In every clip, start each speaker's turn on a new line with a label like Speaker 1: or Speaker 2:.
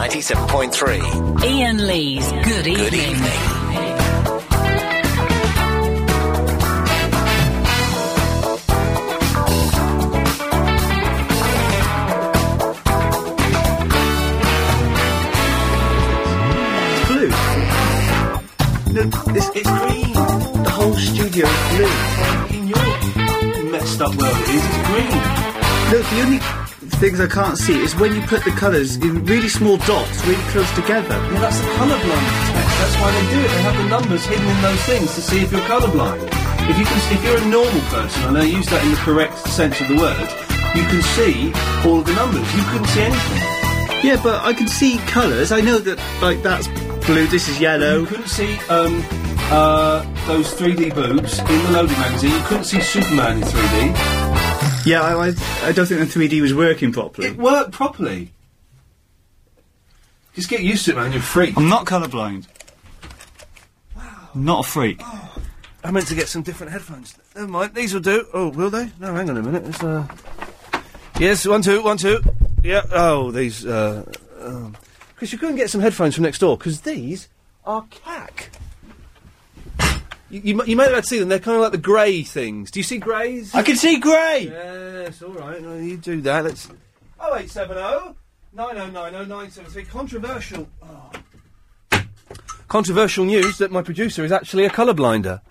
Speaker 1: 97.3.
Speaker 2: Ian Lee's Good Evening.
Speaker 1: Good evening.
Speaker 3: It's blue. No, it's, it's green. The whole studio is blue. In your messed up world, it is green. Look, the only things I can't see is when you put the colours in really small dots, really close together.
Speaker 4: Yeah, that's the colourblind test. That's why they do it. They have the numbers hidden in those things to see if you're colourblind. If you can, if you're a normal person, and I use that in the correct sense of the word, you can see all of the numbers. You couldn't see anything.
Speaker 3: Yeah, but I can see colours. I know that, like, that's blue, this is yellow.
Speaker 4: You couldn't see um, uh, those 3D boobs in the loading magazine. You couldn't see Superman in 3D.
Speaker 3: Yeah, I, I, I don't think the 3D was working properly.
Speaker 4: It worked properly. Just get used to it, man. You're free.
Speaker 3: I'm not colourblind. Wow. Not a freak.
Speaker 4: Oh. I meant to get some different headphones. Never mind, these will do. Oh, will they? No, hang on a minute. It's, uh... Yes, one, two, one, two. Yeah, oh, these. Uh, um... Chris, you couldn't get some headphones from next door, because these are cack. You, you, mi- you may have had to see them. They're kind of like the grey things. Do you see greys?
Speaker 3: I can see grey!
Speaker 4: Yes, Oh all right. Well, you do that. Let's. 0870 9090 973. Controversial. oh. Controversial news that my producer is actually a colourblinder.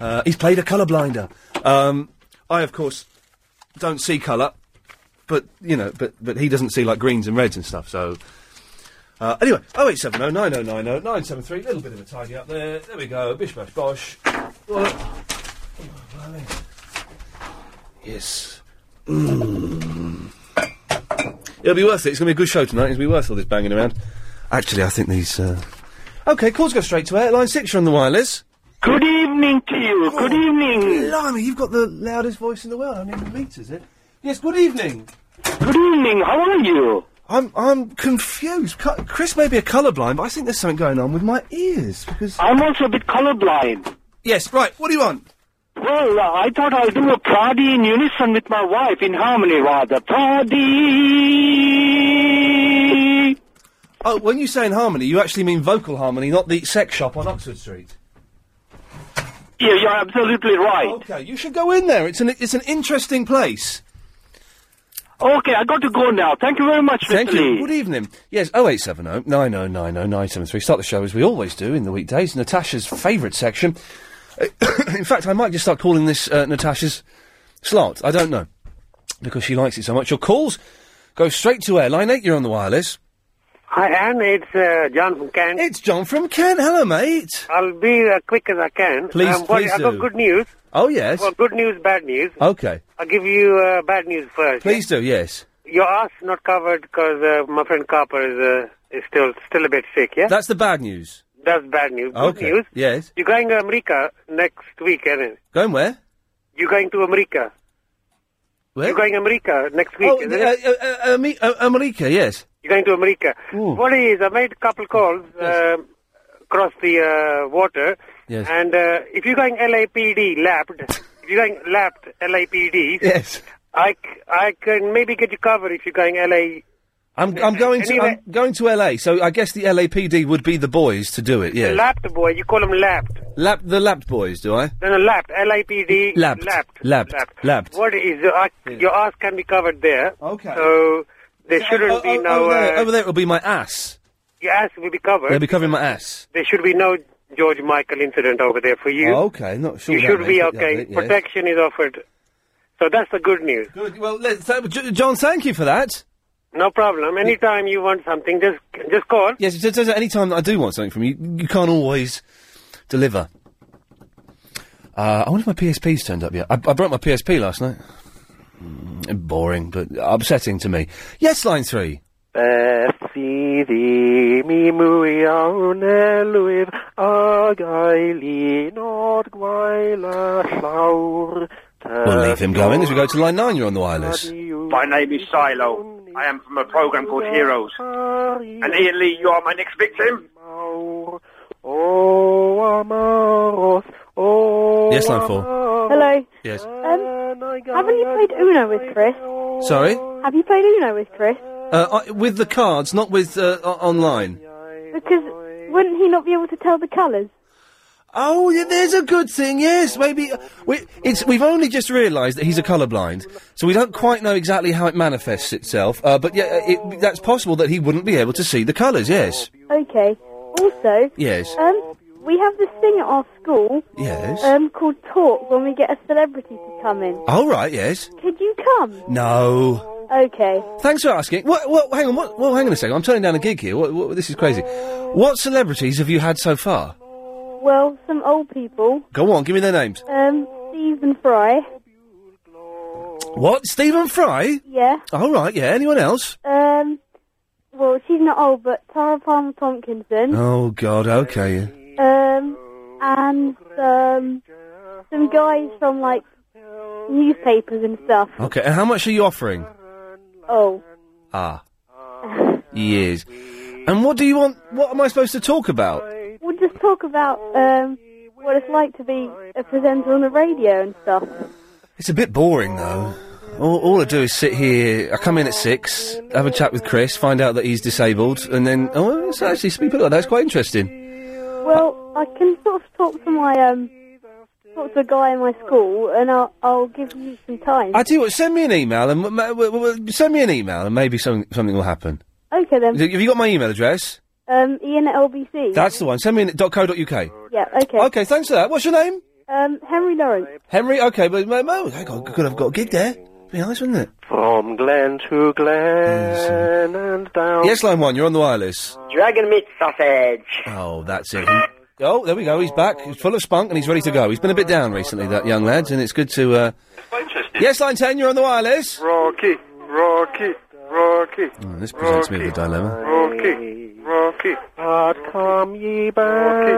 Speaker 4: Uh, he's played a colourblinder. Um, I, of course, don't see colour, but you know, but but he doesn't see like greens and reds and stuff. So. Uh, anyway, 0870 9090 973, little bit of a tidy up there. There we go, bish bash bosh. Well, uh, Yes. Mm. It'll be worth it. It's going to be a good show tonight. It'll be worth all this banging around. Actually, I think these. Uh... Okay, calls go straight to air. Line six, you're on the wireless. Oh,
Speaker 5: Good evening to you. Good evening.
Speaker 4: Blimey, you've got the loudest voice in the world. I mean, meters it. Yes. Good evening.
Speaker 5: Good evening. How are you?
Speaker 4: I'm I'm confused. Co- Chris may be a colourblind, but I think there's something going on with my ears because.
Speaker 5: I'm also a bit colorblind.
Speaker 4: Yes. Right. What do you want?
Speaker 5: Well, uh, I thought I'll do a pradi in unison with my wife, in harmony rather. Pradi.
Speaker 4: Oh, when you say in harmony, you actually mean vocal harmony, not the sex shop on Oxford Street.
Speaker 5: Yeah, you're absolutely right.
Speaker 4: Okay, you should go in there. It's an it's an interesting place.
Speaker 5: Okay, I got to go now. Thank you very much,
Speaker 4: Thank
Speaker 5: Mr.
Speaker 4: you.
Speaker 5: Lee.
Speaker 4: Good evening. Yes, 0870 9090 973. Start the show as we always do in the weekdays. Natasha's favourite section. in fact, I might just start calling this uh, Natasha's slot. I don't know. Because she likes it so much. Your calls go straight to air. Line 8, you're on the wireless.
Speaker 6: Hi, Anne. It's uh, John from Kent.
Speaker 4: It's John from Kent. Hello, mate.
Speaker 6: I'll be as quick as I can.
Speaker 4: Please,
Speaker 6: um, what-
Speaker 4: please
Speaker 6: I've
Speaker 4: do.
Speaker 6: got good news.
Speaker 4: Oh, yes.
Speaker 6: Well, good news, bad news.
Speaker 4: Okay.
Speaker 6: I'll give you uh, bad news first.
Speaker 4: Please do, yes.
Speaker 6: Your ass not covered because uh, my friend Carper is uh, is still still a bit sick. Yeah,
Speaker 4: That's the bad news.
Speaker 6: that's bad news. Good
Speaker 4: okay.
Speaker 6: news.
Speaker 4: Yes.
Speaker 6: You're going to America next week, isn't it?
Speaker 4: Going where?
Speaker 6: You're going to America.
Speaker 4: Where?
Speaker 6: You're going to America next week,
Speaker 4: oh,
Speaker 6: isn't it?
Speaker 4: uh, uh, uh, Ami- uh, America, yes.
Speaker 6: You're going to America.
Speaker 4: Ooh.
Speaker 6: What is? I made a couple calls um, across the uh, water,
Speaker 4: Yes.
Speaker 6: and uh, if you're going LAPD lapped, if you're going lapped LAPD,
Speaker 4: Yes.
Speaker 6: I, c- I can maybe get you covered if you're going LA.
Speaker 4: I'm, I'm going to
Speaker 6: Anyway-
Speaker 4: I'm going to LA, so I guess the LAPD would be the boys to do it. Yeah,
Speaker 6: Lapped boy, you call them lapped.
Speaker 4: Lap- the lapped boys, do I?
Speaker 6: No, no, lapped. LAPD.
Speaker 4: Lapped,
Speaker 6: Lapped.
Speaker 4: lapped, lapped.
Speaker 6: What is your ass, your ass can be covered there?
Speaker 4: Okay.
Speaker 6: So there shouldn't
Speaker 4: Oh, oh,
Speaker 6: be no.
Speaker 4: over, there,
Speaker 6: uh,
Speaker 4: over there, it'll be my ass.
Speaker 6: Your ass will be covered.
Speaker 4: They'll be covering my ass.
Speaker 6: there should be no George Michael incident over there for you.
Speaker 4: Oh, okay, not sure.
Speaker 6: you
Speaker 4: that
Speaker 6: should
Speaker 4: makes
Speaker 6: be
Speaker 4: it,
Speaker 6: okay.
Speaker 4: does it? Yeah.
Speaker 6: Protection is offered. So that's the good news.
Speaker 4: Good. Well, let's, uh, J- John, thank you for that.
Speaker 6: No problem. Anytime you want something, just just call.
Speaker 4: Yes, it says at any time that I do want something from you, you can't always deliver. Uh, I wonder if my PSP's turned up yet. I, I broke my PSP last night. Mm, boring, but upsetting to me. Yes, line three.
Speaker 7: Περσίδι μη μου ιαουνέλουιβ αγαϊλί νότ γουαϊλα σαουρ
Speaker 4: We'll leave him going as we go to line nine. You're on the wireless.
Speaker 8: My name is Silo. I am from a program called Heroes. And Ian Lee, you are my next victim.
Speaker 7: Ο αμάρος, ο
Speaker 4: Yes, line four.
Speaker 9: Hello.
Speaker 4: Yes.
Speaker 9: Um, haven't you played Uno with Chris?
Speaker 4: Sorry.
Speaker 9: Have you played Uno with Chris?
Speaker 4: Uh, I- with the cards, not with uh, o- online.
Speaker 9: Because wouldn't he not be able to tell the colours?
Speaker 4: Oh, yeah, there's a good thing. Yes, maybe uh, we, it's, we've only just realised that he's a colourblind, so we don't quite know exactly how it manifests itself. Uh, but yeah, uh, it, that's possible that he wouldn't be able to see the colours. Yes,
Speaker 9: Okay. Also,
Speaker 4: Yes.
Speaker 9: Um, we have this thing at our school.
Speaker 4: yes.
Speaker 9: Um, called talk when we get a celebrity to come in.
Speaker 4: All right. Yes.
Speaker 9: Could you come?
Speaker 4: No.
Speaker 9: Okay.
Speaker 4: Thanks for asking. What, what, hang on. What, well, hang on a second. I'm turning down a gig here. What, what, this is crazy. What celebrities have you had so far?
Speaker 9: Well, some old people.
Speaker 4: Go on. Give me their names.
Speaker 9: Um, Stephen Fry.
Speaker 4: What? Stephen Fry.
Speaker 9: Yeah.
Speaker 4: All right. Yeah. Anyone else?
Speaker 9: Um, well, she's not old, but Tara Palmer Tompkinson.
Speaker 4: Oh God. Okay. yeah.
Speaker 9: Um, and um, some guys from like newspapers and stuff.
Speaker 4: Okay. And how much are you offering?
Speaker 9: Oh,
Speaker 4: Ah. Years. And what do you want? What am I supposed to talk about?
Speaker 9: we'll just talk about um what it's like to be a presenter on the radio and stuff.
Speaker 4: It's a bit boring, though. All, all I do is sit here. I come in at six, have a chat with Chris, find out that he's disabled, and then oh, it's actually people like that's quite interesting.
Speaker 9: Well, I can sort of talk to my um talk to a guy in my school, and I'll I'll give you some time.
Speaker 4: I tell you what, send me an email and m- m- w- w- send me an email, and maybe something something will happen.
Speaker 9: okay then.
Speaker 4: Have you got my email address?
Speaker 9: Um, Ian at LBC.
Speaker 4: That's the one. Send me an .co.uk.
Speaker 9: yeah. Okay.
Speaker 4: Okay, thanks for that. What's your name?
Speaker 9: Um, Henry Lawrence.
Speaker 4: Henry. Okay, but m- oh, I got, could have got a gig there. Be nice, wouldn't it?
Speaker 10: From Glen to Glen and down.
Speaker 4: Yes, line one. You're on the wireless.
Speaker 11: Dragon meat sausage.
Speaker 4: Oh, that's it. He- Oh, there we go. He's back. He's full of spunk and he's ready to go. He's been a bit down recently, that young lad, and it's good to. Uh... Yes, line ten. You're on the wireless.
Speaker 6: Rocky, Rocky, Rocky,
Speaker 4: Oh, this presents me with a dilemma.
Speaker 6: Rocky, Rocky.
Speaker 10: But come ye back,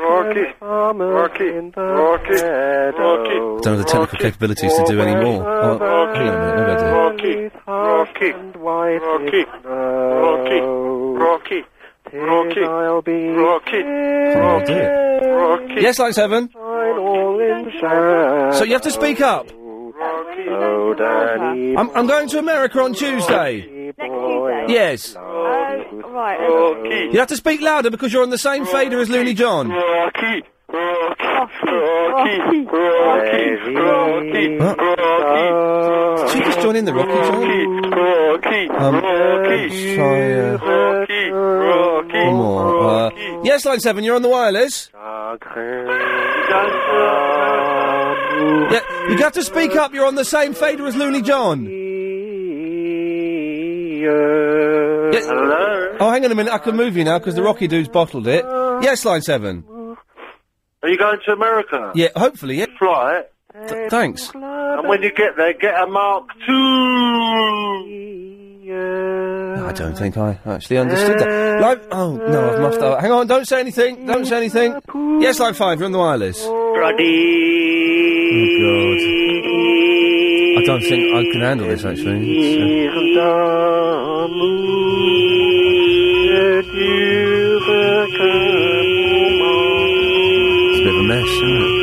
Speaker 6: Rocky,
Speaker 10: and farmers
Speaker 6: Rocky,
Speaker 10: in the
Speaker 6: Rocky,
Speaker 10: meadow.
Speaker 4: Don't have the technical capabilities to do any more. Oh, hang on a minute. Maybe I do.
Speaker 6: Rocky, Rocky,
Speaker 10: White
Speaker 6: Rocky,
Speaker 10: is snow.
Speaker 6: Rocky, Rocky,
Speaker 10: Tis I'll be
Speaker 6: Rocky,
Speaker 4: Oh, dear.
Speaker 6: Rocky,
Speaker 4: Yes, line seven.
Speaker 10: thine all in shadow.
Speaker 4: So you have to speak up.
Speaker 10: Oh, Danny,
Speaker 4: I'm, I'm going to America on Tuesday. Yes.
Speaker 6: Rocky,
Speaker 4: You have to speak louder because you're on the same fader as Looney John.
Speaker 6: Rocky, Rocky, Rocky, Rocky, Rocky,
Speaker 4: Huh?
Speaker 6: Rocky.
Speaker 4: Did you just join in the Rocky John?
Speaker 6: Rocky, Rocky,
Speaker 4: Um,
Speaker 6: Rocky,
Speaker 4: let's try, uh,
Speaker 6: Rocky, Rocky.
Speaker 4: one more. Uh, yes, line seven. You're on the wireless. Yeah, you have to speak up. You're on the same fader as Looney John. Yeah. Oh, hang on a minute. I can move you now because the Rocky dude's bottled it. Yes, line seven.
Speaker 12: Are you going to America?
Speaker 4: Yeah, hopefully. Yeah.
Speaker 12: Fly it.
Speaker 4: Th- thanks.
Speaker 12: And when you get there, get a Mark II.
Speaker 4: I don't think I actually understood that. Line- oh no, I've muffed that. up. Hang on. Don't say anything. Don't say anything. Yes, line five. You're on the wireless. Oh God. I don't think I can handle this actually. It's, uh, It's a bit of a mess, isn't it?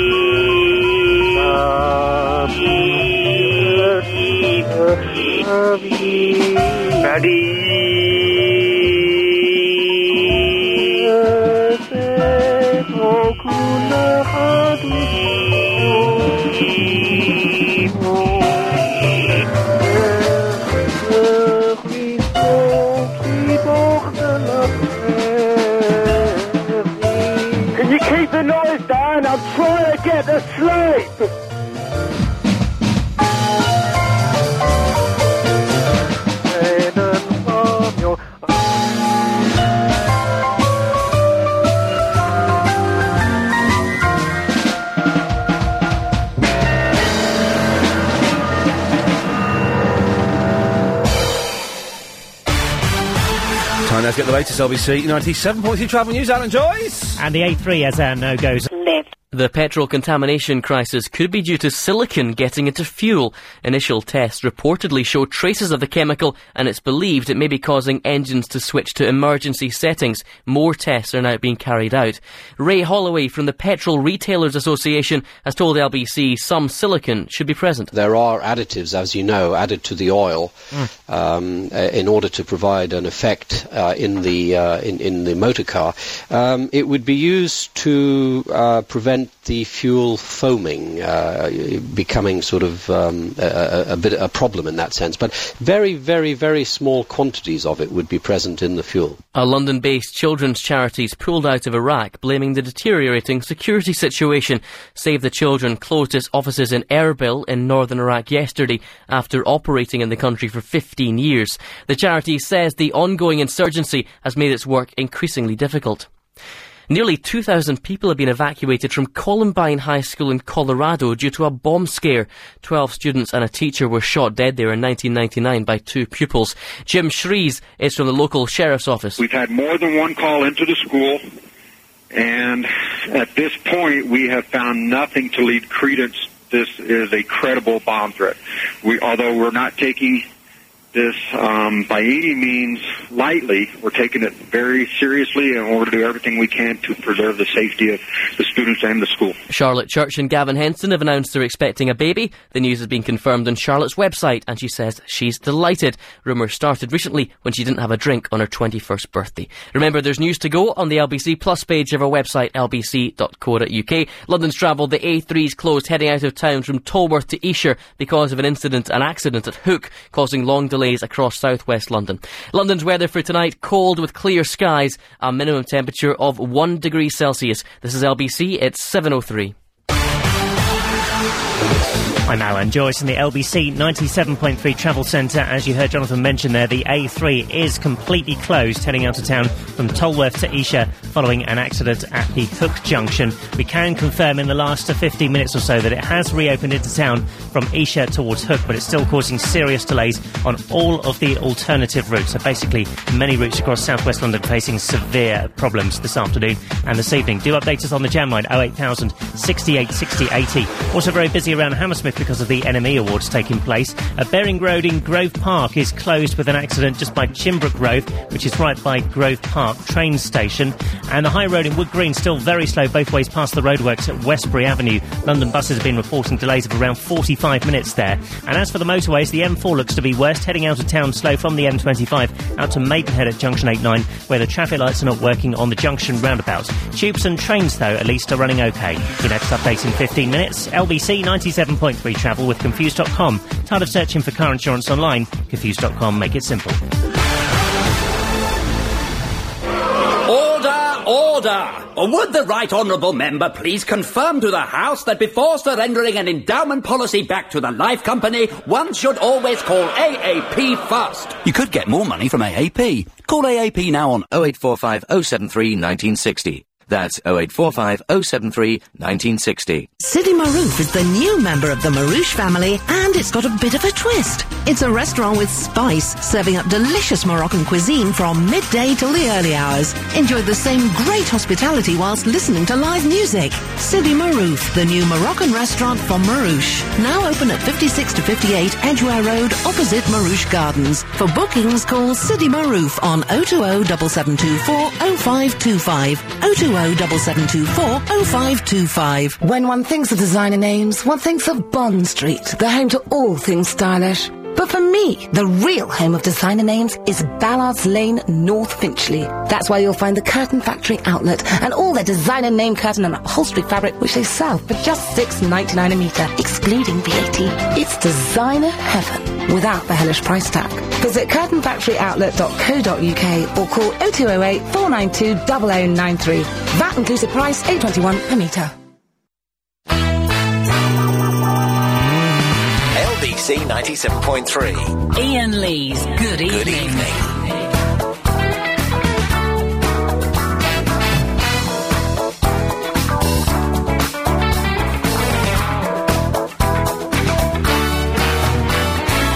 Speaker 7: Can you keep the noise down? I'm trying to get to sleep.
Speaker 4: Time now to get the latest LBC 97.3 Travel News. Alan Joyce.
Speaker 13: And the A3 has our no goes.
Speaker 14: Live
Speaker 13: The petrol contamination crisis could be due to silicon getting into fuel. Initial tests reportedly show traces of the chemical, and it's believed it may be causing engines to switch to emergency settings. More tests are now being carried out. Ray Holloway from the Petrol Retailers Association has told the LBC some silicon should be present.
Speaker 15: There are additives, as you know, added to the oil um, uh, in order to provide an effect uh, in the uh, in, in the motor car. Um, it would be used to uh, prevent the fuel foaming uh, becoming sort of um, a, a, a bit a problem in that sense. But very, very, very small quantities of it would be present in the fuel.
Speaker 13: A London based children's charity is pulled out of Iraq, blaming the deteriorating security situation. Save the Children closed its offices in Erbil in northern Iraq yesterday after operating in the country for 15 years. The charity says the ongoing insurgency has made its work increasingly difficult. Nearly 2,000 people have been evacuated from Columbine High School in Colorado due to a bomb scare. Twelve students and a teacher were shot dead there in 1999 by two pupils. Jim Shrees is from the local sheriff's office.
Speaker 16: We've had more than one call into the school, and at this point, we have found nothing to lead credence. This is a credible bomb threat. We, although we're not taking this um, by any means lightly. We're taking it very seriously, and we're going to do everything we can to preserve the safety of the students and the school.
Speaker 13: Charlotte Church and Gavin Henson have announced they're expecting a baby. The news has been confirmed on Charlotte's website, and she says she's delighted. Rumours started recently when she didn't have a drink on her 21st birthday. Remember, there's news to go on the LBC Plus page of our website, lbc.co.uk. London's travel, the A3 is closed heading out of town from Tolworth to Esher because of an incident, an accident at Hook, causing long delays delays across southwest London. London's weather for tonight cold with clear skies, a minimum temperature of 1 degree Celsius. This is LBC, it's 703.
Speaker 17: I'm Alan Joyce in the LBC 97.3 Travel Centre. As you heard Jonathan mention there, the A3 is completely closed heading out of town from Tolworth to Esher following an accident at the Hook Junction. We can confirm in the last 15 minutes or so that it has reopened into town from Esher towards Hook, but it's still causing serious delays on all of the alternative routes. So basically, many routes across southwest London facing severe problems this afternoon and this evening. Do update us on the jam line 08000 68 60 80. Also very busy around Hammersmith because of the NME Awards taking place. Uh, Bering Road in Grove Park is closed with an accident just by Chimbrook Road, which is right by Grove Park train station. And the high road in Wood Green still very slow both ways past the roadworks at Westbury Avenue. London buses have been reporting delays of around 45 minutes there. And as for the motorways, the M4 looks to be worst, heading out of town slow from the M25 out to Maidenhead at junction 89, where the traffic lights are not working on the junction roundabout. Tubes and trains, though, at least are running okay. Your next update in 15 minutes. LBC 97.3 free travel with Confused.com. Tired of searching for car insurance online? Confused.com make it simple.
Speaker 14: Order, order! Would the right honourable member please confirm to the House that before surrendering an endowment policy back to the life company, one should always call AAP first?
Speaker 1: You could get more money from AAP. Call AAP now on 0845 073 1960. That's 0845 073 1960.
Speaker 18: Sidi Maroof is the new member of the Marouche family, and it's got a bit of a twist. It's a restaurant with spice, serving up delicious Moroccan cuisine from midday till the early hours. Enjoy the same great hospitality whilst listening to live music. Sidi Maroof, the new Moroccan restaurant from Marouche. Now open at 56 to 58 Edgware Road, opposite Marouche Gardens. For bookings, call Sidi Maroof on 020 7724 0525 020 0525.
Speaker 2: When one thinks of designer names, one thinks of Bond Street, the home to all things stylish. But for me, the real home of designer names is Ballard's Lane, North Finchley. That's where you'll find the Curtain Factory outlet and all their designer name curtain and upholstery fabric, which they sell for just six ninety nine a metre, excluding VAT. It's designer heaven without the hellish price tag. Visit curtainfactoryoutlet.co.uk or call 0208 492 0093. VAT inclusive price 821 per metre.
Speaker 19: LBC 97.3. Ian Lee's Good Evening. Good evening.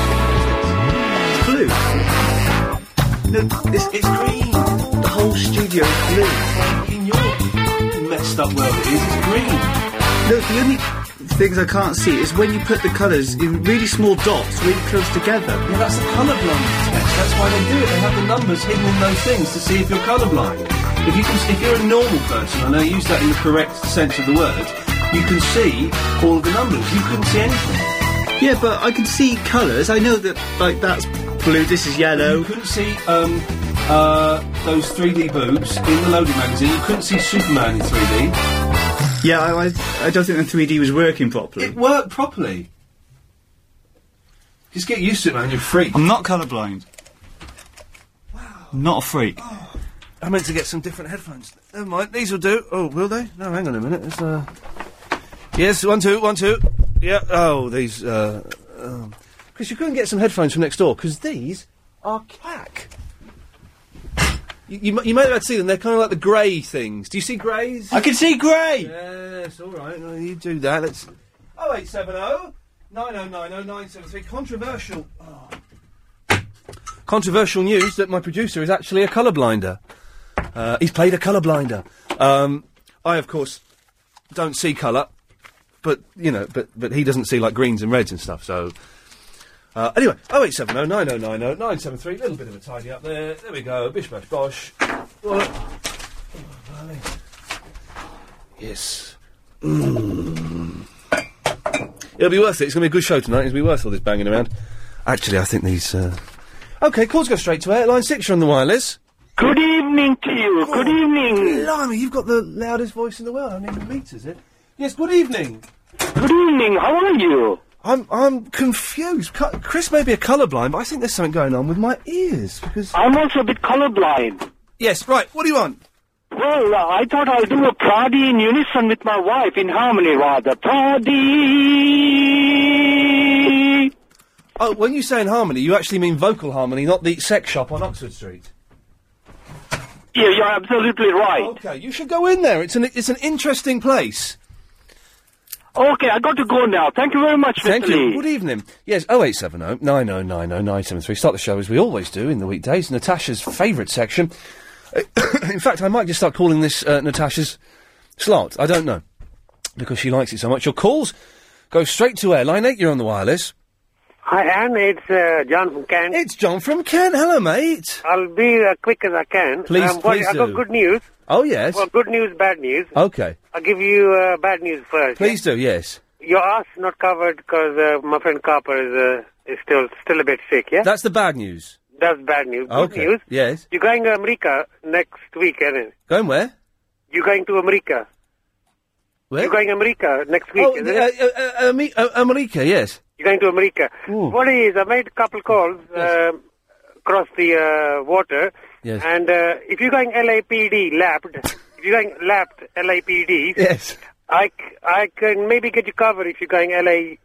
Speaker 3: It's blue.
Speaker 20: No, it's, it's green.
Speaker 3: The whole studio is blue. In your messed up world, it is. It's green. Look, the only things I can't see is when you put the colours in really small dots, really close together. Yeah, that's the colourblind test. That's why they do it. They have the numbers hidden in those things to see if you're colourblind. If you can, if you're a normal person, and I use that in the correct sense of the word, you can see all the numbers. You couldn't see anything. Yeah, but I can see colours. I know that like that's blue. This is yellow. You couldn't see um, uh, those 3D boobs in the Loading magazine. You couldn't see Superman in 3D.
Speaker 21: Yeah, I, I, I don't think the 3D was working properly.
Speaker 3: It worked properly. Just get used to it, man. You're a freak.
Speaker 21: I'm not colourblind. Wow. Not a freak.
Speaker 4: I meant to get some different headphones. Never mind, these will do. Oh, will they? No, hang on a minute. It's, uh... Yes, one, two, one, two. Yeah, oh, these, uh... Um... Chris, you couldn't get some headphones from next door, because these are cack. You, you, mi- you may have had to see them. They're kind of like the grey things. Do you see greys?
Speaker 21: I can see grey!
Speaker 4: Yes, all right. Well, you do that. Let's. 0870 9090 973. Controversial. Oh. Controversial news that my producer is actually a colourblinder. Uh, he's played a colourblinder. Um, I, of course, don't see colour, but you know, but but he doesn't see like greens and reds and stuff. So. Uh, anyway, 0870 9090 973. Little bit of a tidy up there. There we go. Bish bash bosh. Well, blimey. Yes. Mm. It'll be worth it. It's going to be a good show tonight. It'll be worth all this banging around. Actually, I think these. Uh... Okay, calls go straight to air. Line 6 you're on the wireless. Oh,
Speaker 5: Good evening to you. Good evening.
Speaker 4: Blimey, you've got the loudest voice in the world. I mean, the meter's eh? it. Yes, good evening.
Speaker 5: Good evening. How are you?
Speaker 4: I'm I'm confused. Co- Chris may be a colourblind, but I think there's something going on with my ears because
Speaker 5: I'm also a bit colorblind.
Speaker 4: Yes, right. What do you want?
Speaker 5: Well, uh, I thought I'll do a party in unison with my wife, in harmony rather. Party.
Speaker 4: Oh, when you say in harmony, you actually mean vocal harmony, not the sex shop on Oxford Street.
Speaker 5: Yeah, you're absolutely right.
Speaker 4: Okay, you should go in there. It's an it's an interesting place.
Speaker 5: Okay, I got to go now. Thank you very much,
Speaker 4: Thank
Speaker 5: Mr.
Speaker 4: you.
Speaker 5: Lee.
Speaker 4: Good evening. Yes, 0870 9090 973. Start the show as we always do in the weekdays. Natasha's favourite section. in fact, I might just start calling this uh, Natasha's slot. I don't know. Because she likes it so much. Your calls go straight to air. Line 8, you're on the wireless.
Speaker 6: Hi, Anne. It's uh, John from Kent.
Speaker 4: It's John from Kent. Hello, mate.
Speaker 6: I'll be as quick as I can.
Speaker 4: Please-
Speaker 6: um, well,
Speaker 4: please
Speaker 6: I
Speaker 4: do.
Speaker 6: got good news.
Speaker 4: Oh, yes.
Speaker 6: Well, good news, bad news.
Speaker 4: Okay.
Speaker 6: I'll give you uh, bad news first.
Speaker 4: Please do, yes.
Speaker 6: Your ass not covered because uh, my friend Copper is uh, is still still a bit sick. Yeah,
Speaker 4: That's the bad news.
Speaker 6: that's bad news. Good
Speaker 4: okay.
Speaker 6: news.
Speaker 4: Yes.
Speaker 6: You're going to America next week, isn't it?
Speaker 4: Going where?
Speaker 6: You're going to America.
Speaker 4: Where?
Speaker 6: You're going to America next week,
Speaker 4: Oh,
Speaker 6: isn't
Speaker 4: uh,
Speaker 6: it?
Speaker 4: uh, uh, Ami- uh, America, yes.
Speaker 6: You're going to America. What it is, I made a couple calls um across the uh, water,
Speaker 4: Yes.
Speaker 6: and uh, if you're going LAPD, lapped, if you're going lapped LAPD,
Speaker 4: Yes.
Speaker 6: I, c- I can maybe get you covered if you're going LA.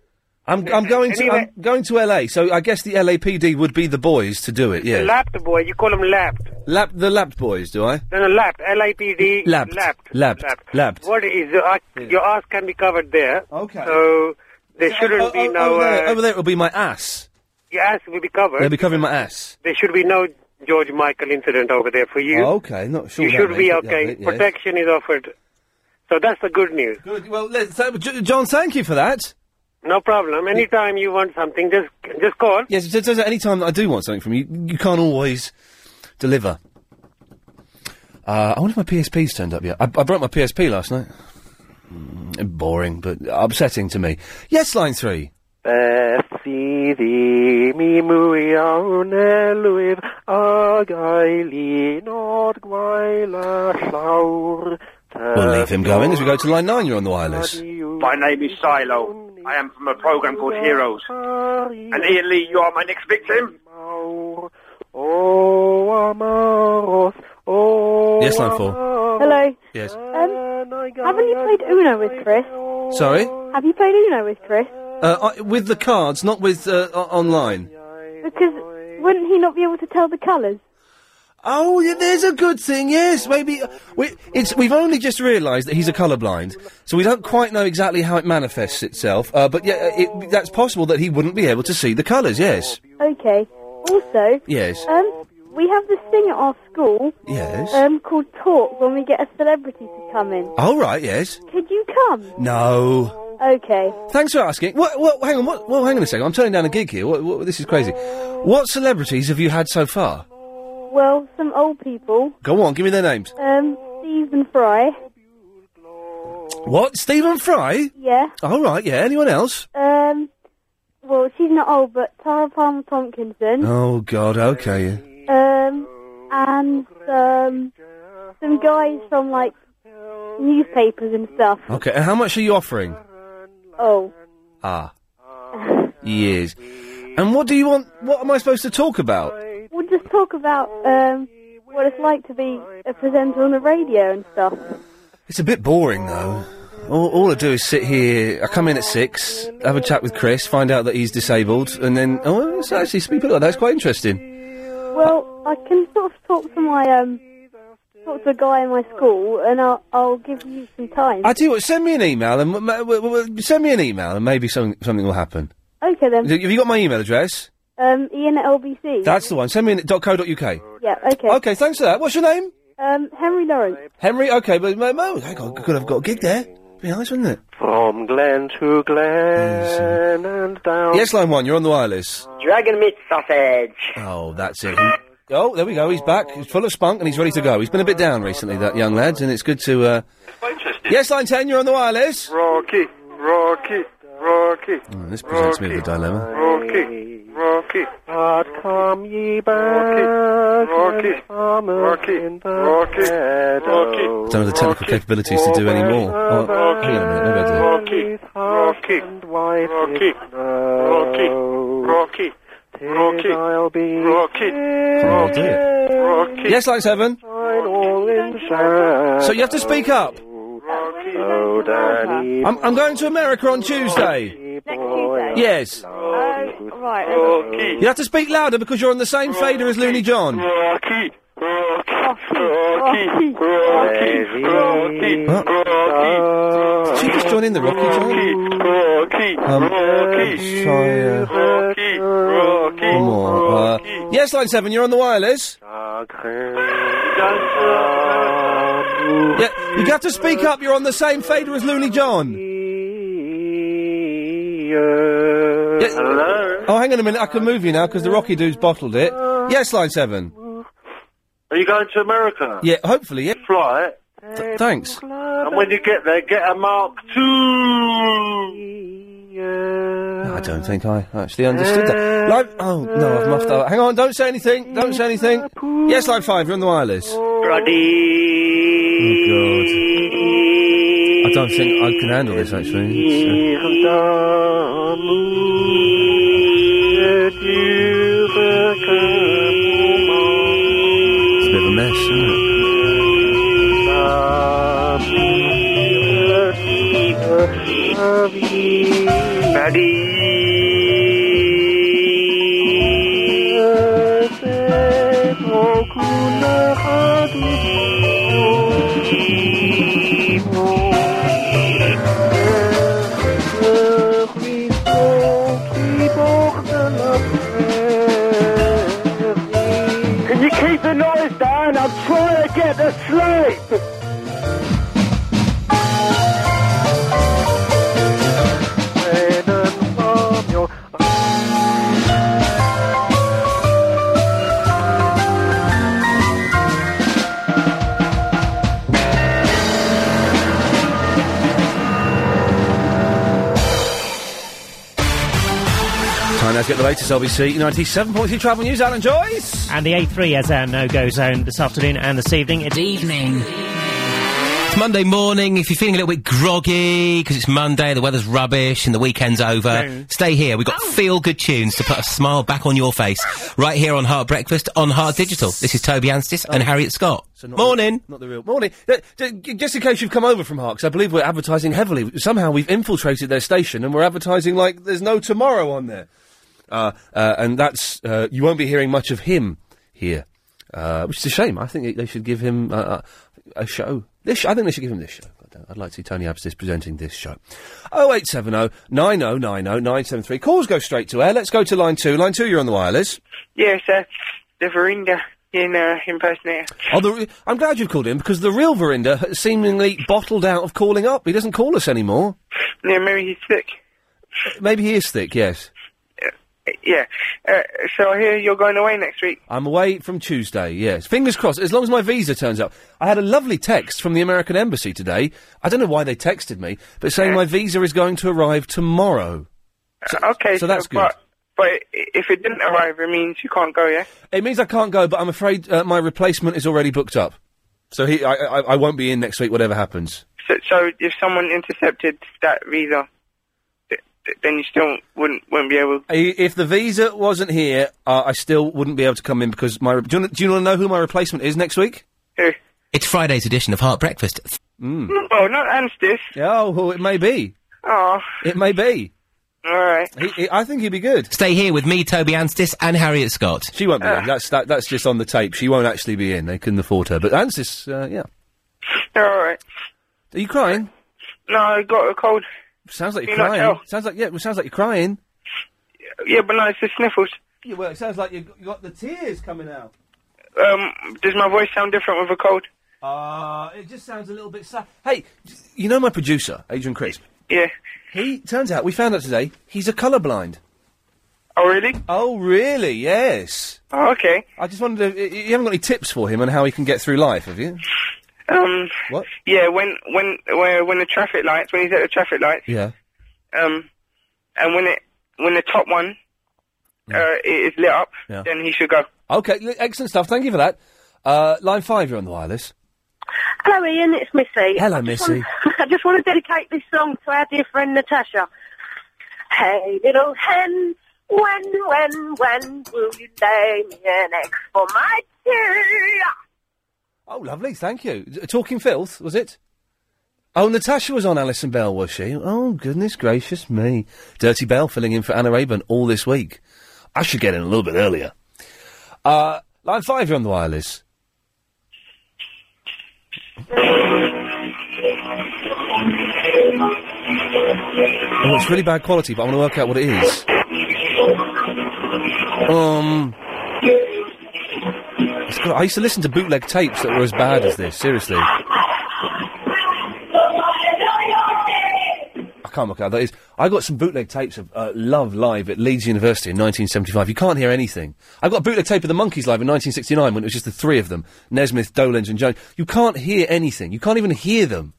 Speaker 4: I'm, I'm going to
Speaker 6: Anyway-
Speaker 4: I'm going to LA, so I guess the LAPD would be the boys to do it. Yeah,
Speaker 6: Lapped boy, you call them lapped.
Speaker 4: lap the lapped boys, do I?
Speaker 6: No, no, lapped. L-A-P-D.
Speaker 4: Lapped.
Speaker 6: Lapped.
Speaker 4: Lapped. Lapped.
Speaker 6: What it is, your ass, your ass can be covered there.
Speaker 4: Okay.
Speaker 6: So there shouldn't
Speaker 4: Oh,
Speaker 6: be
Speaker 4: oh,
Speaker 6: no.
Speaker 4: over, there,
Speaker 6: uh,
Speaker 4: over there, it'll be my ass.
Speaker 6: Your ass will be covered.
Speaker 4: They'll be covering my ass.
Speaker 6: There should be no George Michael incident over there for you.
Speaker 4: Oh, okay, not sure.
Speaker 6: you
Speaker 4: that
Speaker 6: should
Speaker 4: may-
Speaker 6: be
Speaker 4: yeah,
Speaker 6: okay.
Speaker 4: mate, yes.
Speaker 6: Protection is offered. So that's the good news.
Speaker 4: Good. Well, let's, uh, J- John, thank you for that.
Speaker 6: No problem. Anytime you want something, just just call.
Speaker 4: Yes, it says that any time that I do want something from you, you can't always deliver. Uh, I wonder if my PSP's turned up yet. I, I broke my PSP last night. Mm, boring, but upsetting to me. Yes, line three.
Speaker 7: mi muy aune luif a gaili nod gwaela llawr.
Speaker 4: We'll
Speaker 8: Uh,
Speaker 4: leave him going as we go to line nine. You're on the wireless.
Speaker 8: My name is Silo. I am from a program called Heroes. And Ian Lee, you are my next victim.
Speaker 7: O amaros, o
Speaker 4: Yes, line four.
Speaker 7: Hello.
Speaker 4: Yes.
Speaker 9: Um, haven't you played Uno with Chris?
Speaker 4: Sorry.
Speaker 9: Have you played Uno with Chris?
Speaker 4: Uh, I, with the cards, not with uh, o- online.
Speaker 9: Because wouldn't he not be able to tell the colours?
Speaker 4: Oh, yeah, there's a good thing. Yes, maybe uh, we, it's, we've only just realised that he's a colourblind, so we don't quite know exactly how it manifests itself. Uh, but yeah, it, that's possible that he wouldn't be able to see the colours. Yes,
Speaker 9: Okay. Also,
Speaker 4: yes.
Speaker 9: um, we have this thing at our school
Speaker 4: Yes.
Speaker 9: um, called Talk when we get a celebrity to come in.
Speaker 4: All Oh, right. Yes.
Speaker 9: Could you come?
Speaker 4: No.
Speaker 9: Okay.
Speaker 4: Thanks for asking. What? What? Hang on. What? Well, hang on a second. I'm turning down a gig here. What, what, this is crazy. What celebrities have you had so far?
Speaker 9: Well, some old people,
Speaker 4: Go on. Give me their names.
Speaker 9: um, Stephen Fry,
Speaker 4: What? Stephen Fry.
Speaker 9: yeah.
Speaker 4: All right. Yeah. Anyone else?
Speaker 9: Um, well, she's not old, but Tara Palmer Tompkinson,
Speaker 4: Oh God. Okay. yeah.
Speaker 9: um, and um, some guys from like newspapers and stuff.
Speaker 4: Okay. And how much are you offering?
Speaker 9: Oh,
Speaker 4: Ah. Years. And what do you want? What am I supposed to talk about?
Speaker 9: we'll just talk about um, what it's like to be a presenter on the radio and stuff.
Speaker 4: It's a bit boring though. All, all I do is sit here. I come in at six, have a chat with Chris, find out that he's disabled, and then oh, it's actually people like that's quite interesting.
Speaker 9: Well, I can sort of talk to my um, talk to a guy in my school, and I'll I'll give you some time.
Speaker 4: I tell you what, send me an email and m- m- w- w- send me an email and maybe something something will happen.
Speaker 9: okay then.
Speaker 4: Have you got my email address?
Speaker 9: Um, Ian at LBC.
Speaker 4: That's the one. Send me an .co.uk.
Speaker 9: yeah. Okay.
Speaker 4: Okay, thanks for that. What's your name?
Speaker 9: Um, Henry Norris.
Speaker 4: Henry. Okay, but mo, mo, I could have got a gig there. Be nice, wouldn't it?
Speaker 10: From Glen to Glen and down.
Speaker 4: Yes, line one. You're on the wireless.
Speaker 11: Dragon meat sausage.
Speaker 4: Oh, that's it. He- Oh, there we go. He's back. He's full of spunk and he's ready to go. He's been a bit down recently, that young lad, and it's good to. Uh... Yes, line ten. You're on the wireless.
Speaker 7: Rocky, Rocky, Rocky,
Speaker 4: Mm, this presents me with a dilemma.
Speaker 7: Rocky, Rocky.
Speaker 10: But come ye back, Rocky, Rocky, in the Rocky,
Speaker 4: I don't have the technical capabilities to do any more.
Speaker 7: Uh,
Speaker 4: Oh, hang on a minute. Maybe I do.
Speaker 10: Rocky, Rocky, Rocky, Rocky, Rocky, Rocky, Rocky, Rocky,
Speaker 5: Oh,
Speaker 4: I'll do it. Yes, line seven. So you have to speak up.
Speaker 10: Oh, Danny,
Speaker 4: I'm, I'm going to America on Tuesday.
Speaker 10: boy,
Speaker 4: Yes.
Speaker 22: Right.
Speaker 4: You have to speak louder because you're on the same fader as Looney John.
Speaker 10: Rocky, Rocky, Rocky, Rocky, Rocky, Rocky.
Speaker 4: Did you just join in the Rocky John? Rocky, um, Rocky, try, uh, Rocky, Rocky, more. Uh, yes, line seven. You're on the wireless. Yeah, you have to speak up. You're on the same fader as Looney John. Yes. Oh, hang on a minute. I can move you now because the Rocky dude's bottled it. Yes, line seven.
Speaker 12: Are you going to America?
Speaker 4: Yeah, hopefully. Yeah.
Speaker 12: Fly it.
Speaker 4: Th- thanks.
Speaker 12: And when you get there, get a Mark Two.
Speaker 4: I don't think I actually understood that. Line, oh no, I've muffed that. Hang on, don't say anything. Don't say anything. Yes, line five. You're on the wireless. Oh God. I don't think I can handle this actually. It's, uh, it's a bit of a mess. Isn't it?
Speaker 7: Can you keep the noise down? I'm trying to get to sleep.
Speaker 4: Time now to get the latest LBC 97.3 travel news. Alan Joyce.
Speaker 17: And the A3 has our no-go zone this afternoon and this evening. It's
Speaker 13: evening.
Speaker 23: It's Monday morning. If you're feeling a little bit groggy because it's Monday, the weather's rubbish, and the weekend's over, stay here. We've got feel good tunes to put a smile back on your face right here on Heart Breakfast on Heart Digital. This is Toby Anstis and Harriet Scott.
Speaker 4: morning. not the real morning. Uh, j- j- Just in case you've come over from Harks, I believe we're advertising heavily. Somehow we've infiltrated their station and we're advertising like there's no tomorrow on there. Uh, uh, and that's uh, you won't be hearing much of him here, uh, which is a shame. I think they should give him uh, uh, a show. This sh- I think they should give him this show. God damn, I'd like to see Tony Abstis presenting this show. Oh, 0870 9090 973. Calls go straight to air. Let's go to line two. Line two, you're on the wireless.
Speaker 24: Yes, uh, the Verinda.
Speaker 22: in uh, impersonator.
Speaker 4: Oh, the, re- I'm glad you've called in because the real Verinder has seemingly bottled out of calling up. He doesn't call us anymore.
Speaker 22: Yeah, maybe he's sick.
Speaker 4: Maybe he is thick. Yes,
Speaker 22: Yeah. Uh, so I hear you're going away next week.
Speaker 4: I'm away from Tuesday. Yes, fingers crossed. As long as my visa turns up, I had a lovely text from the American embassy today. I don't know why they texted me, but saying my visa is going to arrive tomorrow. So,
Speaker 22: okay,
Speaker 4: so that's good.
Speaker 22: But, but i- if it didn't arrive, it means you can't go. Yeah.
Speaker 4: It means I can't go, but I'm afraid uh, my replacement is already booked up. So he, I, I, I won't be in next week, whatever happens.
Speaker 22: So, so if someone intercepted that visa, th- th- then you still wouldn't wouldn't be able.
Speaker 4: I- If the visa wasn't here, uh, I still wouldn't be able to come in because my. Re- do, you, wanna- do you want to know who my replacement is next week?
Speaker 22: Who?
Speaker 23: It's Friday's edition of Heart Breakfast.
Speaker 4: Mm.
Speaker 22: Oh, not Anstis.
Speaker 4: Oh, well, it may be.
Speaker 22: Oh.
Speaker 4: It may be.
Speaker 22: All right.
Speaker 4: He, he- I think he'd be good.
Speaker 23: Stay here with me, Toby Anstis, and Harriet Scott.
Speaker 4: She won't be
Speaker 22: Ah.
Speaker 4: in. That's that, that's just on the tape. She won't actually be in. They couldn't afford her. But Ansis, uh, yeah.
Speaker 22: All right.
Speaker 4: Are you crying?
Speaker 22: No, I got a cold.
Speaker 4: Sounds like
Speaker 22: Can
Speaker 4: you're
Speaker 22: you not
Speaker 4: crying.
Speaker 22: tell?
Speaker 4: Sounds like yeah. Well, sounds like you're crying.
Speaker 22: Yeah, but no, it's the sniffles.
Speaker 4: Yeah, well, it sounds like you got the tears coming out.
Speaker 22: Um, does my voice sound different with a cold?
Speaker 4: Uh, it just sounds a little bit sad. Hey, you know my producer, Adrian Crisp.
Speaker 22: Yeah.
Speaker 4: He turns out we found out today he's a colourblind.
Speaker 22: Oh really?
Speaker 4: Oh really? Yes.
Speaker 22: Oh, okay.
Speaker 4: I just wondered. If, you haven't got any tips for him on how he can get through life, have you?
Speaker 22: Um.
Speaker 4: What?
Speaker 22: Yeah. When when when when the traffic lights, when he's at the traffic lights,
Speaker 4: Yeah.
Speaker 22: um, and when it when the top one uh, i- is lit up,
Speaker 4: Yeah.
Speaker 22: then he should go.
Speaker 4: Okay, l- excellent stuff. Thank you for that. Uh, line five, you're on the wireless.
Speaker 24: Hello, Ian. It's Missy.
Speaker 4: Hello,
Speaker 24: I just
Speaker 4: Missy.
Speaker 24: want- I just want to dedicate this song to our dear friend Natasha. Hey, little hen, when, when, when will you lay me an egg for my tea?
Speaker 4: Oh, lovely. Thank you. D- Talking filth was it? Oh, Natasha was on Alison Bell, was she? Oh, goodness gracious me! Dirty Bell filling in for Anna Rayburn all this week. I should get in a little bit earlier. Uh, line five, you're on the wireless. Oh, it's really bad quality, but I want to work out what it is. Um, it's got- I used to listen to bootleg tapes that were as bad as this. Seriously, I can't work out what that is. I got some bootleg tapes of uh, Love Live at Leeds University in 1975. You can't hear anything. I got a bootleg tape of the Monkeys live in 1969 when it was just the three of them: Nesmith, Dolenz, and Jones. You can't hear anything. You can't even hear them.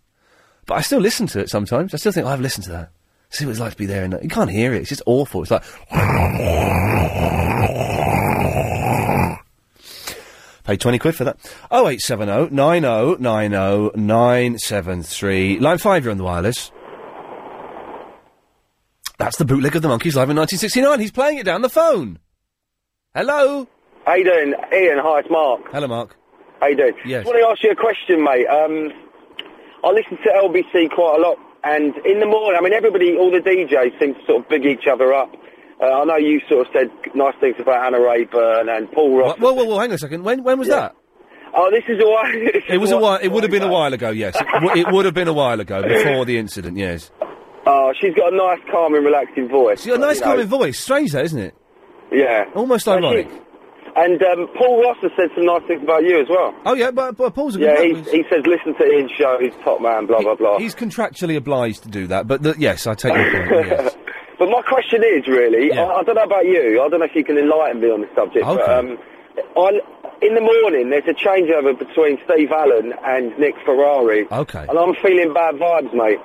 Speaker 4: But I still listen to it sometimes. I still think "Oh, I've listened to that. See what it's like to be there, and uh, you can't hear it. It's just awful. It's like Pay 20 quid for that. 0870 90 90 973. Line 5, you're on the wireless. That's the bootleg of the Monkeys live in 1969. He's playing it down the phone. Hello?
Speaker 8: How you doing? Ian, hi, it's Mark.
Speaker 4: Hello, Mark.
Speaker 8: How you doing?
Speaker 4: Yes.
Speaker 8: I want to ask you a question, mate. Um, I listen to LBC quite a lot, and in the morning, I mean, everybody, all the DJs seem to sort of big each other up. Uh, I know you sort of said nice things about Anna Rayburn and Paul Ross.
Speaker 4: Whoa, whoa, whoa, hang on a second. When, when was that?
Speaker 8: Oh, this is a while. this
Speaker 4: It was
Speaker 8: is
Speaker 4: a while, it would have been a while ago, yes. It, w- it would have been a while ago, before the incident, yes.
Speaker 8: Oh, she's got a nice, calm and relaxing voice.
Speaker 4: She's got a nice calming voice. Strange, though, isn't it?
Speaker 8: Yeah.
Speaker 4: Almost
Speaker 8: And
Speaker 4: ironic.
Speaker 8: she- And um, Paul Ross has said some nice things about you as well.
Speaker 4: Oh yeah, but, but Paul's a good
Speaker 8: yeah.
Speaker 4: man.
Speaker 8: He, he says listen to Ian's show. He's top man. Blah blah blah.
Speaker 4: He's contractually obliged to do that, but the, yes, I take your point, yes.
Speaker 8: But my question is really, I, I don't know about you. I don't know if you can enlighten me on the subject. But,
Speaker 4: Okay.
Speaker 8: um, on in the morning, there's a changeover between Steve Allen and Nick Ferrari.
Speaker 4: Okay.
Speaker 8: And I'm feeling bad vibes, mate.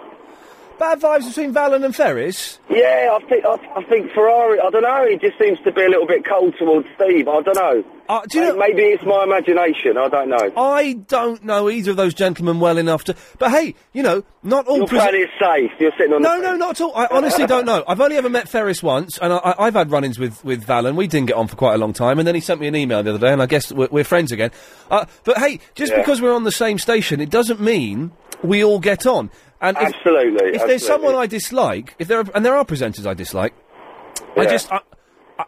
Speaker 4: Bad vibes between Valen and Ferris?
Speaker 8: Yeah, I think I, I think Ferrari. I don't know. He just seems to be a little bit cold towards Steve. I don't know.
Speaker 4: Uh, do you know?
Speaker 8: Maybe it's my imagination. I don't know.
Speaker 4: I don't know either of those gentlemen well enough to. But hey, you know, not all.
Speaker 8: Your plan is safe. You're sitting on.
Speaker 4: oh, No,
Speaker 8: the
Speaker 4: no, not at all. I honestly don't know. I've only ever met Ferris once, and I, I, I've had run-ins with with Valen. We didn't get on for quite a long time, and then he sent me an email the other day, and I guess we're, we're friends again. Uh, but hey, just
Speaker 8: Yeah.
Speaker 4: because we're on the same station, it doesn't mean we all get on. And if-
Speaker 8: Absolutely,
Speaker 4: if there's
Speaker 8: absolutely.
Speaker 4: someone I dislike, if there are, and there are presenters I dislike, I
Speaker 8: Yeah.
Speaker 4: just. I,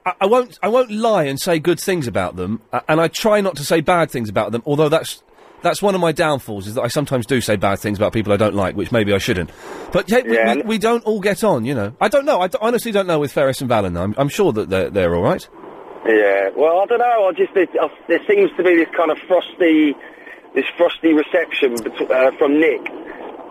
Speaker 4: I, I won't. I won't lie and say good things about them, a- and I try not to say bad things about them. Although that's that's one of my downfalls is that I sometimes do say bad things about people I don't like, which maybe I shouldn't. But yeah, we, we, we don't all get on, you know. I don't know. I d- honestly don't know with Ferris and Valen. I'm, I'm sure that they're they're all right.
Speaker 8: Yeah,
Speaker 25: Yeah. Well, I don't know. I just it, uh, there seems to be this kind of frosty, this frosty reception bet- uh, from Nick.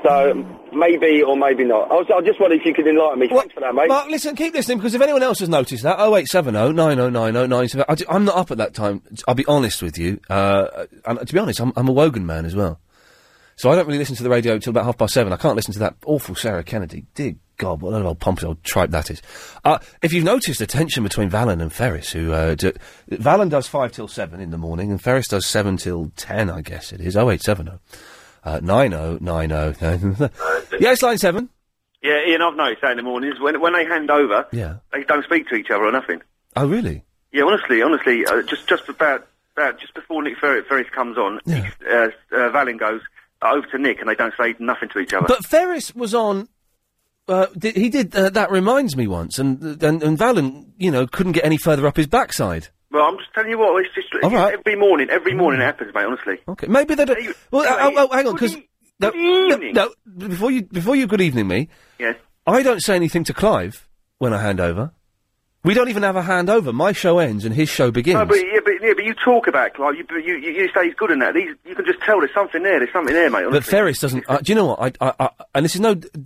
Speaker 25: So maybe or maybe not. I, was, I just wondered if you could enlighten me. Thanks for that, mate.
Speaker 4: Mark, listen, keep listening because if anyone else has noticed that, oh, 0870 9090 97, oh, I, ju- I'm not up at that time. I'll be honest with you. Uh, and to be honest, I'm, I'm a Wogan man as well. So I don't really listen to the radio until about half past seven. I can't listen to that awful Sarah Kennedy. Dear God, what an old pompous old tripe that is. Uh, if you've noticed the tension between Valen and Ferris, who uh, do, Valen does five till seven in the morning, and Ferris does seven till ten, I guess it is. Oh eight seven oh. Uh, 9090. yes, oh. line seven.
Speaker 8: Yeah, Ian, I've noticed that in the mornings. When, when they hand over,
Speaker 4: Yeah.
Speaker 8: they don't speak to each other or nothing.
Speaker 4: Oh, really?
Speaker 8: Yeah, honestly, honestly, uh, just just about, about just before Nick Ferris, Ferris comes on,
Speaker 4: Yeah.
Speaker 8: uh, uh, Valen goes uh, over to Nick, and they don't say nothing to each other.
Speaker 4: But Ferris was on. Uh, di he did uh, that reminds me once, and, and and Valen, you know, couldn't get any further up his backside.
Speaker 8: well, I'm just telling you what, it's just it's
Speaker 4: All right.
Speaker 8: every morning, every morning it happens, mate. Honestly.
Speaker 4: Okay, maybe they don't. Well, oh, oh, hang on, because
Speaker 8: e-,
Speaker 4: no, no, no, before you before you good evening me.
Speaker 8: Yes.
Speaker 4: I don't say anything to Clive when I hand over. We don't even have a handover. My show ends and his show begins.
Speaker 8: No, Oh, but yeah, but yeah, but you talk about Clive. You, you, you, you say he's good in that. These, you can just tell there's something there. There's something there, mate.
Speaker 4: But
Speaker 8: Honestly.
Speaker 4: Ferris doesn't. Uh, do you know what? I, I, I, and this is no d- d-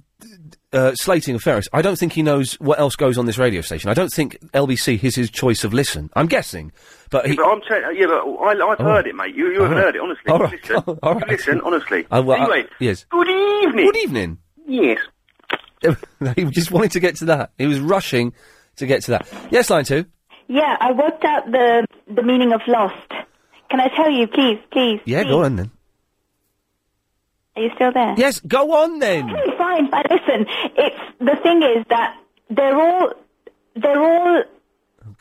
Speaker 4: uh, slating of Ferris. I don't think he knows what else goes on this radio station. I don't think LBC is his choice of listen. I'm guessing, but
Speaker 8: yeah,
Speaker 4: he.
Speaker 8: but I'm telling. Yeah, but I, I've
Speaker 4: Oh.
Speaker 8: heard it, mate. You, you haven't
Speaker 4: All
Speaker 8: heard
Speaker 4: right.
Speaker 8: it, honestly.
Speaker 4: All
Speaker 8: You
Speaker 4: right.
Speaker 8: Listen,
Speaker 4: All
Speaker 8: you
Speaker 4: right.
Speaker 8: listen, honestly.
Speaker 4: I- well, I-
Speaker 8: anyway,
Speaker 4: yes.
Speaker 8: good evening.
Speaker 4: Good evening.
Speaker 8: Yes.
Speaker 4: he just wanted to get to that. He was rushing to get to that. Yes, line two.
Speaker 26: Yeah, I worked out the the meaning of lost. Can I tell you, please, please?
Speaker 4: Yeah,
Speaker 26: please?
Speaker 4: go on then.
Speaker 26: Are you still there?
Speaker 4: Yes, go on then.
Speaker 26: Okay, fine. But listen, it's the thing is that they're all they're all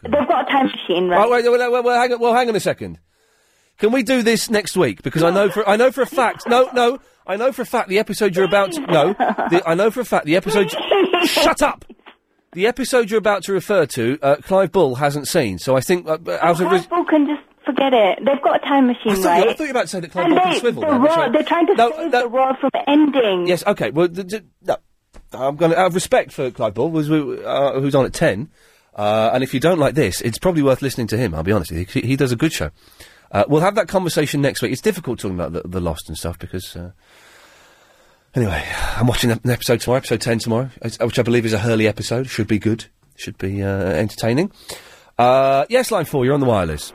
Speaker 26: they've got a time machine, right?
Speaker 4: Oh, wait, wait, wait, wait, hang on, well, hang on a second. Can we do this next week? Because I know for I know for a fact. No, no, I know for a fact the episode you're about to, no, the, I know for a fact the episode. shut up. The episode you're about to refer to, uh, Clive Bull hasn't seen, so I think uh, uh, out of res-
Speaker 26: People can just forget it. They've got a time machine,
Speaker 4: I thought, you, I
Speaker 26: right?
Speaker 4: thought you were about to say that Clive
Speaker 26: and
Speaker 4: Bull can
Speaker 26: they,
Speaker 4: swivel.
Speaker 26: the
Speaker 4: then, which I-
Speaker 26: world, they're trying to save the world from ending.
Speaker 4: Yes, okay. Well, th- th- no. I'm going to, out of respect for Clive Ball, who's, uh, who's on at 10, uh, and if you don't like this, it's probably worth listening to him, I'll be honest with you. He, he does a good show. Uh, we'll have that conversation next week. It's difficult talking about the, the Lost and stuff because. Uh, anyway, I'm watching an episode tomorrow, episode 10 tomorrow, it's- uh, which I believe is a Hurley episode. Should be good, should be uh, entertaining. Uh, yes, line 4, you're on the wireless.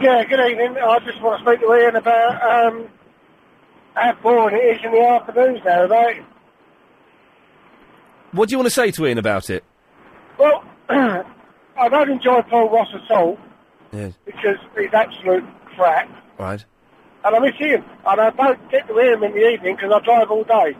Speaker 5: Yeah, good evening. I just want to speak to Ian about um, how boring it is in the afternoons now, right?
Speaker 4: What do you want to say to Ian about it?
Speaker 5: Well, I don't enjoy Paul Ross at all
Speaker 4: Yes.
Speaker 5: because he's absolute crap.
Speaker 4: Right.
Speaker 5: And I miss him. And I don't get to hear him in the evening because I drive all day.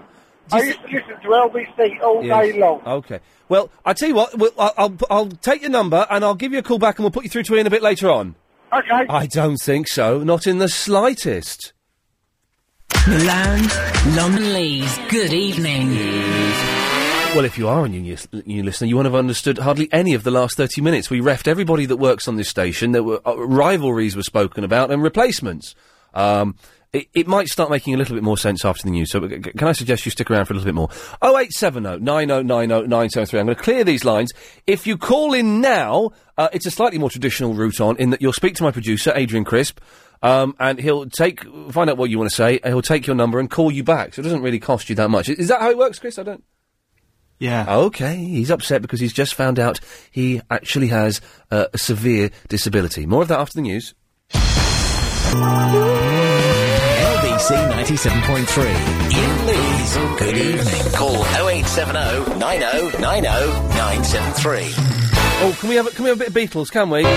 Speaker 5: I used to listen to LBC all
Speaker 4: Yes.
Speaker 5: day long.
Speaker 4: Okay. Well, I tell you what. We'll, I'll, I'll I'll take your number and I'll give you a call back and we'll put you through to Ian a bit later on.
Speaker 5: Okay.
Speaker 4: I don't think so. Not in the slightest.
Speaker 1: Milan, Lumley's Good Evening.
Speaker 4: Well, if you are a new, yes- new listener, you won't have understood hardly any of the last 30 minutes. We refed everybody that works on this station. There were uh, rivalries were spoken about and replacements. Um, it, it might start making a little bit more sense after the news. So, c- c- can I suggest you stick around for a little bit more? Oh, 0870 9090 973. I'm going to clear these lines. If you call in now, uh, it's a slightly more traditional route on in that you'll speak to my producer, Adrian Crisp. Um, and he'll take find out what you want to say. and He'll take your number and call you back. So it doesn't really cost you that much. Is that how it works, Chris? I don't.
Speaker 27: Yeah.
Speaker 4: Okay, he's upset because he's just found out he actually has uh, a severe disability. More of that after the news.
Speaker 1: LBC 97.3. Ian Lee's Good Evening. Call 0870 9090 oh, 973.
Speaker 4: Oh, can we have a, can we have a bit of Beatles? Can we? Oh,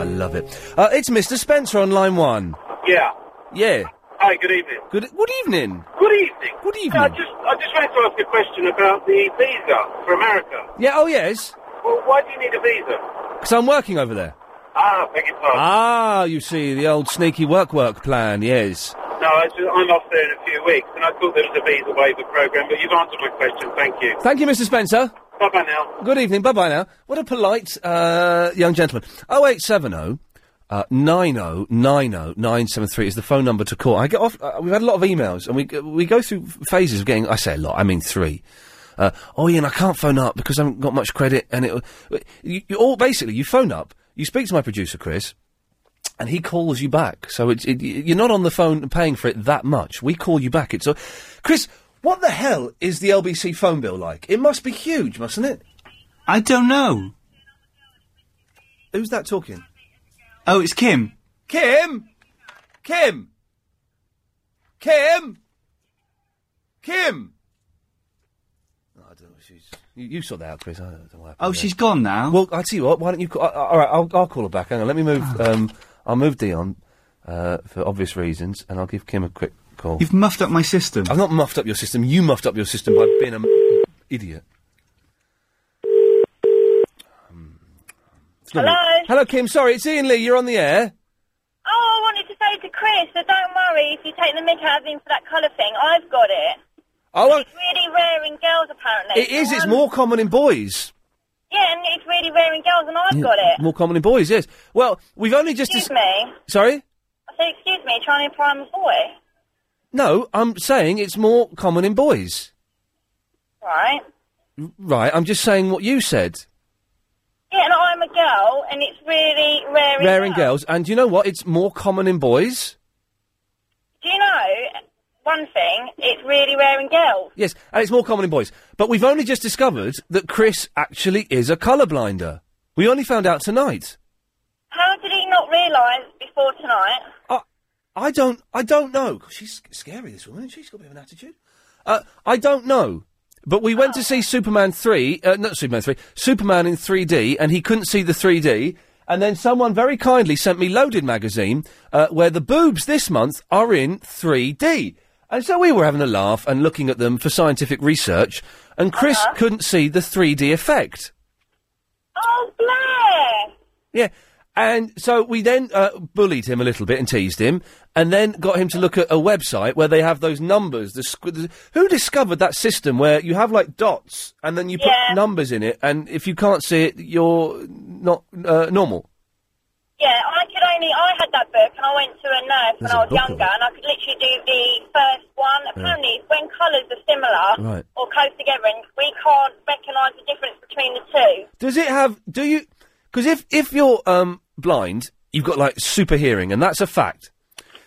Speaker 4: I love it. Uh, it's Mr. Spencer on line one.
Speaker 28: Yeah.
Speaker 4: Yeah.
Speaker 28: Hi, good evening.
Speaker 4: Good good evening.
Speaker 28: Good evening.
Speaker 4: Good evening.
Speaker 28: I just I just wanted to ask a question about the visa for America.
Speaker 4: Yeah. Oh, yes.
Speaker 28: Well, why do you need a visa?
Speaker 4: Because I'm working over there.
Speaker 28: Ah, beg
Speaker 8: Oh.
Speaker 28: your pardon.
Speaker 4: Ah, you see the old sneaky work work plan. Yes.
Speaker 28: No, I just, I'm off there in a few weeks, and I thought there was a visa waiver program, but you've answered my question. Thank you.
Speaker 4: Thank you, Mr. Spencer.
Speaker 28: Bye bye now.
Speaker 4: Good evening. Bye bye now. What a polite uh, young gentleman. 0870 uh, oh, 973 is the phone number to call. I get off. Uh, we've had a lot of emails, and we go- we go through phases of getting. I say a lot. I mean three. uh, "Oh, Ian, I can't phone up because I haven't got much credit." And it, uh, you, you all basically you phone up, you speak to my producer Chris, and he calls you back. So it's it, you're not on the phone and paying for it that much. We call you back. It's a, Chris. What the hell is the LBC phone bill like? It must be huge, mustn't it?
Speaker 3: I don't know.
Speaker 4: Who's that talking?
Speaker 3: Oh, it's Kim.
Speaker 4: Kim, Kim, Kim, Kim. Oh, I don't know. She's you, you sort that out, Chris. I don't know what happened.
Speaker 3: Oh,
Speaker 4: there.
Speaker 3: she's gone now.
Speaker 4: Well, I tell you what. Why don't you? Call, all right, I'll, I'll call her back. Hang on. Let me move.
Speaker 3: Ah.
Speaker 4: Um, I'll move Dion uh, for obvious reasons, and I'll give Kim a quick call.
Speaker 3: You've muffed up my system.
Speaker 4: I've not muffed up your system. You muffed up your system by being an idiot. Um, it's lovely.
Speaker 29: Hello?
Speaker 4: Hello, Kim. Sorry, it's Ian Lee. You're on the air.
Speaker 29: Oh, I wanted to say to Chris that don't worry if you take the mick out of him for that colour thing. I've got it.
Speaker 4: Oh, well,
Speaker 29: It's really rare in girls, apparently.
Speaker 4: it is. It's
Speaker 29: Um,
Speaker 4: more common in boys.
Speaker 29: Yeah, and it's really rare in girls, and I've
Speaker 4: Yeah,
Speaker 29: got it.
Speaker 4: More common in boys, yes. Well, we've only just.
Speaker 29: Excuse
Speaker 4: dis-
Speaker 29: me.
Speaker 4: Sorry?
Speaker 29: I said, excuse me, trying to prime a boy.
Speaker 4: No, I'm saying it's more common in boys.
Speaker 29: Right.
Speaker 4: Right, I'm just saying what you said.
Speaker 29: Yeah, and I'm a girl, and it's really rare in
Speaker 4: Rare in girls. And you know what? It's more common in boys.
Speaker 29: Do you know, one thing, it's really rare in girls.
Speaker 4: Yes, and it's more common in boys. But we've only just discovered that Chris actually is a colourblinder. We only found out tonight.
Speaker 29: How did he not realise before tonight?
Speaker 4: I don't. I don't know. God, She's sc- scary, this woman. She's got a bit of an attitude. Uh, I don't know. But we went to see Superman three, uh, not Superman three, Superman in three D, and he couldn't see the three D. And then someone very kindly sent me Loaded magazine, uh, where the boobs this month are in three D. And so we were having a laugh and looking at them for scientific research. And Chris couldn't see the three D effect.
Speaker 29: Oh, Blair!
Speaker 4: Yeah. And so we then uh, bullied him a little bit and teased him, and then got him to look at a website where they have those numbers. The squ- the, who discovered that system where you have like dots and then you put numbers in it, and if you can't see it, you're not uh, normal.
Speaker 29: Yeah, I could only, I had that book, and I went to a nurse when
Speaker 4: There's a
Speaker 29: I was
Speaker 4: book of
Speaker 29: younger, and I could literally do the first one. Apparently, when colours are similar
Speaker 4: Right.
Speaker 29: or close together, and we can't recognise the difference between the two.
Speaker 4: Does it have? Do you? Because if if you're um, blind, you've got like super hearing, and that's a fact.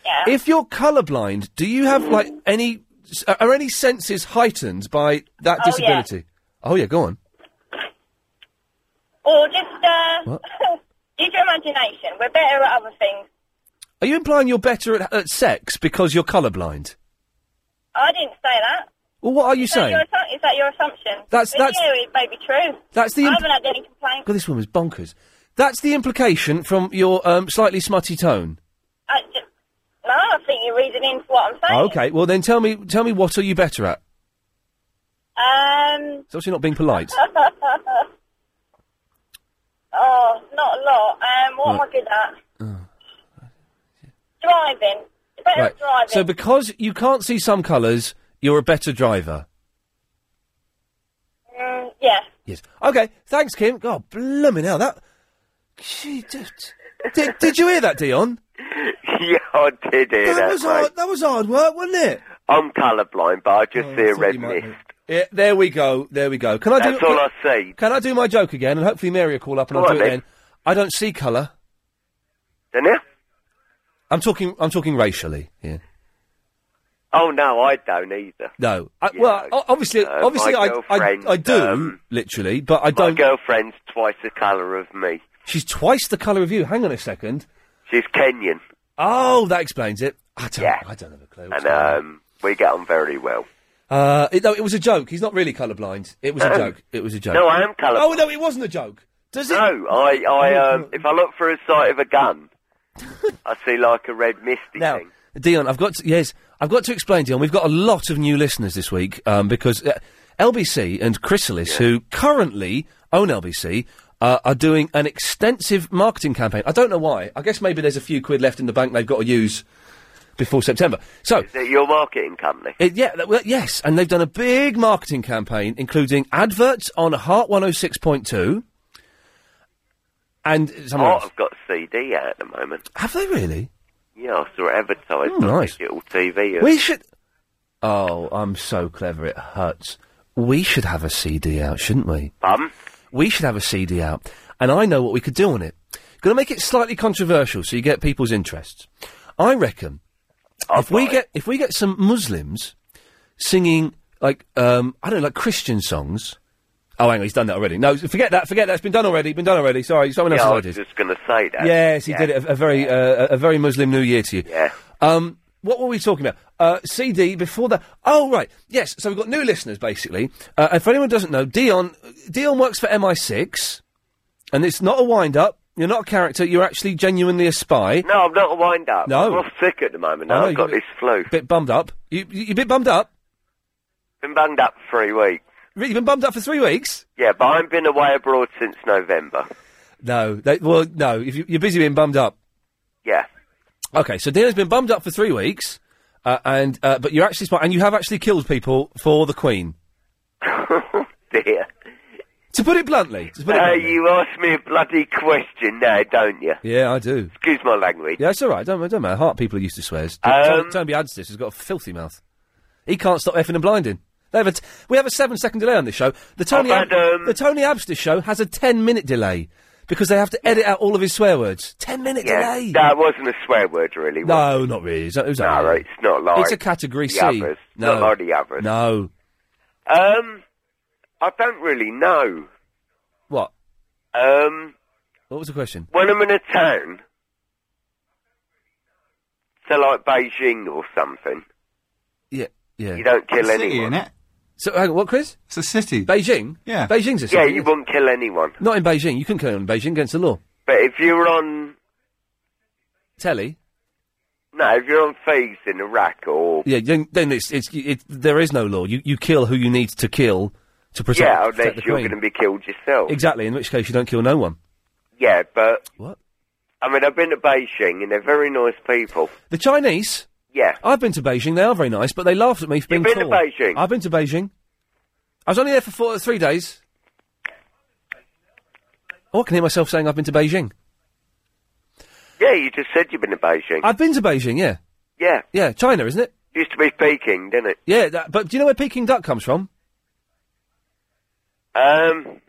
Speaker 29: Yeah.
Speaker 4: If you're colourblind, do you have like any are any senses heightened by that
Speaker 29: Oh, yeah.
Speaker 4: disability? Oh yeah, go on.
Speaker 29: Or just, uh,
Speaker 4: What?
Speaker 29: use your imagination. We're better at other things.
Speaker 4: Are you implying you're better at, at sex because you're colourblind?
Speaker 29: I didn't say that.
Speaker 4: Well, what are you
Speaker 29: Is that
Speaker 4: saying?
Speaker 29: your assu- is that your assumption?
Speaker 4: That's-
Speaker 29: But
Speaker 4: that's-
Speaker 29: yeah, it may be true.
Speaker 4: That's the
Speaker 29: I
Speaker 4: imp-
Speaker 29: haven't had any complaints.
Speaker 4: God, this woman's bonkers. That's the implication from your um, slightly smutty tone.
Speaker 29: I just, no, I think you're reading into what I'm saying.
Speaker 4: Oh, Okay, well then tell me, tell me what are you better at?
Speaker 29: Um.
Speaker 4: It's obviously not being polite.
Speaker 29: oh, not a lot. Um, what am I
Speaker 4: Right. Oh.
Speaker 29: good at? Driving. Better
Speaker 4: right.
Speaker 29: at driving.
Speaker 4: So because you can't see some colours, you're a better driver.
Speaker 29: Mm, yeah.
Speaker 4: Yes. Okay. Thanks, Kim. God, blooming hell, that. She just. did, did you hear that, Dion?
Speaker 30: yeah, I did hear
Speaker 4: That
Speaker 30: that,
Speaker 4: was
Speaker 30: mate.
Speaker 4: hard. That was hard work, wasn't it? Oh,
Speaker 30: I'm colourblind, but I just see a red mist.
Speaker 4: Yeah, there we go. There we go. Can I do?
Speaker 30: That's all I see.
Speaker 4: Can I do my joke again? And hopefully Mary will call up and
Speaker 30: Go
Speaker 4: I'll
Speaker 30: on
Speaker 4: do it
Speaker 30: then.
Speaker 4: then. I don't see colour.
Speaker 30: Don't you?
Speaker 4: I'm talking. I'm talking racially. Yeah.
Speaker 30: Oh, no, I don't either.
Speaker 4: No. I, well, o- obviously,
Speaker 30: Uh,
Speaker 4: obviously,
Speaker 30: my
Speaker 4: I, I,
Speaker 30: girlfriend,
Speaker 4: I do
Speaker 30: um,
Speaker 4: literally, but I
Speaker 30: My
Speaker 4: don't.
Speaker 30: girlfriend's twice the colour of me.
Speaker 4: She's twice the colour of you. Hang on a second.
Speaker 30: She's Kenyan,
Speaker 4: Oh, that explains it. I don't. I don't have a clue.
Speaker 30: and um, we get on very well.
Speaker 4: Uh, it, no, it was a joke. He's not really colourblind. It was a
Speaker 30: No.
Speaker 4: joke. It was a joke.
Speaker 30: Uh, No, I am colourblind.
Speaker 4: Oh no, it wasn't a joke. Does it? Oh,
Speaker 30: No, I, I, um, if I look through the sight of a gun, I see like a red misty thing.
Speaker 4: Dion, I've got to, yes, I've got to explain, Dion. We've got a lot of new listeners this week um, because uh, LBC and Chrysalis, who currently own LBC, uh, are doing an extensive marketing campaign. I don't know why. I guess maybe there's a few quid left in the bank they've got to use before September. So,
Speaker 30: Is it your marketing company?
Speaker 4: it, yeah, that, well, yes, and they've done a big marketing campaign, including adverts on Heart 106.2 and somewhere
Speaker 30: Oh,
Speaker 4: else.
Speaker 30: I've got a CD out at the moment.
Speaker 4: Have they really?
Speaker 30: Yeah, I saw it advertised
Speaker 4: Oh,
Speaker 30: on
Speaker 4: nice.
Speaker 30: digital TV.
Speaker 4: We should. Oh, I'm so clever. It hurts. we should have a CD out, shouldn't we?
Speaker 30: Um?
Speaker 4: We should have a CD out. And I know what we could do on it. Gonna make it slightly controversial so you get people's interests. I reckon if we get if we get some Muslims singing like um I don't know, like Christian songs. Oh hang on, he's done that already. No, forget that, forget that, it's been done already, been done already. Sorry, someone
Speaker 30: yeah,
Speaker 4: else's
Speaker 30: I
Speaker 4: idea.
Speaker 30: was just going to say that.
Speaker 4: Yes, he did it. A, a very, uh, a a very Muslim New Year to you. Yeah. Um, what were we talking about? Uh, CD before that. Oh right, yes. So we've got new listeners basically. Uh, if anyone doesn't know, Dion, Dion works for MI6, and it's not a wind up. You're not a character. You're actually genuinely a spy.
Speaker 30: No, I'm not a wind up.
Speaker 4: No.
Speaker 30: I'm off sick at the moment.
Speaker 4: I
Speaker 30: Now
Speaker 4: know,
Speaker 30: I've got
Speaker 4: you're-
Speaker 30: this flu.
Speaker 4: Bit bummed up. You, you, you bit bummed up.
Speaker 30: Been bunged up for three weeks.
Speaker 4: Really, you've been bummed up for three weeks.
Speaker 30: Yeah, but I've been away abroad since November.
Speaker 4: No, they, well, no. If you, you're busy being bummed up.
Speaker 30: Yeah.
Speaker 4: Okay, so Dino's been bummed up for three weeks, uh, and uh, but you're actually spy- and you have actually killed people for the Queen.
Speaker 30: Dear.
Speaker 4: To put it bluntly. To put it
Speaker 30: Uh,
Speaker 4: bluntly.
Speaker 30: you ask me a bloody question now, don't you?
Speaker 4: Yeah, I do.
Speaker 30: Excuse my language.
Speaker 4: Yeah, it's all right. Don't, don't matter. Heart people are used to swears.
Speaker 30: Um,
Speaker 4: Toby Toby Anstis has got a filthy mouth. He can't stop effing and blinding. They have a t- we have a seven second delay on this show. The Tony
Speaker 30: I've um,
Speaker 4: Ab- the Tony Abster show has a ten minute delay because they have to edit out all of his swear words. Ten minute
Speaker 30: Yeah.
Speaker 4: delay.
Speaker 30: No, it wasn't a swear word, really. was
Speaker 4: No, not really. It's, it's
Speaker 30: No,
Speaker 4: only-
Speaker 30: it's not like
Speaker 4: It's a category
Speaker 30: the
Speaker 4: C.
Speaker 30: Others.
Speaker 4: No.
Speaker 30: Not like the others.
Speaker 4: No.
Speaker 30: Um, I don't really know.
Speaker 4: What?
Speaker 30: Um,
Speaker 4: What was the question?
Speaker 30: when I'm in a town, so like Beijing or something,
Speaker 4: Yeah, yeah.
Speaker 30: you don't kill anyone.
Speaker 4: So, hang on, what, Chris?
Speaker 3: It's a city.
Speaker 4: Beijing?
Speaker 3: Yeah.
Speaker 4: Beijing's a city.
Speaker 30: yeah, you wouldn't kill anyone.
Speaker 4: Not in Beijing. You can kill anyone in Beijing against the law.
Speaker 30: But if you're on,
Speaker 4: Telly?
Speaker 30: no, if you're on fees in Iraq or
Speaker 4: Yeah, then, then it's, it's it, there is no law. You you kill who you need to kill to protect.
Speaker 30: yeah,
Speaker 4: protect
Speaker 30: unless
Speaker 4: the
Speaker 30: you're
Speaker 4: queen.
Speaker 30: going to be killed yourself.
Speaker 4: Exactly. In which case, you don't kill no one.
Speaker 30: Yeah, but
Speaker 4: what?
Speaker 30: I mean, I've been to Beijing and they're very nice people.
Speaker 4: The Chinese.
Speaker 30: Yeah.
Speaker 4: I've been to Beijing. They are very nice, but they laughed at me for being
Speaker 30: been to
Speaker 4: tall.
Speaker 30: Beijing?
Speaker 4: I've been to Beijing. I was only there for four, three days. Oh, I can hear myself saying I've been to Beijing.
Speaker 30: Yeah, you just said you've been to Beijing.
Speaker 4: I've been to Beijing. Yeah,
Speaker 30: yeah,
Speaker 4: yeah. China, isn't it?
Speaker 30: used to be Peking, didn't it?
Speaker 4: Yeah. That, but do you know where Peking duck comes from?
Speaker 30: Um,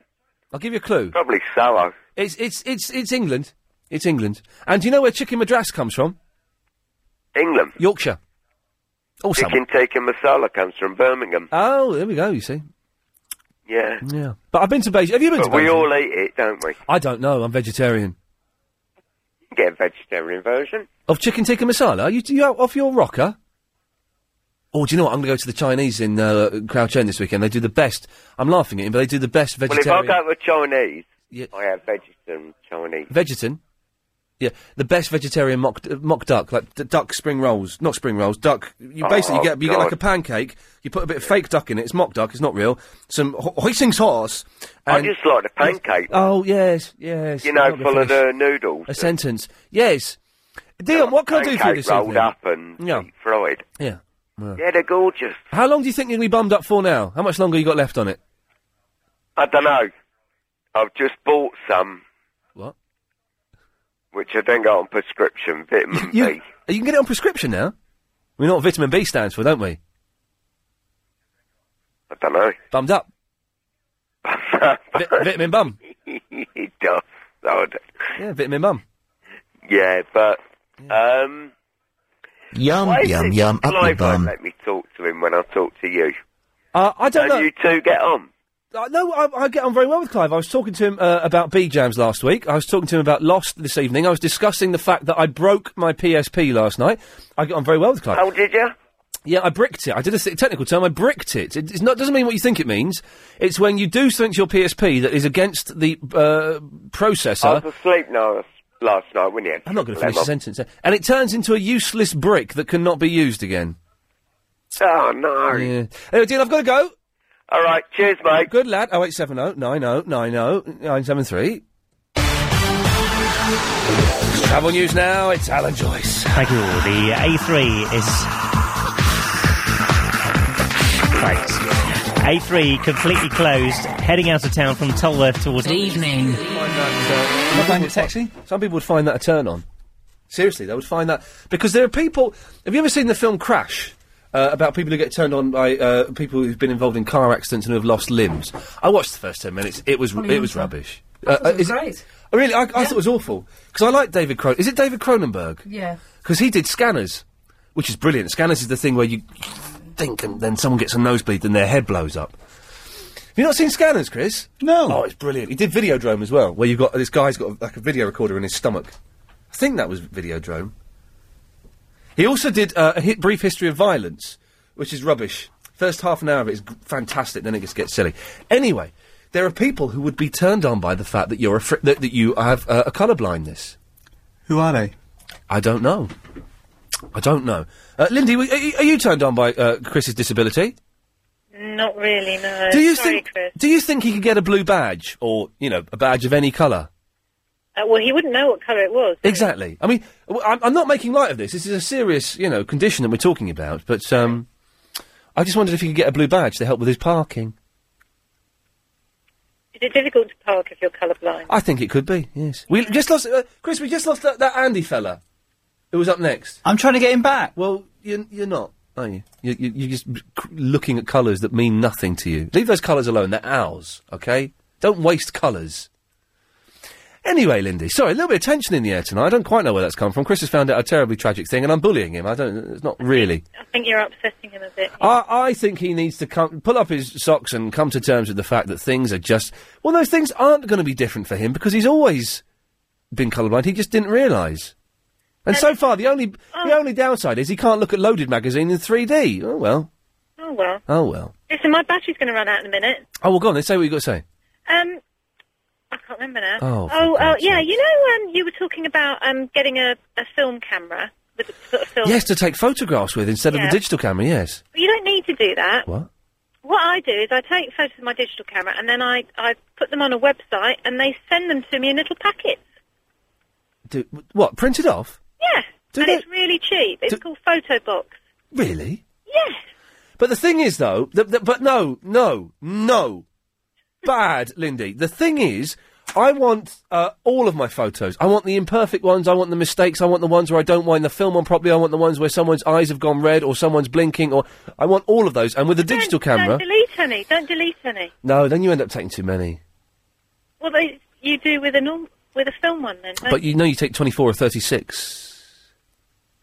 Speaker 4: I'll give you a clue.
Speaker 30: probably Soho.
Speaker 4: It's it's it's it's England. It's England. And do you know where chicken madras comes from?
Speaker 30: England.
Speaker 4: Yorkshire. Also.
Speaker 30: Chicken tikka masala comes from Birmingham.
Speaker 4: Oh, there we go. You see.
Speaker 30: Yeah.
Speaker 4: Yeah. But I've been to Beijing. Have you been
Speaker 30: But
Speaker 4: to Beijing?
Speaker 30: we all eat it, don't we?
Speaker 4: I don't know. I'm vegetarian.
Speaker 30: You Get a vegetarian version.
Speaker 4: Of chicken tikka masala? Are you, you out off your rocker? Oh, do you know what? I'm going to go to the Chinese in uh, Crouch End this weekend. They do the best. I'm laughing at him, but they do the best
Speaker 30: Well, if I
Speaker 4: vegetarian.
Speaker 30: go to Chinese, I have vegetarian Chinese.
Speaker 4: Vegetan. Yeah, the best vegetarian mock, uh, mock duck, like d- duck spring rolls, not spring rolls, duck. You basically
Speaker 30: Oh,
Speaker 4: get you get
Speaker 30: God.
Speaker 4: like a pancake. You put a bit of fake duck in it. It's mock duck. It's not real. Some ho- hoisin sauce.
Speaker 30: I
Speaker 4: and-
Speaker 30: just like the pancake.
Speaker 4: Oh yes, yes.
Speaker 30: you know,
Speaker 4: Not the
Speaker 30: full of
Speaker 4: fish.
Speaker 30: the noodles.
Speaker 4: A sentence. Yes. Dion, what can I do for you
Speaker 30: pancake
Speaker 4: this
Speaker 30: rolled
Speaker 4: evening?
Speaker 30: up and
Speaker 4: Yeah. Uh.
Speaker 30: deep fried.
Speaker 4: Yeah. Well.
Speaker 30: Yeah, they're gorgeous.
Speaker 4: How long do you think you'll be bummed up for now? How much longer you got left on it?
Speaker 30: I don't know. I've just bought some.
Speaker 4: What?
Speaker 30: Which I then got on prescription vitamin
Speaker 4: You,
Speaker 30: B.
Speaker 4: you can get it on prescription now. We know what vitamin B stands for, don't we?
Speaker 30: I don't know.
Speaker 4: Bummed up. Vi- vitamin bum.
Speaker 30: it does. I don't-
Speaker 4: Yeah, vitamin bum.
Speaker 30: Yeah, but um,
Speaker 23: Yum,
Speaker 30: why is
Speaker 23: yum,
Speaker 30: it
Speaker 23: yum, up my
Speaker 30: Clive won't
Speaker 23: bum.
Speaker 30: let me talk to him when I talk to you.
Speaker 4: Uh, I don't
Speaker 30: and
Speaker 4: know.
Speaker 30: you two get on.
Speaker 4: Uh, no, I, I get on very well with Clive. I was talking to him uh, about B jams last week. I was talking to him about Lost this evening. I was discussing the fact that I broke my PSP last night. I get on very well with Clive.
Speaker 30: How did you?
Speaker 4: Yeah, I bricked it. I did a th- technical term. I bricked it. It it's not, doesn't mean what you think it means. It's when you do something to your PSP that is against the uh,
Speaker 30: I
Speaker 4: processor.
Speaker 30: was asleep now, last night, weren't you?
Speaker 4: I'm not going to finish the sentence. there. And it turns into a useless brick that cannot be used again.
Speaker 30: Oh, no.
Speaker 4: Yeah. Anyway, Dean, I've got to go.
Speaker 30: All right, cheers, mate.
Speaker 4: Good lad. 0870 90 90 973. Travel news now. It's Alan Joyce.
Speaker 17: Thank you. The A3 is. Thanks. A3 completely closed, heading out of town from Tolworth towards.
Speaker 4: evening. Some people would find that a turn on. Seriously, they would find that because there are people. Have you ever seen the film Crash? uh, about people who get turned on by uh, people who've been involved in car accidents and who have lost limbs. I watched the first ten minutes. It was
Speaker 3: Funny
Speaker 4: it was
Speaker 3: answer.
Speaker 4: rubbish.
Speaker 3: Oh, I thought it was
Speaker 4: is
Speaker 3: great.
Speaker 4: Oh, really, I, I thought it was awful because I like David Cron. Is it David Cronenberg?
Speaker 3: Yeah.
Speaker 4: Because he did Scanners, which is brilliant. Scanners is the thing where you think and then someone gets a nosebleed and their head blows up. Have you not seen Scanners, Chris? No. Oh, it's brilliant. He did Videodrome as well, where you've got this guy's got like a video recorder in his stomach. I think that was Videodrome. He also did uh, a hit brief history of violence, which is rubbish. First half an hour of it is g- fantastic, then it just gets silly. Anyway, there are people who would be turned on by the fact that you're a fr- that, that you have uh, a colour blindness. Who are they? I don't know. I don't know. Uh, Lindy, w- are, you- are you turned on by uh, Chris's disability?
Speaker 31: Not really, no.
Speaker 4: do you
Speaker 31: Sorry,
Speaker 4: think?
Speaker 31: Chris.
Speaker 4: Do you think he could get a blue badge, or you know, a badge of any colour?
Speaker 31: Uh, well, he wouldn't know what colour it was.
Speaker 4: Exactly. I mean, w- I'm, I'm not making light of this. This is a serious, you know, condition that we're talking about. But um, I just wondered if he could get a blue badge to help with his parking.
Speaker 31: Is it difficult to park if you're colourblind?
Speaker 4: I think it could be. Yes. We just lost, uh, Chris. We just lost that, that Andy fella, who was up next. I'm trying to get him back. Well, you're, you're not, are you? You're, you're just c- looking at colours that mean nothing to you. Leave those colours alone. They're ours. Okay. Don't waste colours. Anyway, Lindy, sorry, a little bit of tension in the air tonight. I don't quite know where that's come from. Chris has found out a terribly tragic thing, and I'm bullying him. I don't. It's not really.
Speaker 31: I think you're upsetting him a bit.
Speaker 4: I, I think he needs to come, pull up his socks and come to terms with the fact that things are just. Well, those things aren't going to be different for him because he's always been colourblind. He just didn't realise. And so far, the only the only downside is he can't look at Loaded magazine in 3D. Oh well.
Speaker 31: Oh, well.
Speaker 4: Oh well.
Speaker 31: Listen, my battery's going to run out in a minute.
Speaker 4: Oh well. Go on. Then say what you got to say.
Speaker 31: Um, I can't remember now.
Speaker 4: Oh, for
Speaker 31: oh, uh, yeah. You know, um, you were talking about um, getting a, a film camera with a sort of film.
Speaker 4: Yes, to take photographs with instead of
Speaker 31: Yeah.
Speaker 4: a digital camera. Yes.
Speaker 31: But you don't need to do that.
Speaker 4: What?
Speaker 31: What I do is I take photos of my digital camera and then I, I put them on a website and they send them to me in little packets.
Speaker 4: Do, what? Print it off?
Speaker 31: Yeah.
Speaker 4: Do
Speaker 31: and
Speaker 4: they-
Speaker 31: it's really cheap. It's
Speaker 4: do-
Speaker 31: called Photobox.
Speaker 4: Really? Yes. But the thing is, though, th th but no, no, no. Bad, Lindy. The thing is, I want uh, all of my photos. I want the imperfect ones. I want the mistakes. I want the ones where I don't wind the film on properly. I want the ones where someone's eyes have gone red or someone's blinking. Or I want all of those. And with a digital camera,
Speaker 31: Don't delete any. Don't delete any.
Speaker 4: no, then you end up taking too many.
Speaker 31: Well, they, you do with a norm, with a film one then. don't
Speaker 4: But you know, you take twenty-four or thirty-six.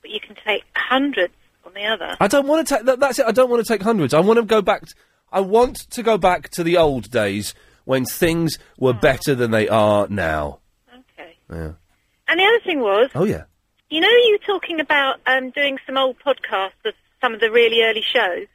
Speaker 31: but you can take hundreds on the other.
Speaker 4: I don't want to take. That, that's it. I don't want to take hundreds. I want to go back. T- I want to go back to the old days when things were better than they are now. Okay. Yeah.
Speaker 31: And the other thing was,
Speaker 4: Oh yeah.
Speaker 31: you know, you talking about um, doing some old podcasts of some of the really early shows.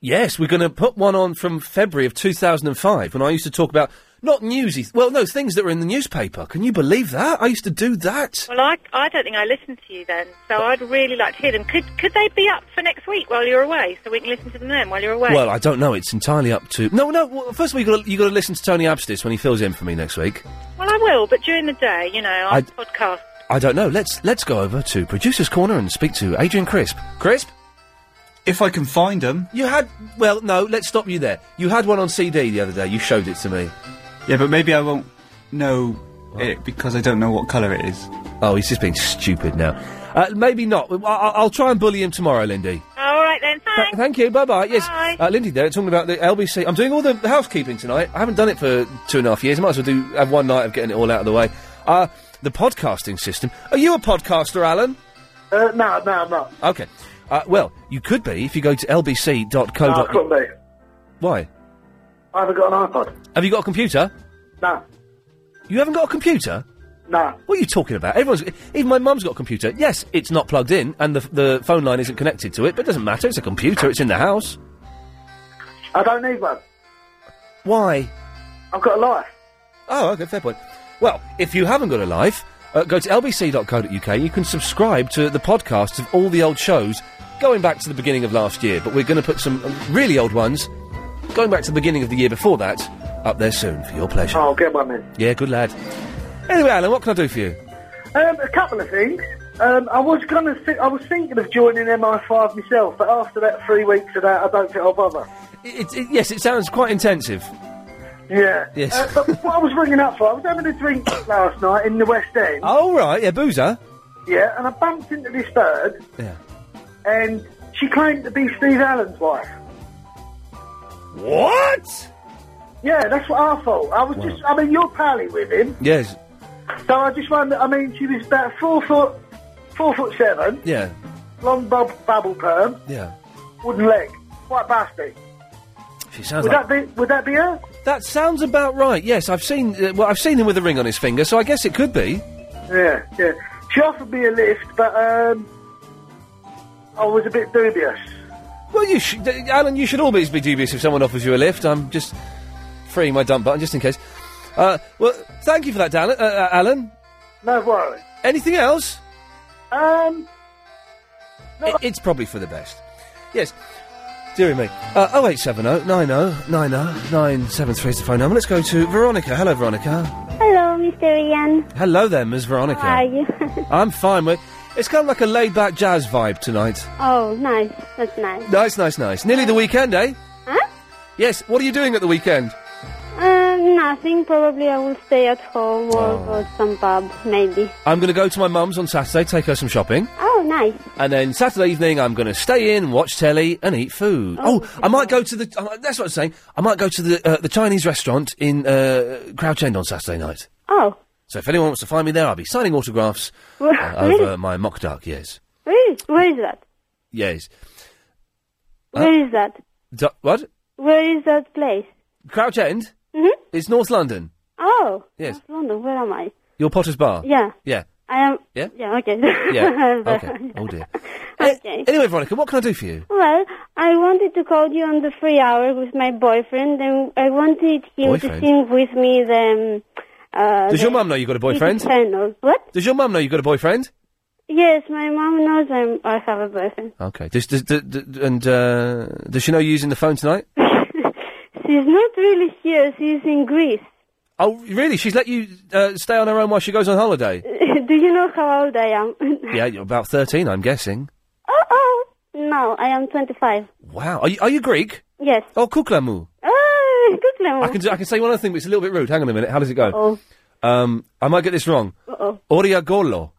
Speaker 4: Yes, we're going to put one on from February of 2005 when I used to talk about not newsy. Well, no, things that were in the newspaper. Can you believe that? I used to do that.
Speaker 31: Well, I, I don't think I listened to you then, so I'd really like to hear them. Could could they be up for next week while you're away, so we can listen to them then while you're away?
Speaker 4: Well, I don't know. It's entirely up to. No, no. Well, first of all, you got you got to listen to Tony Abstis when he fills in for me next week.
Speaker 31: Well, I will, but during the day, you know, I
Speaker 4: I'd-
Speaker 31: podcast.
Speaker 4: I don't know. Let's let's go over to producers' corner and speak to Adrian Crisp. Crisp, if I can find him. You had well, no. Let's stop you there. You had one on CD the other day. You showed it to me.
Speaker 32: Yeah, but maybe I won't know it because I don't know what colour it is.
Speaker 4: Oh, he's just being stupid now. Uh, maybe not. I- I- I'll try and bully him tomorrow, Lindy.
Speaker 31: All right then. Thanks.
Speaker 4: thank you. Bye bye. Yes, uh, Lindy. There, talking about the LBC. I'm doing all the housekeeping tonight. I haven't done it for two and a half years. Might as well do have one night of getting it all out of the way. Uh, the podcasting system. Are you a podcaster, Alan?
Speaker 5: Uh, no, no, I'm not.
Speaker 4: Okay. Uh, well, you could be if you go to lbc.co.
Speaker 5: No, I couldn't be.
Speaker 4: Why?
Speaker 5: I haven't got an iPod.
Speaker 4: Have you got a computer?
Speaker 5: No.
Speaker 4: You haven't got a computer?
Speaker 5: No.
Speaker 4: What are you talking about? Everyone's even my mum's got a computer. Yes, it's not plugged in, and the the phone line isn't connected to it, but it doesn't matter. It's a computer. It's in the house.
Speaker 5: I don't need one.
Speaker 4: Why?
Speaker 5: I've got a life.
Speaker 4: Oh, okay, fair point. Well, if you haven't got a life, uh, go to lbc.co.uk. You can subscribe to the podcasts of all the old shows going back to the beginning of last year, but we're going to put some um, really old ones going back to the beginning of the year before that up there soon for your pleasure.
Speaker 5: Oh, get one then.
Speaker 4: Yeah, good lad. Anyway, Alan, what can I do for you?
Speaker 5: Um, a couple of things. Um, I was gonna, th- I was thinking of joining MI5 myself, but after that three weeks of that, I don't think I'll bother.
Speaker 4: It, it, yes, it sounds quite intensive.
Speaker 5: Yeah.
Speaker 4: Yes.
Speaker 5: Uh, but what I was ringing up for, I was having a drink last night in the West End.
Speaker 4: Oh, right, yeah, boozer.
Speaker 5: Yeah, and I bumped into this bird.
Speaker 4: Yeah.
Speaker 5: And She claimed to be Steve Allen's wife.
Speaker 4: What?
Speaker 5: Yeah, that's what I thought. I was just, I mean, you're pally with him,
Speaker 4: Yes.
Speaker 5: so I just wondered, I mean, she was about four foot, four foot seven,
Speaker 4: Yeah.
Speaker 5: long bob, bubble perm,
Speaker 4: Yeah.
Speaker 5: wooden leg, quite busty.
Speaker 4: She sounds
Speaker 5: would
Speaker 4: like.
Speaker 5: that be, would that be her?
Speaker 4: That sounds about right. Yes, I've seen. Uh, well, I've seen him with a ring on his finger, so I guess it could be.
Speaker 5: Yeah, yeah. She offered me a lift, but um, I was a bit dubious.
Speaker 4: Well, you, sh- d- Alan, you should always be dubious if someone offers you a lift. I'm just freeing my dump button just in case. Uh, well, thank you for that, Dan- uh, uh, Alan.
Speaker 5: No worries.
Speaker 4: Anything else?
Speaker 5: Um,
Speaker 4: I- it's probably for the best. Yes. Dear me. Uh, 0870 90 90 973 is the phone number. Let's go to Veronica. Hello, Veronica.
Speaker 12: Hello, Mr. Ian.
Speaker 4: Hello there, Ms. Veronica.
Speaker 12: How are you?
Speaker 4: I'm fine. we it's kind of like a laid back jazz vibe tonight.
Speaker 12: oh, nice. That's nice.
Speaker 4: Nice, nice, nice. Nearly the weekend, eh?
Speaker 12: Huh?
Speaker 4: Yes. What are you doing at the weekend?
Speaker 12: Um, nothing. Probably I will stay at home or
Speaker 4: Oh.
Speaker 12: go to some pub, maybe.
Speaker 4: I'm going to go to my mum's on Saturday, take her some shopping.
Speaker 12: Oh, nice.
Speaker 4: And then Saturday evening, I'm going to stay in, watch telly, and eat food. Oh, I might go to the. Uh, that's what I'm saying. I might go to the uh, the Chinese restaurant in uh, Crouch End on Saturday night.
Speaker 12: Oh,
Speaker 4: So if anyone wants to find me there, I'll be signing autographs uh, over
Speaker 12: really?
Speaker 4: my mock duck. Yes,
Speaker 12: Where is, where is that?
Speaker 4: yes.
Speaker 12: Where is that?
Speaker 4: Du- what?
Speaker 12: Where is that place?
Speaker 4: Crouch End?
Speaker 12: Mhm.
Speaker 4: It's North London.
Speaker 12: Oh,
Speaker 4: Yes,
Speaker 12: North London. Where am I?
Speaker 4: your Potter's Bar.
Speaker 12: Yeah,
Speaker 4: Yeah.
Speaker 12: I am.
Speaker 4: Yeah?
Speaker 12: Yeah. Okay.
Speaker 4: Yeah. okay. Oh dear.
Speaker 12: okay.
Speaker 4: Anyway, Veronica, what can I do for you?
Speaker 12: Well, I wanted to call you on the free hour with my boyfriend, and I wanted him
Speaker 4: Boyfriend?
Speaker 12: to sing with me the. Um, uh,
Speaker 4: Does
Speaker 12: the
Speaker 4: your mum know you've got a boyfriend?
Speaker 12: Beatles channel. What?
Speaker 4: Does your mum know you've got a boyfriend?
Speaker 12: Yes, my mom knows I'm, I have a boyfriend.
Speaker 4: Okay. Does, does, d d- and uh, does she know you're using the phone tonight?
Speaker 12: She's not really here. She's in Greece.
Speaker 4: Oh, really? She's let you uh, stay on her own while she goes on holiday?
Speaker 12: Do you know how old I am?
Speaker 4: yeah, you're about 13, I'm guessing.
Speaker 12: oh, oh. No, I am 25.
Speaker 4: Wow. Are you, are you Greek?
Speaker 12: Yes.
Speaker 4: Oh, kuklamu.
Speaker 12: Oh, good Oh,
Speaker 4: I can, do- I can say one other thing, but it's a little bit rude. Hang on a minute. How does it go? Um, I might get this wrong.
Speaker 12: Uh-oh.
Speaker 4: Oriagolo.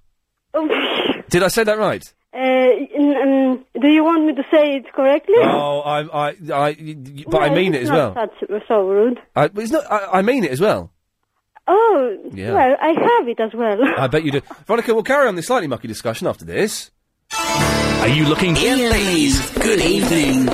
Speaker 12: Oh,
Speaker 4: Did I say that right?
Speaker 12: uh, n- um, do you want me to say it correctly?
Speaker 4: oh, I, I, I, y- y- but I
Speaker 12: Well,
Speaker 4: mean it
Speaker 12: it's
Speaker 4: as
Speaker 12: not
Speaker 4: well.
Speaker 12: Such, so rude.
Speaker 4: I, but it's not. I, I mean it as well.
Speaker 12: Oh,
Speaker 4: Yeah.
Speaker 12: well, I have it as well.
Speaker 4: I bet you do. Veronica, we'll carry on this slightly mucky discussion after this. Are you looking?
Speaker 33: Ian Lee's Good Evening.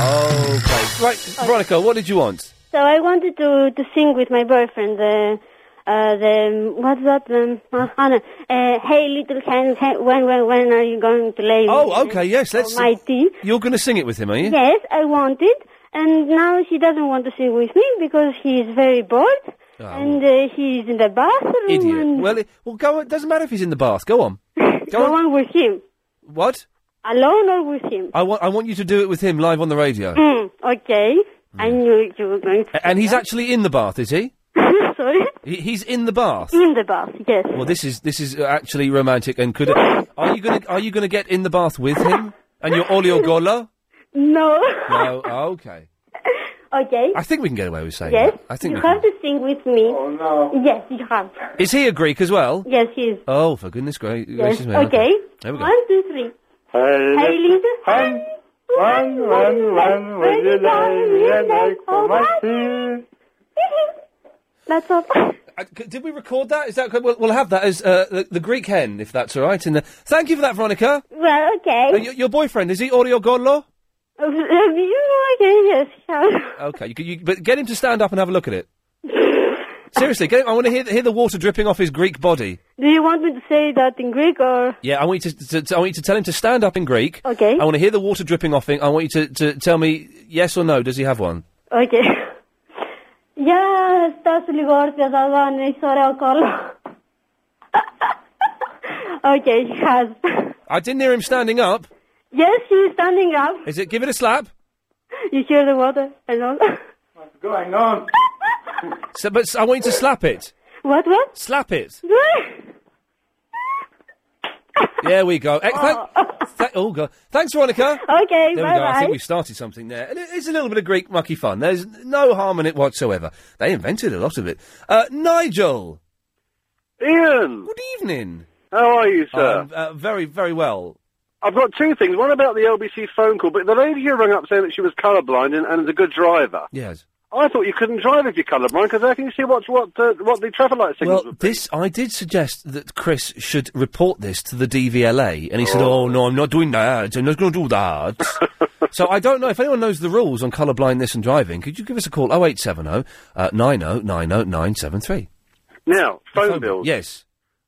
Speaker 4: Okay. Right, Veronica, what did you want?
Speaker 12: So I wanted to, to sing with my boyfriend the uh, the what's that? Um, uh, Anna, uh, hey little hen, hen, when when when are you going to lay?
Speaker 4: Oh, okay, yes, let's.
Speaker 12: my tea.
Speaker 4: You're going to sing it with him, are you?
Speaker 12: Yes, I wanted, and now she doesn't want to sing with me because he is very bored
Speaker 4: Oh,
Speaker 12: and uh, he is in the bathroom.
Speaker 4: idiot.
Speaker 12: And
Speaker 4: Well, it, well, go. It doesn't matter if he's in the bath. Go on.
Speaker 12: go on. with him,
Speaker 4: What?
Speaker 12: alone or with him.
Speaker 4: I want. I want you to do it with him live on the radio.
Speaker 12: Mm, okay, I knew you were going
Speaker 4: A- and he's actually in the bath, is he?
Speaker 12: to. Sorry,
Speaker 4: he? He's in the bath.
Speaker 12: in the bath. Yes.
Speaker 4: Well, this is this is uh, actually romantic. And could are you gonna are you gonna get in the bath with him and your olio gola?
Speaker 12: No.
Speaker 4: No. Oh, okay.
Speaker 12: okay.
Speaker 4: I think we can get away with saying
Speaker 12: Yes,
Speaker 4: that. I think
Speaker 12: you
Speaker 4: we can.
Speaker 12: have to sing with me. Oh no! Yes, you have.
Speaker 4: Is he a Greek as well?
Speaker 12: Yes, he is.
Speaker 4: Oh, for goodness gra-
Speaker 12: Yes.
Speaker 4: gracious me.
Speaker 12: Okay.
Speaker 4: There we go.
Speaker 12: One, two, three. Hey, little hen,
Speaker 14: When, when, when will you lay me an egg for my tea?
Speaker 12: That's all.
Speaker 4: Uh, c- Did we record that? Is that good? We'll, we'll have that as uh, the, the Greek hen, if that's all right. In the thank you for that, Veronica.
Speaker 12: Well, okay.
Speaker 4: Uh, your, your boyfriend is he Oreo Gorlo?
Speaker 12: Um, you- okay, yes, sure.
Speaker 4: Okay, you, c- you, but get him to stand up and have a look at it. Seriously, get him, I want to hear, the- hear the water dripping off his Greek body.
Speaker 12: Do you want me to say that in Greek or?
Speaker 4: Yeah, I want you to, to, to- I want you to tell him to stand up in Greek.
Speaker 12: Okay.
Speaker 4: I want to hear the water dripping off him. I want you to, to tell me yes or no. Does he have one?
Speaker 12: Okay. Γεια στάσου λίγο όρθια θα δω αν έχεις ωραίο κόλλο. okay, he has.
Speaker 4: I didn't hear him standing up.
Speaker 12: Yes, he is standing up.
Speaker 4: Is it? Give it a slap.
Speaker 12: You hear the water and all.
Speaker 4: What's going on? so, but s- I want you to slap it.
Speaker 12: What, what?
Speaker 4: Slap it. There we go. Ex- thank- tha- oh God! Thanks, Veronica.
Speaker 12: Okay,
Speaker 4: There we go. I
Speaker 12: bye-bye.
Speaker 4: think we started something there. And it- It's a little bit of Greek mucky fun. There's no harm in it whatsoever. They invented a lot of it. Uh, Nigel.
Speaker 8: Ian.
Speaker 4: Good evening. Um,
Speaker 8: How are you, sir?
Speaker 4: I'm, uh, very, very well.
Speaker 9: I've got two things. One about the LBC phone call, but the lady who rang up saying that she was colourblind and, and is a good driver.
Speaker 4: Yes.
Speaker 9: I thought you couldn't drive if you're colourblind because how can you see what's what uh, what the traffic light signals?
Speaker 4: Well, this I did suggest that Chris should report this to the DVLA, and he said, "Oh no, I'm not doing that. I'm not going to do that." so I don't know if anyone knows the rules on colour blindness and driving. Could you give us a call? 0870 uh, 9090973.
Speaker 9: Now, phone, bills.
Speaker 4: Yes.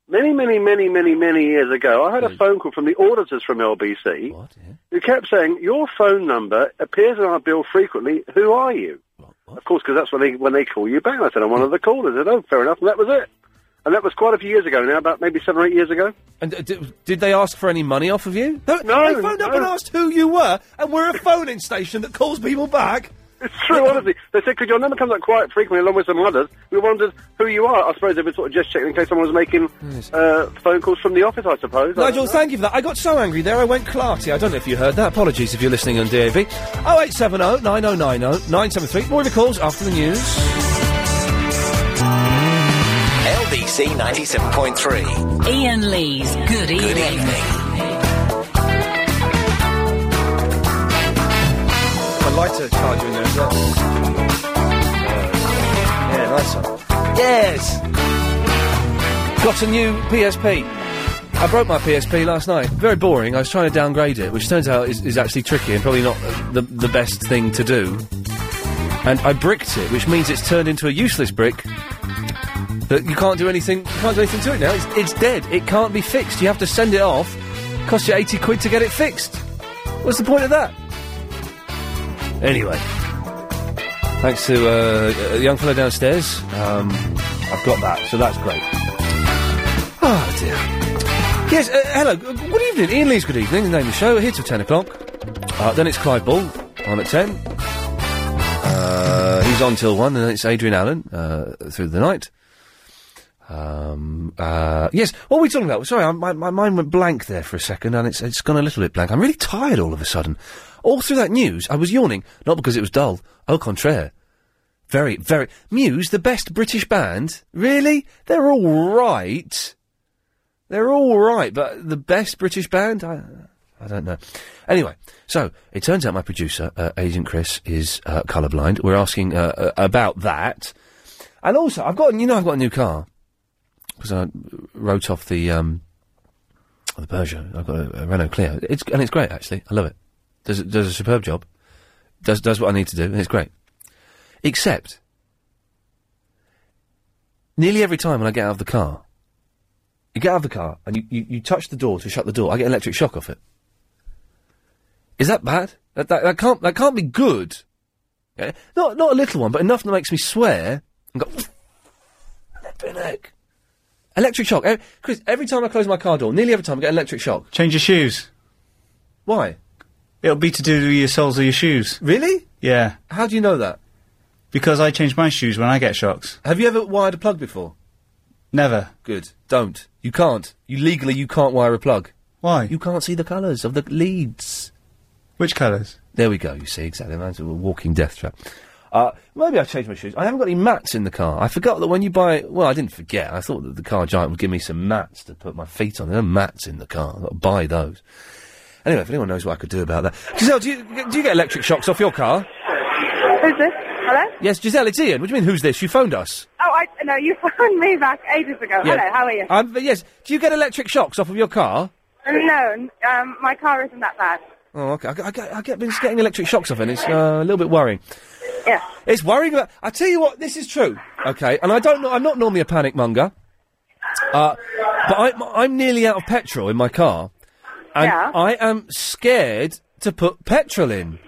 Speaker 9: Many, many, many, many, many years ago, I had a phone call from the auditors from LBC who kept saying, "Your phone number appears in our bill frequently. Who are you?" Of course, because that's when they when they call you back. I said, "I'm one of the callers." I said, "Oh, fair enough." And that was it. And that was quite a few years ago now, about maybe seven or eight years ago.
Speaker 4: And uh, did, did they ask for any money off of you? No,
Speaker 9: No,
Speaker 4: They phoned up
Speaker 9: no.
Speaker 4: and asked who you were, and we're a phoning station that calls people back.
Speaker 9: It's true, honestly. They said, "Could your number comes up quite frequently, along with some others?" We wondered who you are. I suppose they were sort of just checking in case someone was making uh, phone calls from the office. I suppose. Uh, I don't
Speaker 4: Nigel,
Speaker 9: know.
Speaker 4: thank you for that. I got so angry there, I went clarty. I don't know if you heard that. Apologies if you're listening on DAB. 0870 9090 973. More of the calls after the news.
Speaker 1: LBC 97.3.
Speaker 6: Ian Lee's Good Evening.
Speaker 1: Good evening.
Speaker 4: A lighter charger in there as well. Uh, Yeah, nice one. Yes! Got a new PSP. I broke my PSP last night. Very boring. I was trying to downgrade it, which turns out is, is actually tricky and probably not uh, the, the best thing to do. And I bricked it, which means it's turned into a useless brick that you can't do anything. You can't do anything to it now. It's, it's dead. It can't be fixed. You have to send it off. Costs you eighty quid to get it fixed. What's the point of that? Anyway, thanks to uh, a young fellow downstairs, um, I've got that, so that's great. Oh dear. Yes, uh, hello. g- Good evening. Ian Lee's good evening. The name of the show. We're here till 10 o'clock. Uh, then it's Clive Ball. I'm at 10. Uh, he's on till 1, and then it's Adrian Allen uh, through the night. Um, uh, yes, what were we talking about? Sorry, I, my, my mind went blank there for a second, and it's, it's gone a little bit blank. I'm really tired all of a sudden. All through that news, I was yawning, not because it was dull. Au contraire. Very, very. Muse, the best British band? Really? They're all right. They're all right, but the best British band? I, I don't know. Anyway, so it turns out my producer, uh, Agent Chris, is uh, colourblind. We're asking uh, uh, about that, and also I've got you know I've got a new car because I wrote off the um, the Peugeot. I've got a, a Renault Clio. It's and it's great actually. I love it. Does does a superb job. Does does what I need to do, and it's great. Except nearly every time when I get out of the car, you get out of the car and you, you, you touch the door to shut the door. I get an electric shock off it. Is that bad? That, that, that can't that can't be good. Yeah? Not not a little one, but enough that makes me swear and go. Flippin' heck. Electric shock. Eh, Chris, every time I close my car door, nearly every time I get an electric shock.
Speaker 3: Change your shoes.
Speaker 4: Why?
Speaker 3: It'll be to do with your soles of your shoes.
Speaker 4: Really?
Speaker 3: Yeah.
Speaker 4: How do you know that?
Speaker 3: Because I change my shoes when I get shocks.
Speaker 4: Have you ever wired a plug before?
Speaker 3: Never.
Speaker 4: Good. Don't. You can't. You legally you can't wire a plug.
Speaker 3: Why?
Speaker 4: You can't see the colours of the leads.
Speaker 3: Which colours?
Speaker 4: There we go. You see exactly. That's a walking death trap. Uh, maybe I've changed my shoes. I haven't got any mats in the car. I forgot that when you buy. Well, I didn't forget. I thought that the car giant would give me some mats to put my feet on. There are mats in the car. I've got to buy those. Anyway, if anyone knows what I could do about that. Giselle, do you, do you get electric shocks off your car?
Speaker 34: Who's this? Hello?
Speaker 4: Yes, Giselle, it's Ian. What do you mean, who's this? You phoned us.
Speaker 34: Oh, I no, you phoned me back ages ago.
Speaker 4: Yeah.
Speaker 34: Uh, Hello, how are you?
Speaker 4: Um, but yes, do you get electric shocks off of your car?
Speaker 34: no, n- um, my car isn't that bad.
Speaker 4: Oh, okay. I, I, get- I get, been getting electric shocks off it, and it's uh, a little bit worrying.
Speaker 34: Yeah.
Speaker 4: It's worrying about. I tell you what, this is true. Okay, and I don't know. I'm not normally a panic monger, uh, but I'm, I'm nearly out of petrol in my car, and
Speaker 34: Yeah.
Speaker 4: I am scared to put petrol in.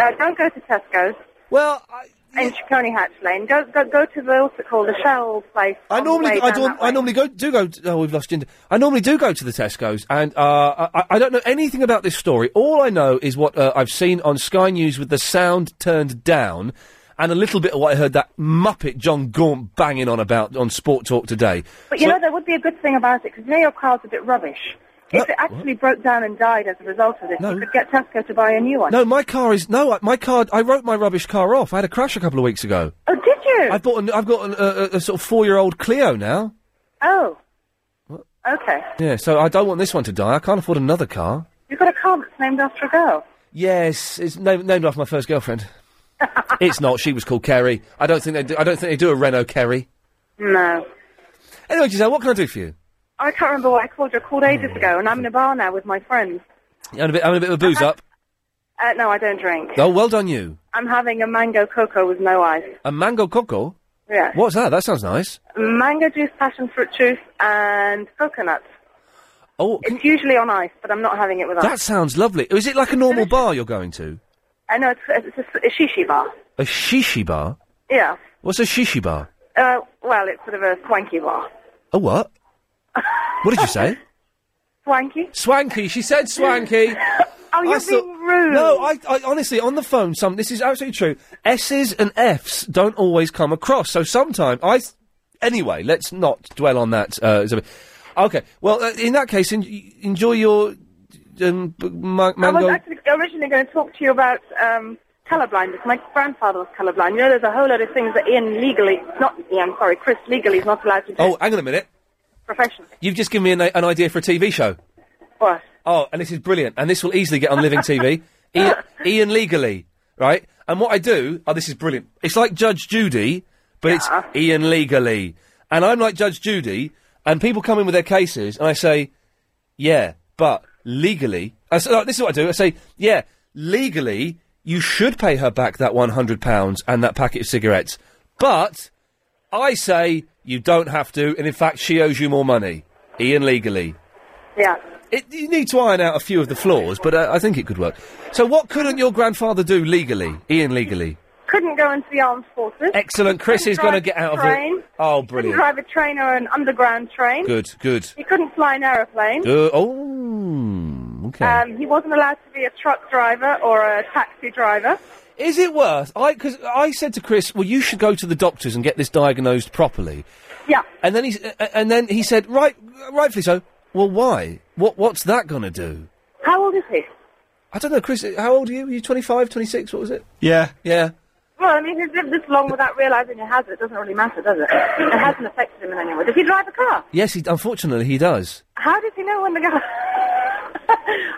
Speaker 34: Uh, don't go to Tesco's.
Speaker 4: Well, I,
Speaker 34: in Chicone Hatch Lane, go, go go to the what's it called, the Shell place.
Speaker 4: I
Speaker 34: on the
Speaker 4: normally,
Speaker 34: way
Speaker 4: I
Speaker 34: down
Speaker 4: don't,
Speaker 34: that
Speaker 4: I normally go do go. To, oh, we've lost Ginger. I normally do go to the Tesco's, and uh, I, I don't know anything about this story. All I know is what uh, I've seen on Sky News with the sound turned down, and a little bit of what I heard that Muppet John Gaunt banging on about on Sport Talk today.
Speaker 34: But you
Speaker 4: So-
Speaker 34: know, there would be a good thing about it because you know your car's a bit rubbish. If it actually broke down and died as a result of this, you could get Tesco to buy a new one.
Speaker 4: No, my car is no. I- My car. I wrote my rubbish car off. I had a crash a couple of weeks ago.
Speaker 34: Oh, did you?
Speaker 4: I bought. An, I've got an, a, a, a sort of four-year-old Clio now.
Speaker 34: Oh. Okay.
Speaker 4: Yeah, so I don't want this one to die. I can't afford another car.
Speaker 34: You it's named after a girl.
Speaker 4: Yes, it's named, named after my first girlfriend. it's not. She was called Kerry. I don't think they. Do, I don't think they do a Renault Kerry.
Speaker 34: No.
Speaker 4: Anyway, Giselle, what can I do for you?
Speaker 34: I can't remember what I called you. I called ages
Speaker 4: Hmm.
Speaker 34: ago, and I'm in a bar now with my friends.
Speaker 4: You having a bit, having a bit of a booze up.
Speaker 34: Uh, no, I don't drink.
Speaker 4: Oh, well done you.
Speaker 34: I'm having a mango cocoa with no ice.
Speaker 4: A mango coco.
Speaker 34: Yeah.
Speaker 4: What's that? That sounds nice.
Speaker 34: Mango juice, passion fruit juice, and coconut.
Speaker 4: Oh,
Speaker 34: It's usually on ice, but I'm not having it with
Speaker 4: that
Speaker 34: ice.
Speaker 4: sounds lovely. Is it like a normal bar you're going to?
Speaker 34: I know, it's, it's a, a shishi bar.
Speaker 4: A shishi bar?
Speaker 34: Yeah.
Speaker 4: What's a shishi bar?
Speaker 34: Uh, well, it's sort of a swanky bar.
Speaker 4: A what? what did you say?
Speaker 34: Swanky?
Speaker 4: Swanky. She said swanky.
Speaker 34: Oh, you're
Speaker 4: I thought-
Speaker 34: being rude.
Speaker 4: No, I, I honestly on the phone. Some this is absolutely true. S's and F's don't always come across. So sometimes I. s- Anyway, let's not dwell on that. Uh, as a- okay. Well, uh, in that case, en- enjoy your um, b- ma-
Speaker 34: I was
Speaker 4: mango.
Speaker 34: actually originally going to talk to you about um, colourblindness. My grandfather was colourblind. You know, there's a whole lot of things that Ian legally, not Ian, sorry, Chris legally is not allowed to do
Speaker 4: Oh, hang on a minute.
Speaker 34: professionally.
Speaker 4: You've just given me an, an idea for a TV show.
Speaker 34: What?
Speaker 4: Oh, and this is brilliant. And this will easily get on Living TV. Ian, Ian Legally, right? And what I do, oh, this is brilliant. It's like Judge Judy, but it's Ian Legally. And I'm like Judge Judy, and people come in with their cases, and I say, yeah, but legally, I say, oh, this is what I do. I say, yeah, legally, you should pay her back that £100 and that packet of cigarettes. But I say you don't have to, and in fact, she owes you more money. Ian Legally.
Speaker 34: Yeah.
Speaker 4: It, you need to iron out a few of the flaws, but uh, I think it could work. So, what couldn't your grandfather do legally, Ian legally?
Speaker 34: Couldn't go into the armed forces.
Speaker 4: Excellent. Chris
Speaker 34: Couldn't
Speaker 4: is going to
Speaker 34: drive
Speaker 4: get
Speaker 34: a
Speaker 4: out of
Speaker 34: train.
Speaker 4: it. Oh,
Speaker 34: Couldn't
Speaker 4: brilliant.
Speaker 34: drive a train or an underground train.
Speaker 4: Good, good.
Speaker 34: He couldn't fly an aeroplane.
Speaker 4: Good. Oh, okay.
Speaker 34: Um, he wasn't allowed to be a truck driver or a taxi driver.
Speaker 4: Is it worth? I because I said to Chris, well, you should go to the doctors and get this diagnosed properly.
Speaker 34: Yeah.
Speaker 4: And then he s- uh, and then he said, right, rightfully so. Well, why? What what's that going to do?
Speaker 34: How old is he?
Speaker 4: I don't know, Chris. How old are you? Are you 25, 26? What was it?
Speaker 3: Yeah.
Speaker 4: Yeah.
Speaker 34: Well, I mean, he's lived this long without realising he has it. It doesn't really matter, does it? It hasn't affected him in any way. Does he drive a car?
Speaker 4: Yes, he, unfortunately he does.
Speaker 34: How does he know when the guy...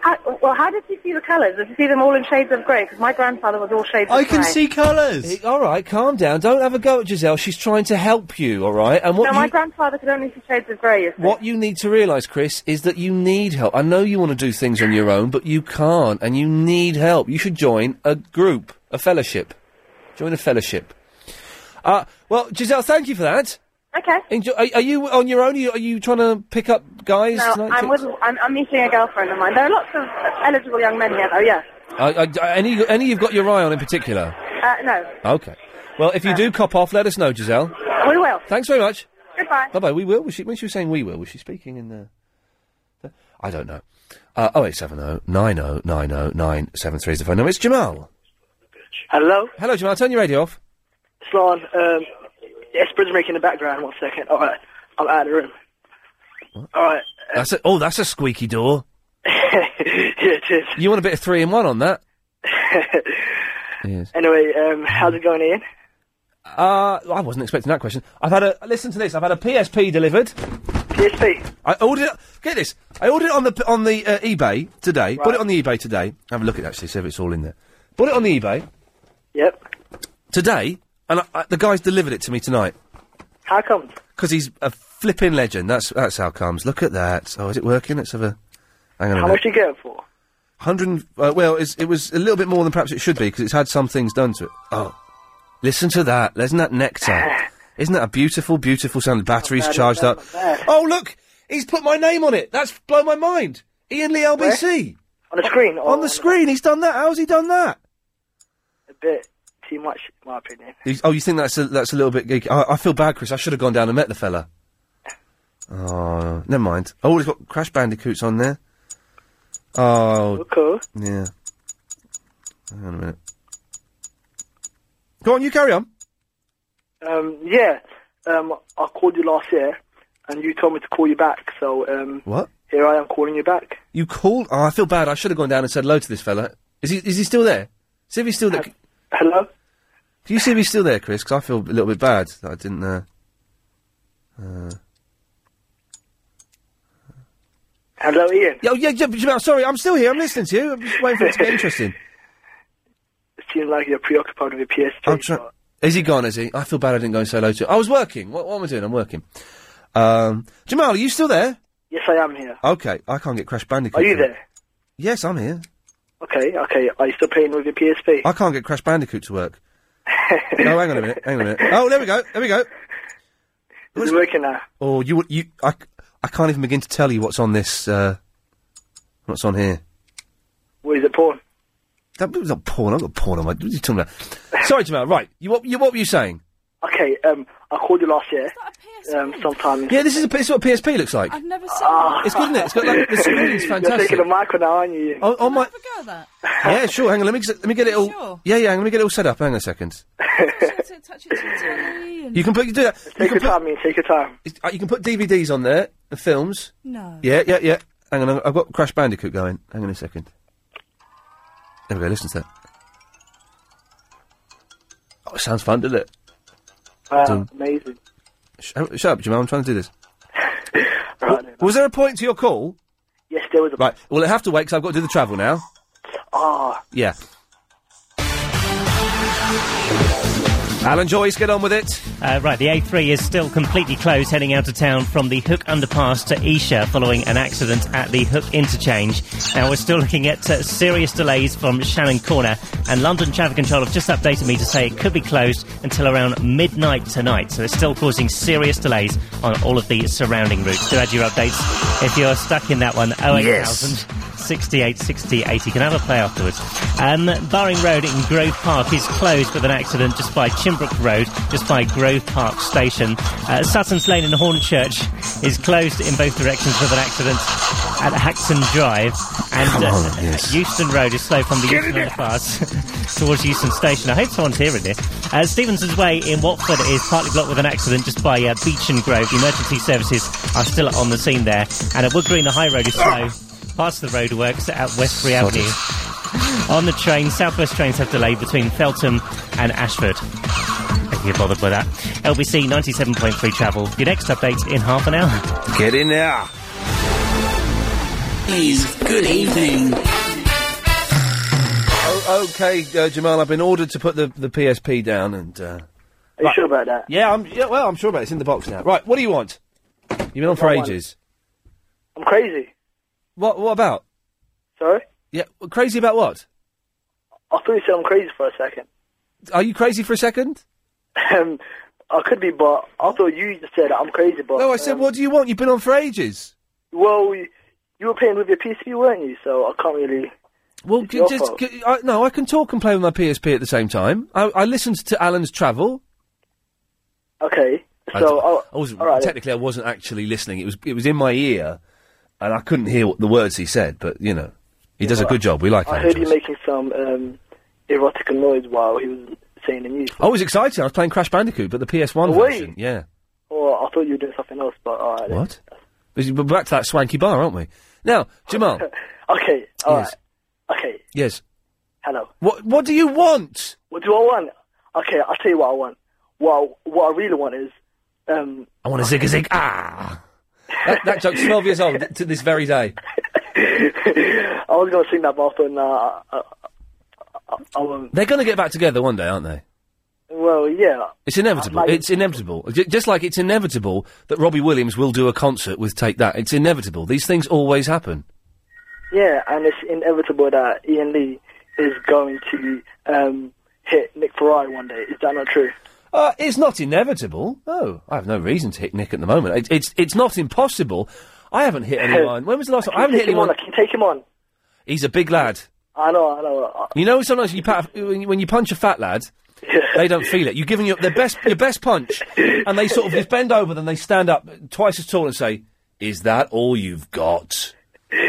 Speaker 34: how, well, how does he see the colours? Does he see them all in shades of grey? Because my grandfather was all shades of grey.
Speaker 4: colours. All right, calm down. Don't have a go at Giselle. She's trying to help you. All right, and
Speaker 34: No,
Speaker 4: what you,
Speaker 34: my grandfather could only see shades of grey. you see.
Speaker 4: what you need to realise, Chris, is that you need help. I know you want to do things on your own, but you can't, and you need help. You should join a group, a fellowship. Join a fellowship. Uh, well, Giselle, thank you for that.
Speaker 34: Okay.
Speaker 4: Enjoy, are, are you on your own? Are you, are you trying to pick up guys?
Speaker 34: No,
Speaker 4: tonight,
Speaker 34: I'm,
Speaker 4: chicks?
Speaker 34: with, I'm, I'm meeting a girlfriend of mine. There are lots of uh, eligible young men here, though, yeah.
Speaker 4: Uh, uh, any, any you've got your eye on in particular?
Speaker 34: Uh, no,
Speaker 4: Okay. Well, if you do cop off, let us know, Giselle.
Speaker 34: we will.
Speaker 4: Thanks very much.
Speaker 34: Goodbye.
Speaker 4: Bye bye. We will. Was she, when she was saying we will, was she speaking in the? the- I don't know. Uh, 0870 90 90 973 is the phone number. It's Jamal.
Speaker 10: Hello,
Speaker 4: Hello, Jamal. Turn your radio off.
Speaker 10: it's Lon. Um, Esper's making the background. One second. All right, I'm out of the room. All right.
Speaker 4: That's a, oh, that's a squeaky door.
Speaker 10: yeah, cheers.
Speaker 4: You want a bit of three in one on that? Yes.
Speaker 10: anyway, um, how's it going, Ian?
Speaker 4: Uh, I wasn't expecting that question. I've had a listen to this. I've had a PSP delivered.
Speaker 10: PSP.
Speaker 4: I ordered. it- Get this. I ordered it on the on the uh, eBay today. Bought it on the eBay today. Have a look at it, actually. See if it's all in there. Bought it on the eBay.
Speaker 10: Yep.
Speaker 4: Today, and I, I, the guy's delivered it to me tonight.
Speaker 10: How come?
Speaker 4: Because he's a flipping legend. That's that's how it comes. Look at that. Oh, is it working? Let's have a. Hang on a
Speaker 10: How much
Speaker 4: minute.
Speaker 10: you get it for?
Speaker 4: Hundred. and- Uh, well, it's, it was a little bit more than perhaps it should be because it's had some things done to it. Oh, listen to that! Isn't that nectar? Isn't that a beautiful, beautiful sound? The battery's
Speaker 10: bad,
Speaker 4: charged
Speaker 10: not
Speaker 4: up. Oh, look! He's put my name on it. That's blown my mind. Ian Lee LBC.
Speaker 10: On the screen. Oh.
Speaker 4: On the screen. He's done that. How's he done that?
Speaker 10: A bit too much, in my opinion.
Speaker 4: He's- oh, you think that's a, that's a little bit geeky? I, I feel bad, Chris. I should have gone down and met the fella. Oh, never mind. Oh, he's got Crash Bandicoots on there. Oh,
Speaker 10: cool.
Speaker 4: Yeah. Hang on a minute. Go on, you carry on.
Speaker 10: Um, yeah. Um, I called you last year, and you told me to call you back. So um,
Speaker 4: What?
Speaker 10: here I am calling you back.
Speaker 4: You called? Oh, I feel bad. I should have gone down and said hello to this fella. Is he is he still there? See if he's still there.
Speaker 10: Hello.
Speaker 4: Can you see if he's still there, Chris? Because I feel a little bit bad that I didn't. Uh, uh, Hello, Ian. Oh, yeah, yeah, Jamal, sorry, I'm still here. I'm listening to you. I'm just waiting for it to get interesting.
Speaker 10: It seems like you're preoccupied with your PS2.
Speaker 4: I'm trying. Is he gone? Is he? I feel bad. I didn't go and say hello to. I was working. What, what am I doing? I'm working. Um, Jamal, are you still there?
Speaker 10: Yes, I am here.
Speaker 4: Okay, I can't get Crash Bandicoot.
Speaker 10: Are you
Speaker 4: to work.
Speaker 10: there?
Speaker 4: Yes, I'm here.
Speaker 10: Okay, okay. Are you still playing with your PSP?
Speaker 4: I can't get Crash Bandicoot to work. no, hang on a minute. Hang on a minute. Oh, there we go. There we go.
Speaker 10: It's working now.
Speaker 4: Oh, you you I I can't even begin to tell you what's on this. Uh, what's on here?
Speaker 10: What is it, porn?
Speaker 4: That was not porn. I've got porn on my. What are you talking about? Sorry, Jamal. Right. You what? You, what were you saying?
Speaker 10: Okay, um, I called you last year. Um, sometime. in-
Speaker 4: Yeah, this is a, this is what PSP looks like.
Speaker 11: I've never seen
Speaker 10: Ah.
Speaker 4: It's good, isn't it? It's got like the screen's
Speaker 10: You're
Speaker 4: fantastic.
Speaker 10: taking a micro now, aren't you?
Speaker 4: Oh, oh my. Yeah, sure. Hang on. Let me let me get it all. Yeah, yeah. Let me get it all set up. Hang on a second. You can put you do that. Take you can your
Speaker 10: time, man. Take your time.
Speaker 4: You can put DVDs on there, the films.
Speaker 11: No.
Speaker 4: Yeah, yeah, yeah. Hang on, I've- I've got Crash Bandicoot going. Hang on a second. There we go. Listen to that. Oh, it sounds fun, doesn't it?
Speaker 10: Wow,
Speaker 4: Dun.
Speaker 10: amazing.
Speaker 4: Sh- oh, shut up, Jamal. I'm trying to do this. W- was there a point to your call?
Speaker 10: Yes, there was. A-
Speaker 4: right. Well, I have to wait because I've got to do the travel now.
Speaker 10: Ah,
Speaker 4: Yeah. Alan Joyce, get on with it.
Speaker 17: Uh, right, the A3 is still completely closed heading out of town from the Hook underpass to Esher following an accident at the Hook interchange. Now, we're still looking at uh, serious delays from Shannon Corner, and London Traffic Control have just updated me to say it could be closed until around midnight tonight, so it's still causing serious delays on all of the surrounding routes. Do add your updates if you're stuck in that one, 08000.
Speaker 13: Yes.
Speaker 17: 68, 60, 80. Can I have a play afterwards? Um, Barring Road in Grove Park is closed with an accident just by Chimbrook Road, just by Grove Park Station. Uh, Sutton's Lane in Hornchurch is closed in both directions with an accident at Haxton Drive. And
Speaker 23: Come on,
Speaker 17: uh,
Speaker 23: yes.
Speaker 17: Euston Road is slow from the
Speaker 23: Get
Speaker 17: Euston
Speaker 23: in
Speaker 17: underpass towards Euston Station. I hope someone's hearing this. Uh, Stevenson's Way in Watford is partly blocked with an accident just by uh, Beach and Grove. The emergency services are still on the scene there. And at Wood Green, the high road is slow. Parts of the roadworks at Westbury
Speaker 23: Sod
Speaker 17: Avenue. On the train, Southwest trains have delayed between Feltham and Ashford. If you're bothered by that. LBC 97.3 travel. Your next update in half an hour.
Speaker 4: Get in there.
Speaker 1: Please, good evening.
Speaker 4: Oh, okay, uh, Jamal. I've been ordered to put the, the PSP down, and uh,
Speaker 10: are you sure about that?
Speaker 4: yeah, I'm yeah. Well, I'm sure about it. It's in the box now. Right. What do you want? You've been on for
Speaker 10: I want-
Speaker 4: ages.
Speaker 10: I'm crazy.
Speaker 4: What? What about?
Speaker 10: Sorry?
Speaker 4: Yeah. w- Crazy about what?
Speaker 10: I thought you said I'm crazy for a second.
Speaker 4: Are you crazy for a second?
Speaker 10: Um, I could be, but I thought you just said I'm crazy, but.
Speaker 4: No, I said,
Speaker 10: um,
Speaker 4: what do you want? You've been on for ages.
Speaker 10: Well, you, you were playing with your PSP, weren't you? So I can't really.
Speaker 4: Well,
Speaker 10: your
Speaker 4: just
Speaker 10: fault.
Speaker 4: g- I, no. I can talk and play with my PSP at the same time. I, I listened to Alan's travel.
Speaker 10: Okay.
Speaker 4: I
Speaker 10: So,
Speaker 4: d-
Speaker 10: oh,
Speaker 4: I wasn't,
Speaker 10: all right.
Speaker 4: technically, I wasn't actually listening. It was it was in my ear, and I couldn't hear what the words he said. But you know, he does a good job. We like
Speaker 10: I
Speaker 4: Alan
Speaker 10: heard you
Speaker 4: Joyce.
Speaker 10: making some um, erotic noise while he was saying the news.
Speaker 4: I was excited. I was playing Crash Bandicoot, but the PS1
Speaker 10: Oh, Were
Speaker 4: version.
Speaker 10: you?
Speaker 4: Yeah.
Speaker 10: Or I thought you were doing something else, but all right.
Speaker 4: What? But We're back to that swanky bar, aren't we? Now, Jamal.
Speaker 10: Okay. all right.
Speaker 4: yes.
Speaker 10: Okay.
Speaker 4: Yes.
Speaker 10: Hello.
Speaker 4: What What do you want?
Speaker 10: What do I want? Okay, I'll tell you what I want. What I, what I really want is, um,
Speaker 4: I want a zig a zig. Ah. That, that joke's 12 years old to this very day.
Speaker 10: I was going to sing that, but I thought, nah, I, I, I, I won't.
Speaker 4: They're going to get back together one day, aren't they?
Speaker 10: Well, yeah.
Speaker 4: It's inevitable.
Speaker 10: I might-
Speaker 4: It's inevitable. J- just like it's inevitable that Robbie Williams will do a concert with Take That. It's inevitable. These things always happen.
Speaker 10: Yeah, and it's inevitable that Ian Lee is going to um, hit Nick Ferrari one day. Is that not true?
Speaker 4: Uh, it's not inevitable. No, I have no reason to hit Nick at the moment. It, it's it's not impossible. I haven't hit anyone. When was the last time? I haven't
Speaker 10: take
Speaker 4: hit
Speaker 10: him on.
Speaker 4: anyone.
Speaker 10: I can take him on.
Speaker 4: He's a big lad.
Speaker 10: I know, I know. Uh, I,
Speaker 4: You know, sometimes you pat, when you- when you punch a fat lad, they don't feel it. You're giving your their best your best punch, and they sort of just bend over, then they stand up twice as tall and say, "Is that all you've got?"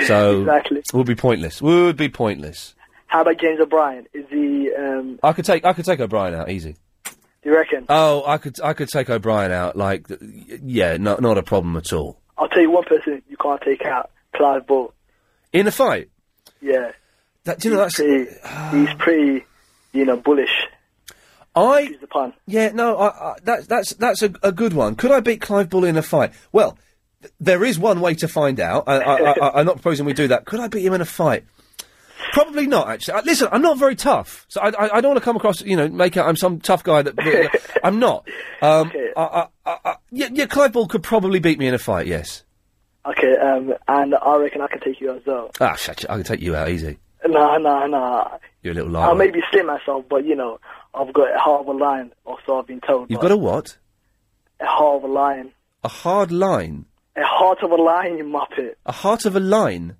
Speaker 4: So
Speaker 10: Exactly.
Speaker 4: would be pointless. Would be pointless.
Speaker 10: how about James O'Brien? Is he? Um,
Speaker 4: I could take I could take O'Brien out easy.
Speaker 10: do you reckon?
Speaker 4: Oh, I could I could take O'Brien out like th- yeah, not not a problem at all.
Speaker 10: I'll tell you one person you can't take out: Clive Ball.
Speaker 4: In a fight,
Speaker 10: Yeah.
Speaker 4: That, do you know,
Speaker 10: he's pretty, he's pretty, you know, bullish.
Speaker 4: I
Speaker 10: Excuse the pun.
Speaker 4: Yeah, no, I, I, that's that's that's a, a good one. Could I beat Clive Bull in a fight? Well, there is one way to find out. I, I, I, I'm not proposing we do that. Could I beat him in a fight? Probably not, actually. Uh, listen, I'm not very tough, so I, I, I don't want to come across, you know, make out I'm some tough guy that. I'm not. Um, I, I, I, I, yeah, yeah, Clive Ball could probably beat me in a fight, yes.
Speaker 10: Okay, um, and I reckon I can take you as well.
Speaker 4: Ah, shut you. I can take you out easy.
Speaker 10: Nah, nah, nah.
Speaker 4: You're a little
Speaker 10: I
Speaker 4: liar.
Speaker 10: may be slim myself, but you know, I've got a hard of a lion, or so I've been told.
Speaker 4: You've
Speaker 10: but
Speaker 4: got a what?
Speaker 10: a hard of a lion.
Speaker 4: A hard line.
Speaker 10: A heart of a lion, you muppet.
Speaker 4: A heart of a line.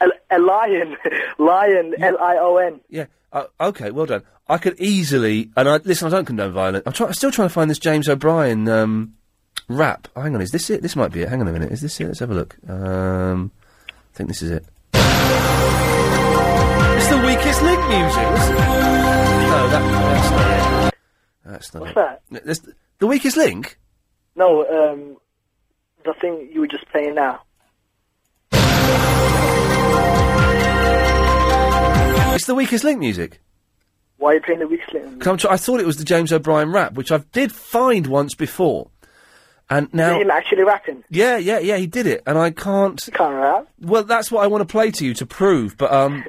Speaker 10: A, a lion. lion, L-I-O-N.
Speaker 4: Yeah. Uh, okay, well done. I could easily, and I listen. I don't condone violence. I'm, try, I'm still trying to find this James O'Brien um, rap. Oh, hang on, is this it? This might be it. Hang on a minute, is this it? Let's have a look. Um, I think this is it. It's the weakest link music. No, that, that's not it. That's not
Speaker 10: What's
Speaker 4: it.
Speaker 10: that?
Speaker 4: N- this- the weakest link.
Speaker 10: No, um, the thing you were just playing now.
Speaker 4: It's the weakest link music.
Speaker 10: Why are you playing the weak slim?
Speaker 4: 'Cause I'm try- I thought it was the James O'Brien rap, which I did find once before, and now
Speaker 10: Is him actually rapping?
Speaker 4: Yeah, yeah, yeah, he did it, and I can't.
Speaker 10: can't rap.
Speaker 4: Well, that's what I want to play to you to prove, but um,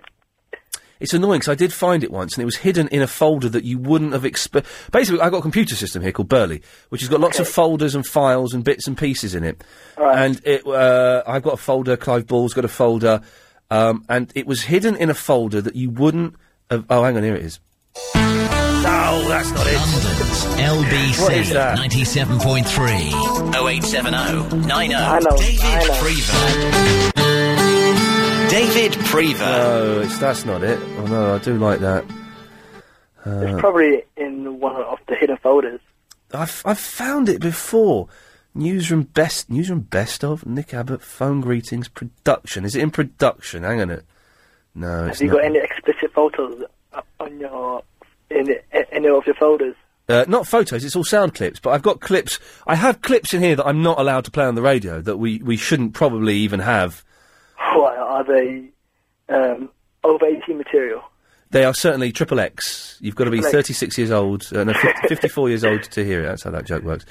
Speaker 4: it's annoying because I did find it once, and it was hidden in a folder that you wouldn't have expected. Basically, I got a computer system here called Burley, which has got lots of folders and files and bits and pieces in it, and it uh, I've got a folder. Clive Ball's got a folder, um, and it was hidden in a folder that you wouldn't. Have- oh, hang on, here it is. No, that's not it.
Speaker 1: LBC
Speaker 4: What is that?
Speaker 1: 97.3
Speaker 4: Oh,
Speaker 1: 0870 90
Speaker 4: I know,
Speaker 1: David
Speaker 4: I know.
Speaker 1: Prevost. David Prevost.
Speaker 4: No, it's, that's not it. Oh no, I do like that. Uh,
Speaker 10: Probably in one of the hidden folders.
Speaker 4: I've, I've found it before. Newsroom best, newsroom best of Nick Abbott phone greetings production. Is it in production? Hang on it. No, it's
Speaker 10: Have you
Speaker 4: not.
Speaker 10: got any explicit photos up on your in a- any of your folders?
Speaker 4: Uh, not photos. It's all sound clips. But I've got clips. I have clips in here that I'm not allowed to play on the radio. That we we shouldn't probably even have.
Speaker 10: What are they? Um, over eighteen material.
Speaker 4: They are certainly triple X. You've got to be
Speaker 10: Triple X.
Speaker 4: 36 years old, uh, no, 50, 54 years old to hear it. That's how that joke works.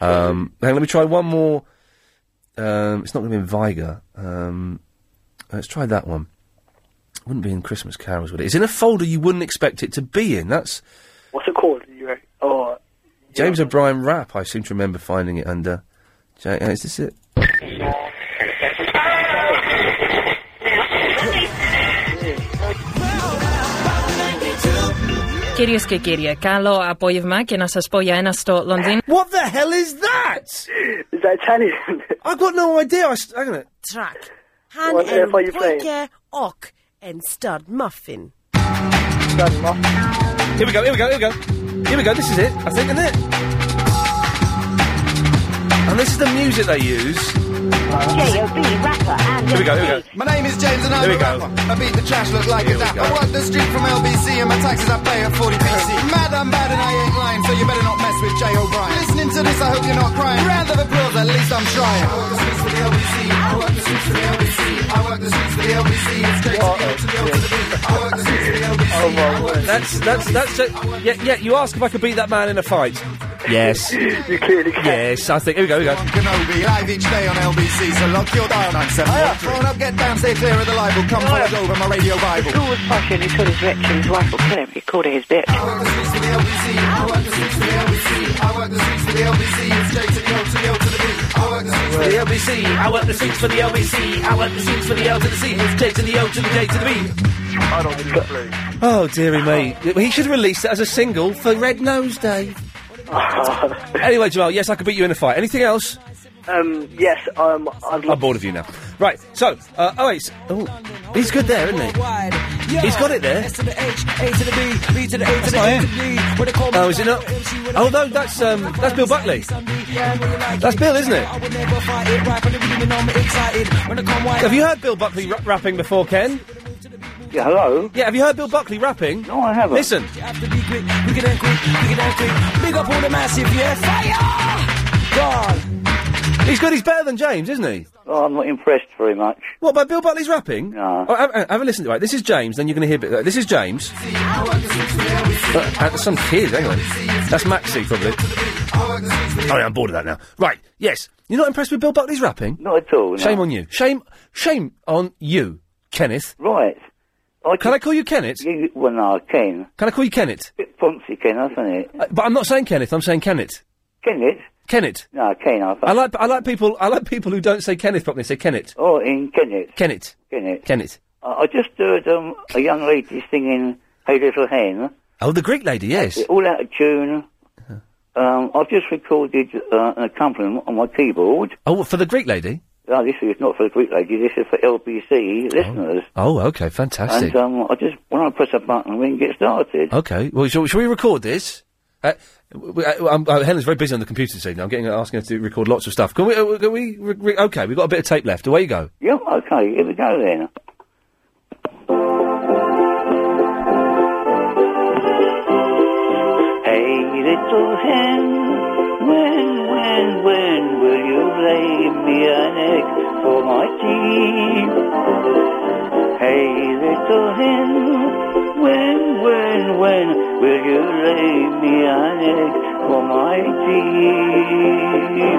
Speaker 4: Um, hang on, let me try one more. Um, it's not going to be in Viger. Um, let's try that one. Wouldn't be in Christmas carols, would it? It's in a folder you wouldn't expect it to be in. That's
Speaker 10: What's it called? You re- oh, or
Speaker 4: James O'Brien rap. I seem to remember finding it under. Ja- uh, is this it?
Speaker 11: Κυρίες και κύριοι, καλό απόγευμα και να σας πω για ένα στο Λονδίνο.
Speaker 4: What the hell is that?
Speaker 10: Is that Italian?
Speaker 4: I've got no idea. I st- hang on. it.
Speaker 13: Track. Han
Speaker 4: What
Speaker 13: en
Speaker 4: earth are you playing?
Speaker 13: pojke och en stud muffin.
Speaker 4: Here we go. Here we go. Here we go. Here we go. This is it. I think, isn't it? And this is the music they use.
Speaker 22: J.O.B. rapper and
Speaker 4: Here we go, here we go.
Speaker 22: My name is James and I'm
Speaker 4: Here we
Speaker 22: a
Speaker 4: go.
Speaker 22: rapper. I beat the trash, look like
Speaker 4: Here
Speaker 22: a
Speaker 4: we
Speaker 22: dapper.
Speaker 4: go.
Speaker 22: I work the street from LBC and my taxes I pay at 40 PC. Mad, I'm bad and I ain't lying, so you better not mess with Jay O'Brien. Listening to this, I hope you're not crying. Round of applause, at least I'm trying. I work the streets for the LBC. I work the streets for the LBC. I work the streets for the LBC. It's great to go to the L to the B. I work the streets for the LBC.
Speaker 4: That's that's that's it. Yeah, yeah. You ask if I could beat that man in a fight. Yes.
Speaker 22: You clearly can.
Speaker 4: Yes, I think. Here we go. Here we go.
Speaker 22: Kenobi, live each day on LBC, so lock your dial 973. Thrown up, get down, stay clear of the libel, come follow over my radio bible. Who was pushing, he took his wretch and his wife will kill him, he called her his bitch. I work the streets for the LBC, I work the streets for the LBC, I work the streets for the LBC, it's J to the O to the O to the B. I work the streets for the LBC, I work the streets for the LBC, I work the streets for the L to the C, it's J to the O to the J to the B.
Speaker 4: I don't Oh dearie me! He should release that as a single for Red Nose Day. anyway, Jamal. Yes, I could beat you in a fight. Anything else?
Speaker 10: Um, yes. Um, I'd
Speaker 4: I'm bored of you now. Right. So, uh, oh wait. s- Oh, he's good there, isn't he? He's got it there.
Speaker 35: S to the H, A to the B, B to the A to the
Speaker 4: not
Speaker 35: A
Speaker 4: him.
Speaker 35: to the B. What they call
Speaker 4: Oh, is it not? Oh no, that's um, that's Bill Buckley. That's Bill, isn't it?
Speaker 35: I would never fight it. Right from the beginning, I'm excited. When I come white,
Speaker 4: Have you heard Bill Buckley ra- rapping before, Ken?
Speaker 36: Yeah, hello.
Speaker 4: Yeah, have you heard Bill Buckley rapping? No, I
Speaker 35: haven't.
Speaker 4: Listen.
Speaker 35: have to be quick. We can end quick. We can end quick. Big up all the massive, yeah. Fire! God.
Speaker 4: He's good. He's better than James, isn't he?
Speaker 36: Oh, I'm not impressed very much.
Speaker 4: What by Bill Buckley's rapping?
Speaker 36: No.
Speaker 4: Oh, have, have- have a listen to it. Right, This is James. Then you're going to hear a bit. This is James. Uh, that's some kid. Hang on. That's Maxi probably. Sorry, I'm bored of that now. Right. Yes. You're not impressed with Bill Buckley's rapping?
Speaker 36: Not at all. no.
Speaker 4: Shame on you. Shame. Shame on you, Kenneth.
Speaker 36: Right. I
Speaker 4: can I call you Kenneth?
Speaker 36: You, well, no, Ken.
Speaker 4: Can I call you Kenneth?
Speaker 36: Bit fancy, Ken, isn't it?
Speaker 4: Uh, But I'm not saying Kenneth. I'm saying Kenneth.
Speaker 36: Kenneth.
Speaker 4: Kenneth.
Speaker 36: No, Ken. I,
Speaker 4: I like. I like people. I like people who don't say Kenneth properly. They say Kenneth.
Speaker 36: Oh, in Kenneth.
Speaker 4: Kenneth.
Speaker 36: Kenneth.
Speaker 4: Kenneth.
Speaker 36: I, I just heard um, a young lady singing "Hey Little Hen."
Speaker 4: Oh, the Greek lady. Yes. Uh-huh.
Speaker 36: It's all out of tune. Um, I've just recorded uh, an accompaniment on my keyboard.
Speaker 4: Oh, for the Greek lady.
Speaker 36: No, this is not for the Greek lady. This is for LBC listeners.
Speaker 4: Oh, okay. Fantastic.
Speaker 36: And um, I just want to press a button, we can get started.
Speaker 4: Okay. Well, shall, shall we record this? Uh, w- w- uh, I'm- uh, Helen's very busy on the computer this evening. I'm getting asking her to record lots of stuff. Can we? Uh, can we? Re- re- okay, we've got a bit of tape left. Away you go.
Speaker 36: Yeah, okay, here we go then. Hey, little hen, when, when, when will you lay me an egg for my tea? Hey, little hen, when, when, when will you lay me an egg for my tea?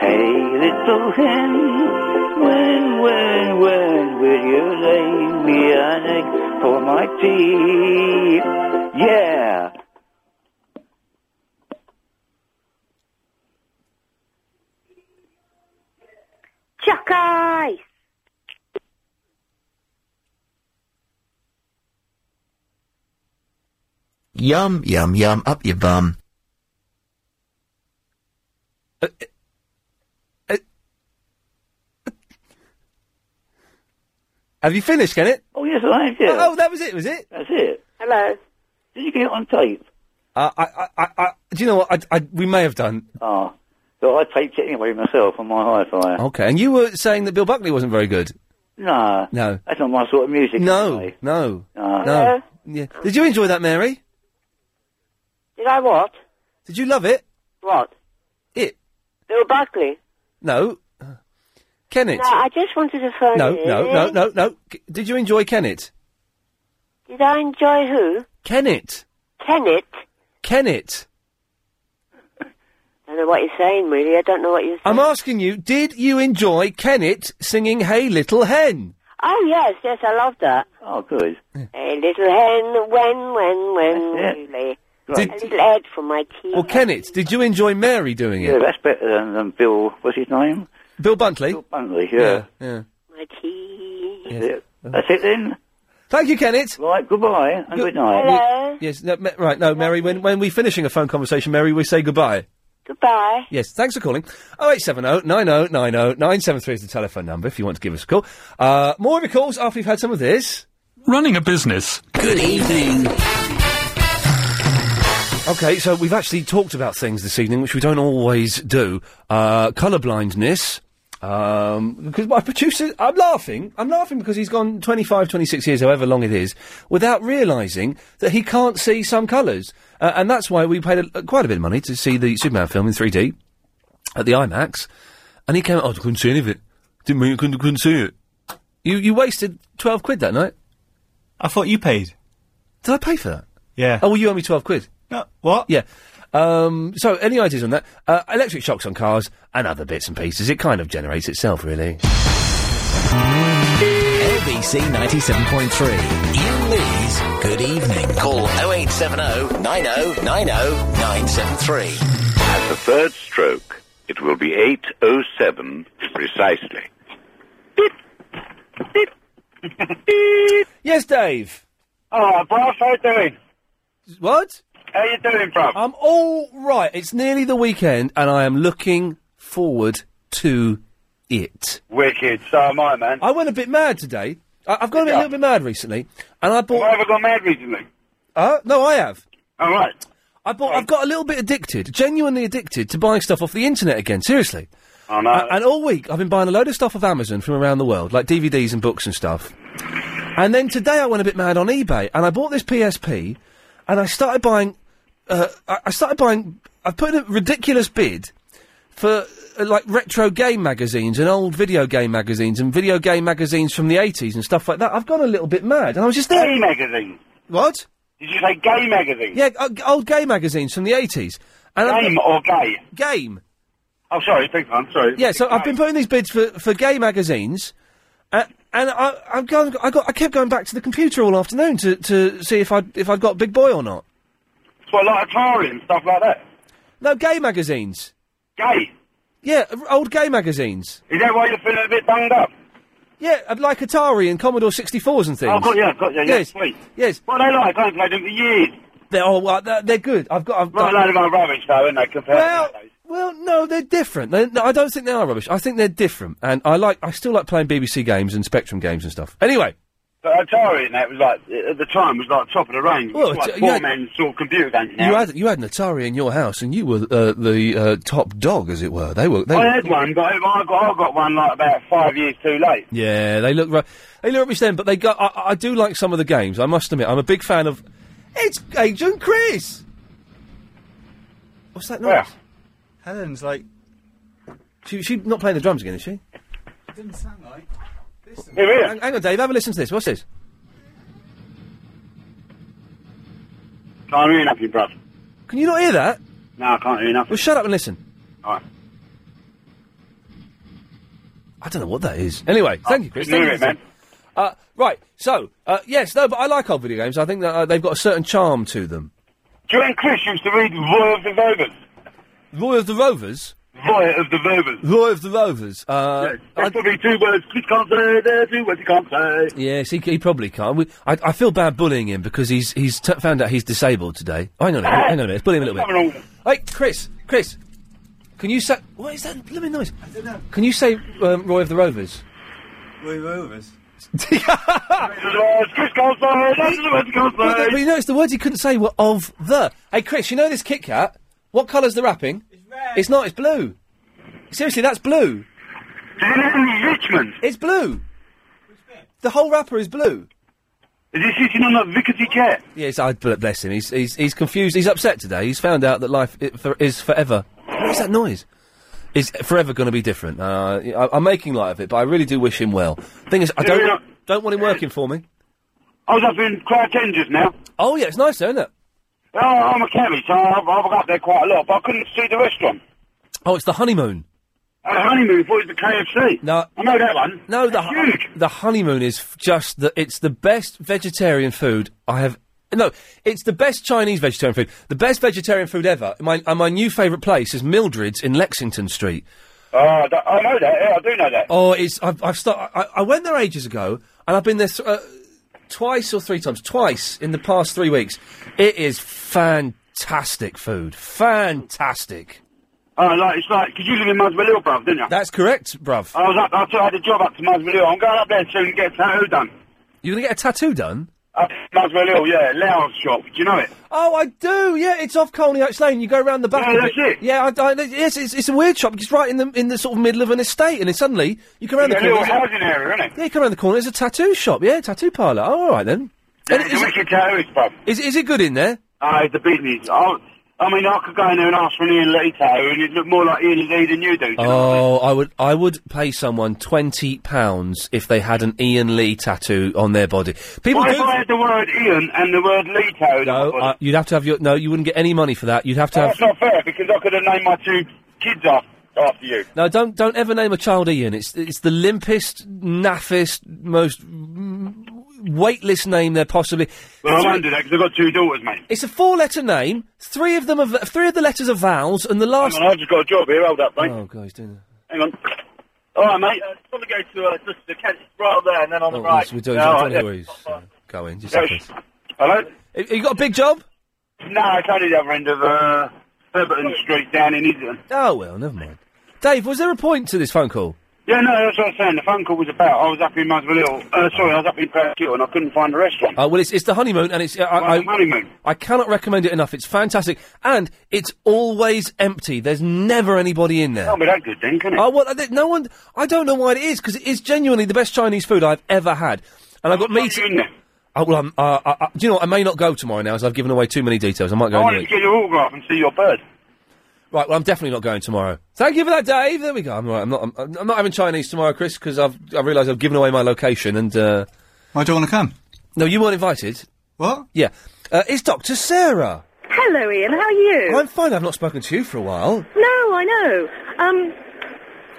Speaker 36: Hey, little hen, when, when, when will you lay me an egg for my tea? Yeah.
Speaker 5: Chuck ice.
Speaker 14: Yum, yum, yum, up your bum.
Speaker 4: Have you finished, Kenneth?
Speaker 36: Oh, yes, I have, yeah.
Speaker 4: Oh, that was it, was it?
Speaker 36: That's it.
Speaker 5: Hello.
Speaker 36: Did you get it on tape?
Speaker 4: Uh, I, I, I, I, do you know what? I, I, we may have done.
Speaker 36: Oh, so I taped it anyway myself on my hi-fi.
Speaker 4: Okay, and you were saying that Bill Buckley wasn't very good.
Speaker 36: No,
Speaker 4: No.
Speaker 36: that's not my sort of music.
Speaker 4: No, no,
Speaker 5: Uh,
Speaker 36: Ah.
Speaker 4: no. Yeah. Did you enjoy that, Mary?
Speaker 5: Did I what?
Speaker 4: Did you love it?
Speaker 5: What?
Speaker 4: It.
Speaker 5: Bill Buckley.
Speaker 4: No. Uh, Kenneth.
Speaker 5: No, I just wanted to phone
Speaker 4: No,
Speaker 5: in.
Speaker 4: no, no, no, no. K- Did you enjoy Kenneth?
Speaker 5: Did I enjoy who?
Speaker 4: Kenneth.
Speaker 5: Kenneth.
Speaker 4: Kenneth.
Speaker 5: I don't know what you're saying, really. I don't know what you're saying.
Speaker 4: I'm asking you, did you enjoy Kenneth singing Hey Little Hen?
Speaker 5: Oh, yes, yes, I love that.
Speaker 36: Oh, good.
Speaker 5: A little hen, when, when, when, will you lay
Speaker 4: Did-
Speaker 5: a little egg for my tea?
Speaker 4: Well, Kenneth, did you enjoy Mary doing it?
Speaker 36: Yeah, that's better than, than Um, Bill, what's his name?
Speaker 4: Bill Buntley? Bill
Speaker 36: Buntley, yeah.
Speaker 4: Yeah.
Speaker 5: My tea.
Speaker 36: That's it. That's it then.
Speaker 4: Thank you, Kenneth.
Speaker 36: Right, goodbye and good, night.
Speaker 5: Hello.
Speaker 4: Yes, no, ma- right, no, Mary, when, when we're finishing a phone conversation, Mary, we say goodbye.
Speaker 5: Goodbye.
Speaker 4: Yes, thanks for calling. Oh, 0870 9090 973 is the telephone number if you want to give us a call. Uh, more of your calls after we've had some of this. Running a business.
Speaker 1: Good evening.
Speaker 4: Okay, so we've actually talked about things this evening, which we don't always do. Uh, colour blindness. Um, because my producer, I'm laughing. I'm laughing because he's gone 25, 26 years, however long it is, without realising that he can't see some colours. Uh, and that's why we paid a, quite a bit of money to see the Superman film in 3D at the IMAX. And he came out, oh, I couldn't see any of it. Didn't mean I couldn't, couldn't see it. You, you wasted 12 quid that night. I thought you paid. Did I pay for that? Yeah. Oh, well, you owe me 12 quid. No, what? Yeah. Um, so, any ideas on that? Uh, electric shocks on cars and other bits and pieces. It kind of generates itself, really.
Speaker 1: LBC 97.3. Ian Lee's Good Evening. Call 0870 90 90 oh, 973.
Speaker 16: At the third stroke, it will be 8.07 precisely.
Speaker 4: yes, Dave.
Speaker 7: Oh, Brass, how you doing?
Speaker 4: What?
Speaker 7: How you doing, bruv?
Speaker 4: I'm all right. It's nearly the weekend, and I am looking forward to it.
Speaker 7: Wicked, so am I, man.
Speaker 4: I went a bit mad today. I- I've gone a little bit mad recently, and I bought.
Speaker 7: Have I ever gone mad recently?
Speaker 4: Uh, no, I have.
Speaker 7: All right.
Speaker 4: I bought. I've got a little bit addicted, genuinely addicted to buying stuff off the internet again. Seriously.
Speaker 7: I know.
Speaker 4: A- and all week I've been buying a load of stuff off Amazon from around the world, like DVDs and books and stuff. And then today I went a bit mad on eBay and I bought this PSP and I started buying. Uh, I I started buying. I put in a ridiculous bid for uh, like retro game magazines and old video game magazines and video game magazines from the 80s and stuff like that. I've gone a little bit mad and I was just there.
Speaker 8: Gay magazine.
Speaker 4: What?
Speaker 8: Did you say gay magazine?
Speaker 4: Yeah, uh, g- old gay magazines from the 80s. I-
Speaker 8: Game or gay?
Speaker 4: Game.
Speaker 8: Oh, sorry, big one, sorry.
Speaker 4: Yeah, so I've been putting these bids for, for gay magazines, uh, and I, I've gone, I, got, I kept going back to the computer all afternoon to, to see if I'd, if I'd got Big Boy or not.
Speaker 8: It's what, like Atari and stuff like that?
Speaker 4: No, gay magazines.
Speaker 8: Gay?
Speaker 4: Yeah, r- old gay magazines.
Speaker 8: Is that why you're feeling a bit bunged up?
Speaker 4: Yeah, uh, like Atari and Commodore 64s and things.
Speaker 8: Oh, got you, got you, yeah,
Speaker 4: Yes.
Speaker 8: sweet.
Speaker 4: Yes.
Speaker 8: What are they like? I've played them for years.
Speaker 4: They're, oh, well, they're, they're good. I've got. I've,
Speaker 8: Right, a load of old rubbish, though, aren't they, compared
Speaker 4: Well,
Speaker 8: to that?
Speaker 4: well, no, they're different. They- no, I don't think they are rubbish. I think they're different, and I like. I still like playing BBC games and Spectrum games and stuff. Anyway,
Speaker 8: But Atari and that was like, at the time, was like top of the range.
Speaker 4: Well,
Speaker 8: Well, it's like
Speaker 4: it's-
Speaker 8: four
Speaker 4: yeah.
Speaker 8: men sort of computer games now.
Speaker 4: you had you had an Atari in your house, and you were uh, the uh, top dog, as it were. They were. They
Speaker 8: I
Speaker 4: were-
Speaker 8: had one, but I I got, I got one like about five years too late.
Speaker 4: Yeah, they look ru- they look rubbish then, but they go. I, I do like some of the games. I must admit, I'm a big fan of. It's Agent Chris. What's that noise?
Speaker 3: Helen's like,
Speaker 4: She she's not playing the drums again, is she?
Speaker 3: didn't sound like.
Speaker 4: Hang, hang on, Dave. Have a listen to this. What's this?
Speaker 8: Can't hear nothing, bruv.
Speaker 4: Can you not hear that?
Speaker 8: No, I can't hear nothing.
Speaker 4: Well, shut up and listen.
Speaker 8: Alright.
Speaker 4: I don't know what that is. Anyway, thank you, Chris.
Speaker 8: couldn't
Speaker 4: Thank
Speaker 8: hear
Speaker 4: you.
Speaker 8: Oh, it,
Speaker 4: Uh, right, so uh, yes, no, but I like old video games. I think that uh, they've got a certain charm to them.
Speaker 8: Joe and Chris used to read Roy of the Rovers.
Speaker 4: Roy of the Rovers?
Speaker 8: Roy of the Rovers.
Speaker 4: Roy of the Rovers. Uh,
Speaker 8: That's probably two words Chris can't say, there are two words he can't say.
Speaker 4: Yes, he, he probably can't. We, I, I feel bad bullying him because he's he's t- found out he's disabled today. Hang on, a minute, hang on a minute. Let's bully him a little bit. Hey, Chris, Chris, can you say what is that blooming noise? I don't know. Can you say um, Roy of the Rovers?
Speaker 3: Roy Rovers.
Speaker 8: Chris can't say, that's the word he can't
Speaker 4: Well,
Speaker 8: say.
Speaker 4: but you notice the words he couldn't say were of the. Hey, Chris, you know this Kit Kat? What colour's the wrapping? It's red. It's not. It's blue. Seriously, that's blue.
Speaker 8: Richmond.
Speaker 4: It's blue. The whole wrapper is blue.
Speaker 8: Is he sitting on that rickety chair?
Speaker 4: Yes, I bl- bless him. He's, he's he's confused. He's upset today. He's found out that life i for, is forever. What is that noise? Is forever going to be different? Uh, I, I'm making light of it, but I really do wish him well. Thing is, I
Speaker 8: Yeah,
Speaker 4: don't
Speaker 8: yeah.
Speaker 4: don't want him working for me.
Speaker 8: I was up in Craig just now.
Speaker 4: Oh yeah, it's nice, there, isn't it?
Speaker 8: Oh, I'm a cabbie, so I've, I've got up there quite a lot, but I couldn't see the restaurant.
Speaker 4: Oh, it's the honeymoon.
Speaker 8: A honeymoon before it was the KFC.
Speaker 4: No,
Speaker 8: I know that one.
Speaker 4: No, the huge. the honeymoon is f- just the it's the best vegetarian food I have. No, it's the best Chinese vegetarian food. The best vegetarian food ever. My and my new favourite place is Mildred's in Lexington Street.
Speaker 8: Oh, that, I know that. Yeah, I do know that.
Speaker 4: Oh, it's I've, I've start, I, I went there ages ago, and I've been there th- uh, twice or three times. Twice in the past three weeks. It is fantastic food. Fantastic.
Speaker 8: Oh, like, it's like, because you live in Muswell, bruv, didn't you?
Speaker 4: That's correct, bruv.
Speaker 8: I was up, I took- I had a job up to Muswell Hill. I'm going up there soon to get a tattoo done.
Speaker 4: You're gonna get a tattoo done?
Speaker 8: Up to Muswell Hill, yeah, Lowell's shop. Do you know it?
Speaker 4: Oh, I do. Yeah, it's off Colney Oaks Lane. You go round the back.
Speaker 8: Yeah,
Speaker 4: of
Speaker 8: that's it.
Speaker 4: Yeah, I, I, yes, it's, it's a weird shop. It's right in the in the sort of middle of an estate, and then suddenly you come round
Speaker 8: It's a
Speaker 4: the
Speaker 8: little
Speaker 4: corner. there's
Speaker 8: housing area, isn't it?
Speaker 4: Yeah, you come round the corner. There's a tattoo shop. Yeah, tattoo parlour. Oh, all right then. And
Speaker 8: It's a wicked tattooist, bruv.
Speaker 4: Is is it good in there?
Speaker 8: Oh, it's the business. I, I mean, I could go in there and ask for an Ian Lee tattoo, and it'd look more like Ian Lee than you do. do you know?
Speaker 4: Oh, I would I would pay someone twenty pounds if they had an Ian Lee tattoo on their body. People
Speaker 8: what
Speaker 4: do.
Speaker 8: if I had the word Ian and the word Lee tattooed on my
Speaker 4: No,
Speaker 8: body?
Speaker 4: uh, you'd have to have your no. You wouldn't get any money for that. You'd have to
Speaker 8: Well,
Speaker 4: have.
Speaker 8: That's Oh, not fair because I could have named my two kids after, after you.
Speaker 4: No, don't don't ever name a child Ian. It's it's the limpest, naffest, most mm, weightless name there possibly.
Speaker 8: Well, I won't do that because I've got two daughters, mate.
Speaker 4: It's a four-letter name. Three of them are v- three of the letters are vowels, and the last.
Speaker 8: Hang on, I've just got a job here. Hold up, mate.
Speaker 4: Oh god, he's doing that.
Speaker 8: Hang on. All right, mate.
Speaker 37: Uh, just want to go to uh, just the catch right up there and then on the
Speaker 4: Oh,
Speaker 37: right.
Speaker 4: yes, we don't,
Speaker 37: No,
Speaker 4: I don't know
Speaker 37: yeah.
Speaker 4: where he's uh, going. Just a
Speaker 8: Yes.
Speaker 4: second.
Speaker 8: Hello.
Speaker 4: Have you got a big job?
Speaker 8: No, it's only the other end of uh, Herberton Street down in Islington.
Speaker 4: Oh well, never mind. Dave, was there a point to this phone call?
Speaker 8: Yeah, no, that's what I was saying. The phone call was about. I was up in Muswell Hill. Uh, sorry, I was up in Crouch Hill and I couldn't find a restaurant.
Speaker 4: Uh, well, it's, it's the honeymoon, and it's uh, I, I,
Speaker 8: honeymoon.
Speaker 4: I cannot recommend it enough. It's fantastic, and it's always empty. There's never anybody in there.
Speaker 8: Can't be that good, then, can it?
Speaker 4: Oh well, uh, th- no one. I don't know why it is because it is genuinely the best Chinese food I've ever had. And I've got meetings. Oh, well, I'm, uh, I, I, do you know what? I may not go tomorrow now, as I've given away too many details. I might go.
Speaker 29: I
Speaker 4: in the
Speaker 29: wanted to
Speaker 4: week.
Speaker 29: get your autograph and see your bird.
Speaker 4: Right, well, I'm definitely not going tomorrow. Thank you for that, Dave. There we go. I'm all right. I'm not. I'm, I'm not having Chinese tomorrow, Chris, because I've I realise I've given away my location and. Uh, I don't want to come. No, you weren't invited. What? Yeah, uh, it's Doctor Sarah.
Speaker 31: Hello, Ian. How are you?
Speaker 4: I'm fine. I've not spoken to you for a while.
Speaker 31: No, I know. Um,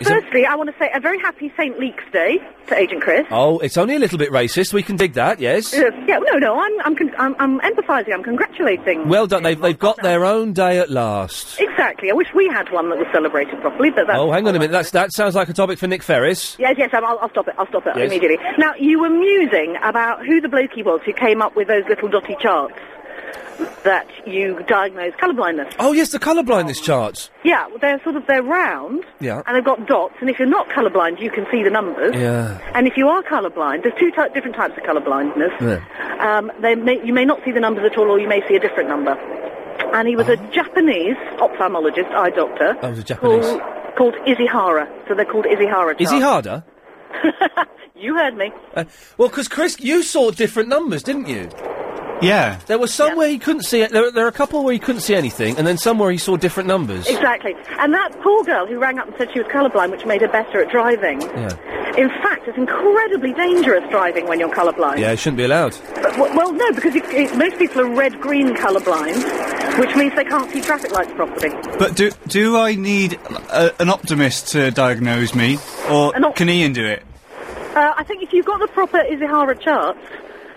Speaker 31: firstly, I want to say a very happy St. Leek's Day to Agent Chris.
Speaker 4: Oh, it's only a little bit racist. We can dig that. Yes.
Speaker 31: Yes, yeah, no, no, I'm, I'm, con- I'm, I'm empathising, I'm congratulating.
Speaker 4: Well done. They've they've got their own day at last.
Speaker 31: Exactly. I wish we had one that was celebrated properly, but that's...
Speaker 4: Oh, hang on a minute. That's that sounds like a topic for Nick Ferris.
Speaker 31: Yes, yes, I'm, I'll, I'll stop it. I'll stop it
Speaker 4: Yes.
Speaker 31: immediately. Now, you were musing about who the bloke he was who came up with those little dotty charts that you diagnose colour blindness.
Speaker 4: Oh yes, the colour blindness charts.
Speaker 31: Yeah, well, they're sort of, they're round,
Speaker 4: Yeah.
Speaker 31: and they've got dots, and if you're not colourblind, you can see the numbers.
Speaker 4: Yeah.
Speaker 31: And if you are colourblind, there's two ty- different types of colourblindness.
Speaker 4: Yeah.
Speaker 31: Um, they may, you may not see the numbers at all, or you may see a different number. And he was a Japanese ophthalmologist, eye doctor.
Speaker 4: Uh-huh. Oh, he was a Japanese.
Speaker 31: Called, called Izihara. So they're called Izihara charts.
Speaker 4: Is he harder?
Speaker 31: You heard me.
Speaker 4: Uh, well, because Chris, you saw different numbers, didn't you? Yeah. There was some where he couldn't see. There, there are a couple where he couldn't see anything, and then some where he saw different numbers.
Speaker 31: Exactly. And that poor girl who rang up and said she was colourblind, which made her better at driving.
Speaker 4: Yeah.
Speaker 31: In fact, it's incredibly dangerous driving when you're colourblind.
Speaker 4: Yeah, it shouldn't be allowed.
Speaker 31: But, well, well, no, because it, it, most people are red-green colourblind, which means they can't see traffic lights properly.
Speaker 3: But do do I need a, an optimist to diagnose me, or can Ian do it?
Speaker 31: Uh, I think if you've got the proper Izihara charts,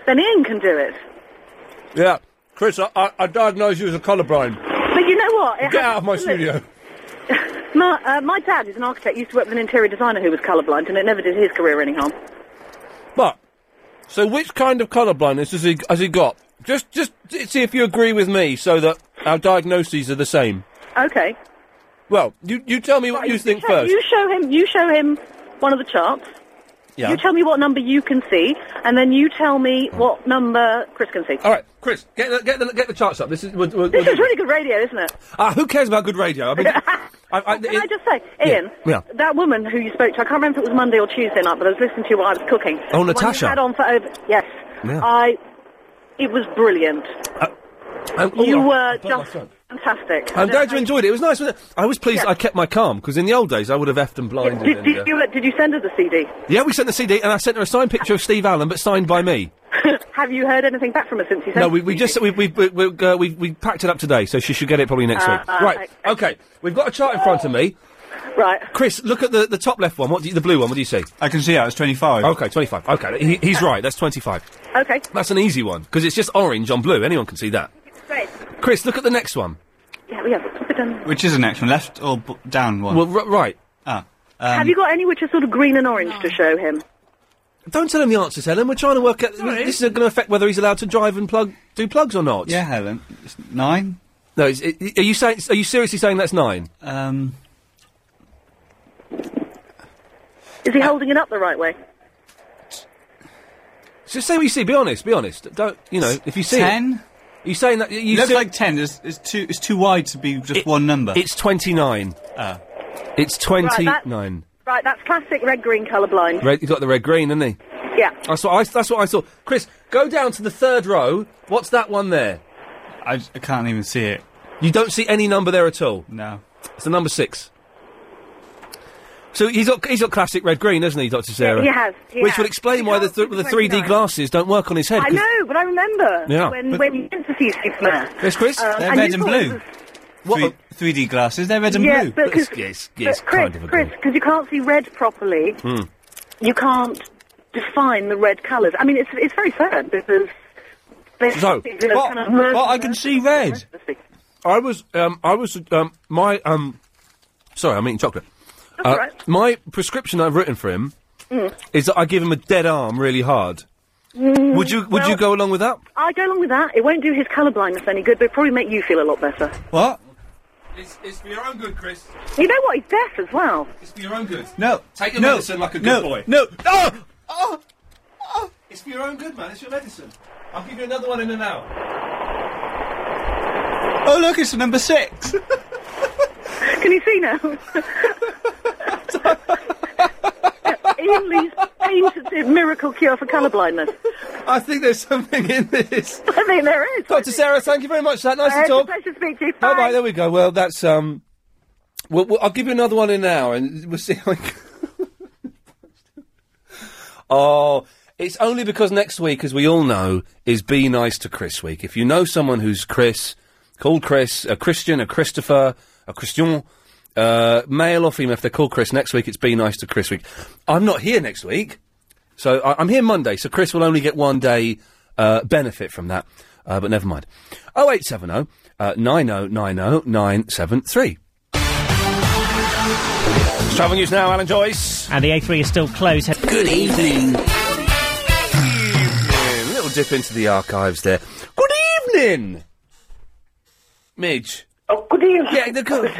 Speaker 31: then Ian can do it.
Speaker 12: Yeah. Chris, I, I, I diagnosed you as a colourblind.
Speaker 31: But you know what? It
Speaker 12: Get out
Speaker 31: has-
Speaker 12: of my
Speaker 31: look,
Speaker 12: studio.
Speaker 31: My, uh, my dad is an architect, used to work with an interior designer who was colourblind, and it never did his career any harm.
Speaker 12: But, so which kind of colourblindness has he, has he got? Just, just t- see if you agree with me so that our diagnoses are the same.
Speaker 31: Okay.
Speaker 12: Well, you, you tell me what
Speaker 31: Right,
Speaker 12: you think
Speaker 31: show,
Speaker 12: first.
Speaker 31: You show him. You show him one of the charts.
Speaker 12: yeah. Hmm.
Speaker 31: You tell me what number you can see, and then you tell me what number Chris can see.
Speaker 12: All right, Chris, get the, get the, get the charts up. This is, we're, we're,
Speaker 31: This is really good radio, isn't it?
Speaker 12: Ah, who cares about good radio? I mean, I, I,
Speaker 31: Oh, Can I just say, Ian,
Speaker 12: Yeah.
Speaker 31: that woman who you spoke to, I can't remember if it was Monday or Tuesday night, but I was listening to while I was cooking.
Speaker 12: Oh,
Speaker 31: The one you
Speaker 12: Natasha.
Speaker 31: had on for over. Yes.
Speaker 12: Yeah.
Speaker 31: I. It was brilliant.
Speaker 4: Um, oh,
Speaker 31: you uh,
Speaker 4: I-
Speaker 31: were just fantastic.
Speaker 4: I'm glad you enjoyed it. It was nice, wasn't it? I was pleased
Speaker 31: Yeah.
Speaker 4: I kept my calm, because in the old days I would have effed and blinded.
Speaker 31: Did,
Speaker 4: and,
Speaker 31: did,
Speaker 4: uh,
Speaker 31: you, did you send her the CD?
Speaker 4: yeah, we sent the CD, and I sent her a signed picture of Steve Allen, but signed by me.
Speaker 31: Have you heard anything back from her since you sent
Speaker 4: No, we, we just we we we, we, uh, we we packed it up today, so she should get it probably next
Speaker 31: Uh,
Speaker 4: week.
Speaker 31: uh,
Speaker 4: right, okay. We've got a chart in front of me.
Speaker 31: Right,
Speaker 4: Chris, look at the, the top left one. What do you, the blue one? What do you see? I can see that. It's twenty five. Okay, twenty five. Okay, he, he's right. That's twenty five.
Speaker 31: Okay.
Speaker 4: That's an easy one because it's just orange on blue. Anyone can see that.
Speaker 31: Great.
Speaker 4: Chris, look at the next one.
Speaker 31: Yeah, we have. Keep it down.
Speaker 3: Which is the next one, left or b- down one?
Speaker 4: Well, r- right.
Speaker 3: Ah.
Speaker 31: Have you got any which are sort of green and orange to show him?
Speaker 4: Don't tell him the answers, Helen. We're trying to work out. This is going to affect whether he's allowed to drive and plug do plugs or not. Yeah,
Speaker 3: Helen. It's nine.
Speaker 4: No, it's, it, are you saying? Are you seriously saying that's nine?
Speaker 3: Um.
Speaker 31: Is he holding it up the right way?
Speaker 4: Just say what you see. Be honest. Be honest. Don't you know? If you see it-
Speaker 3: Ten?
Speaker 4: Are you saying that y- you
Speaker 3: looks
Speaker 4: see-
Speaker 3: like ten. It's, it's too. It's too wide to be just one number. Ah.
Speaker 4: It's twenty nine. It's twenty nine.
Speaker 31: Right, that's classic red-green colourblind.
Speaker 4: Red, he's got the red green, hasn't he?
Speaker 31: Yeah.
Speaker 4: That's what I. That's what I saw. Chris, go down to the third row. What's that one there?
Speaker 3: I, I can't even see it.
Speaker 4: You don't see any number there at all.
Speaker 3: No.
Speaker 4: It's the number six. So he's got he's got classic red green, hasn't he, Doctor Sarah?
Speaker 31: he has, he
Speaker 4: Which
Speaker 31: has.
Speaker 4: would explain why the th- the three D
Speaker 31: 29.
Speaker 4: glasses don't work on his head.
Speaker 31: I
Speaker 4: 'cause-
Speaker 31: know, but I remember
Speaker 4: Yeah.
Speaker 31: when
Speaker 4: But-
Speaker 31: when you went to see Superman.
Speaker 4: Yes, Chris?
Speaker 31: Um,
Speaker 3: They're
Speaker 31: and
Speaker 3: red
Speaker 31: you
Speaker 3: and
Speaker 31: thought it
Speaker 3: blue.
Speaker 31: was-
Speaker 3: Three D glasses. They're red and
Speaker 31: yeah,
Speaker 3: blue.
Speaker 31: But cause, but Chris, Chris, because you can't see red properly,
Speaker 4: Hmm.
Speaker 31: you can't define the red colours. I mean, it's it's very sad because. there's-
Speaker 12: So,
Speaker 31: there's a kind of merging
Speaker 12: I can see red. I was, um, I was, um, my, um,
Speaker 4: Sorry, I'm eating chocolate. Uh,
Speaker 31: That's all right.
Speaker 4: My prescription I've written for him
Speaker 31: Mm.
Speaker 4: is that I give him a dead arm really hard.
Speaker 31: Mm,
Speaker 4: Would you Would
Speaker 31: well,
Speaker 4: you go along with that?
Speaker 31: I go along with that. It won't do his colour blindness any good, but it'll probably make you feel a lot better.
Speaker 3: What?
Speaker 4: It's, it's for your own good, Chris.
Speaker 31: You know what? He's deaf as well.
Speaker 4: It's for your own good.
Speaker 3: No.
Speaker 4: Take
Speaker 3: your No. medicine like a good No. boy. No.
Speaker 4: Oh! Oh! Oh! It's for your own good, man. It's your medicine. I'll give you another one in an hour.
Speaker 3: Oh look, it's number six.
Speaker 31: Can you see now? Ian Lee's patented miracle cure for colour blindness.
Speaker 4: I think there's something in this.
Speaker 31: I think there is.
Speaker 4: Dr. Sarah, thank you very much for that. Nice
Speaker 31: Uh,
Speaker 4: to
Speaker 31: it's a
Speaker 4: talk.
Speaker 31: pleasure to speak to you.
Speaker 4: Bye
Speaker 31: Bye.
Speaker 4: bye. There we go. Well, that's um. Well, well, I'll give you another one in an hour, and we'll see how. It goes. oh, it's only because next week, as we all know, is Be Nice to Chris week. If you know someone who's Chris, call Chris, a Christian, a Christopher, a Christian, uh, male or female. If they're called Chris next week, it's Be Nice to Chris week. I'm not here next week. So I- I'm here Monday, so Chris will only get one day uh, benefit from that. Uh, but never mind. 0870 uh, 9090 973. Travel news now, Alan Joyce.
Speaker 17: And the A3 is still closed.
Speaker 4: Good evening. A little dip into the archives there. Good evening, Midge.
Speaker 36: Oh, good evening.
Speaker 4: Yeah, the good,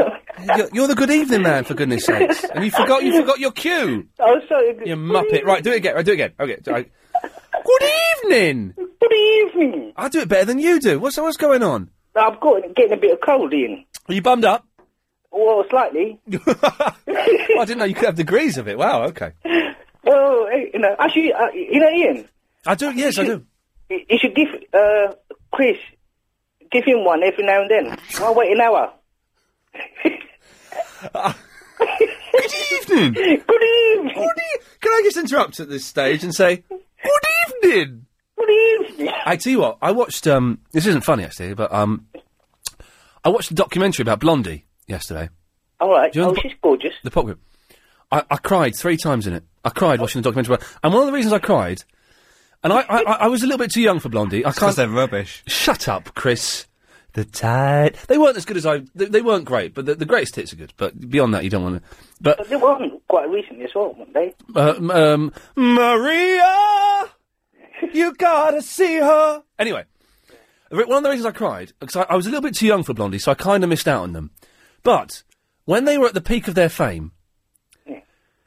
Speaker 4: you're, you're the good evening man, for goodness sakes. And you forgot you forgot your cue.
Speaker 36: Oh, sorry.
Speaker 4: You muppet. Right, do it again. Right, do it again. Okay. do- I- Good evening.
Speaker 36: Good evening.
Speaker 4: I do it better than you do. What's what's going on?
Speaker 36: I've got getting a bit of cold, Ian.
Speaker 4: Are you bummed up?
Speaker 36: Well, slightly.
Speaker 4: Oh, I didn't know you could have degrees of it. Wow. Okay.
Speaker 31: Oh,
Speaker 36: Well, eh, you know, actually, uh, you know, Ian.
Speaker 4: I do. Yes, I do.
Speaker 36: You you should give uh, Chris, give him one every now and then. Why wait an hour?
Speaker 4: Good evening. Good
Speaker 36: evening.
Speaker 4: Can I just interrupt at this stage and say good evening?
Speaker 36: Good evening.
Speaker 4: I tell you what. I watched. Um, this isn't funny actually, but um, I watched a documentary about Blondie yesterday.
Speaker 36: All right.
Speaker 4: Do you know
Speaker 36: oh,
Speaker 4: the po-
Speaker 36: she's gorgeous.
Speaker 4: The pop group. I, I cried three times in it. I cried watching the documentary, about- and one of the reasons I cried, and I, I, I- I was a little bit too young for Blondie. I can't. They're rubbish. Shut up, Chris. The tide. They weren't as good as I. They, they weren't great, but the, the greatest hits are good. But beyond that, you don't want to. But
Speaker 36: But they were on quite recently as well, weren't they?
Speaker 4: uh, m- um, Maria, you gotta see her. Anyway, the re- one of the reasons I cried because I, I was a little bit too young for Blondie, so I kind of missed out on them. But when they were at the peak of their fame,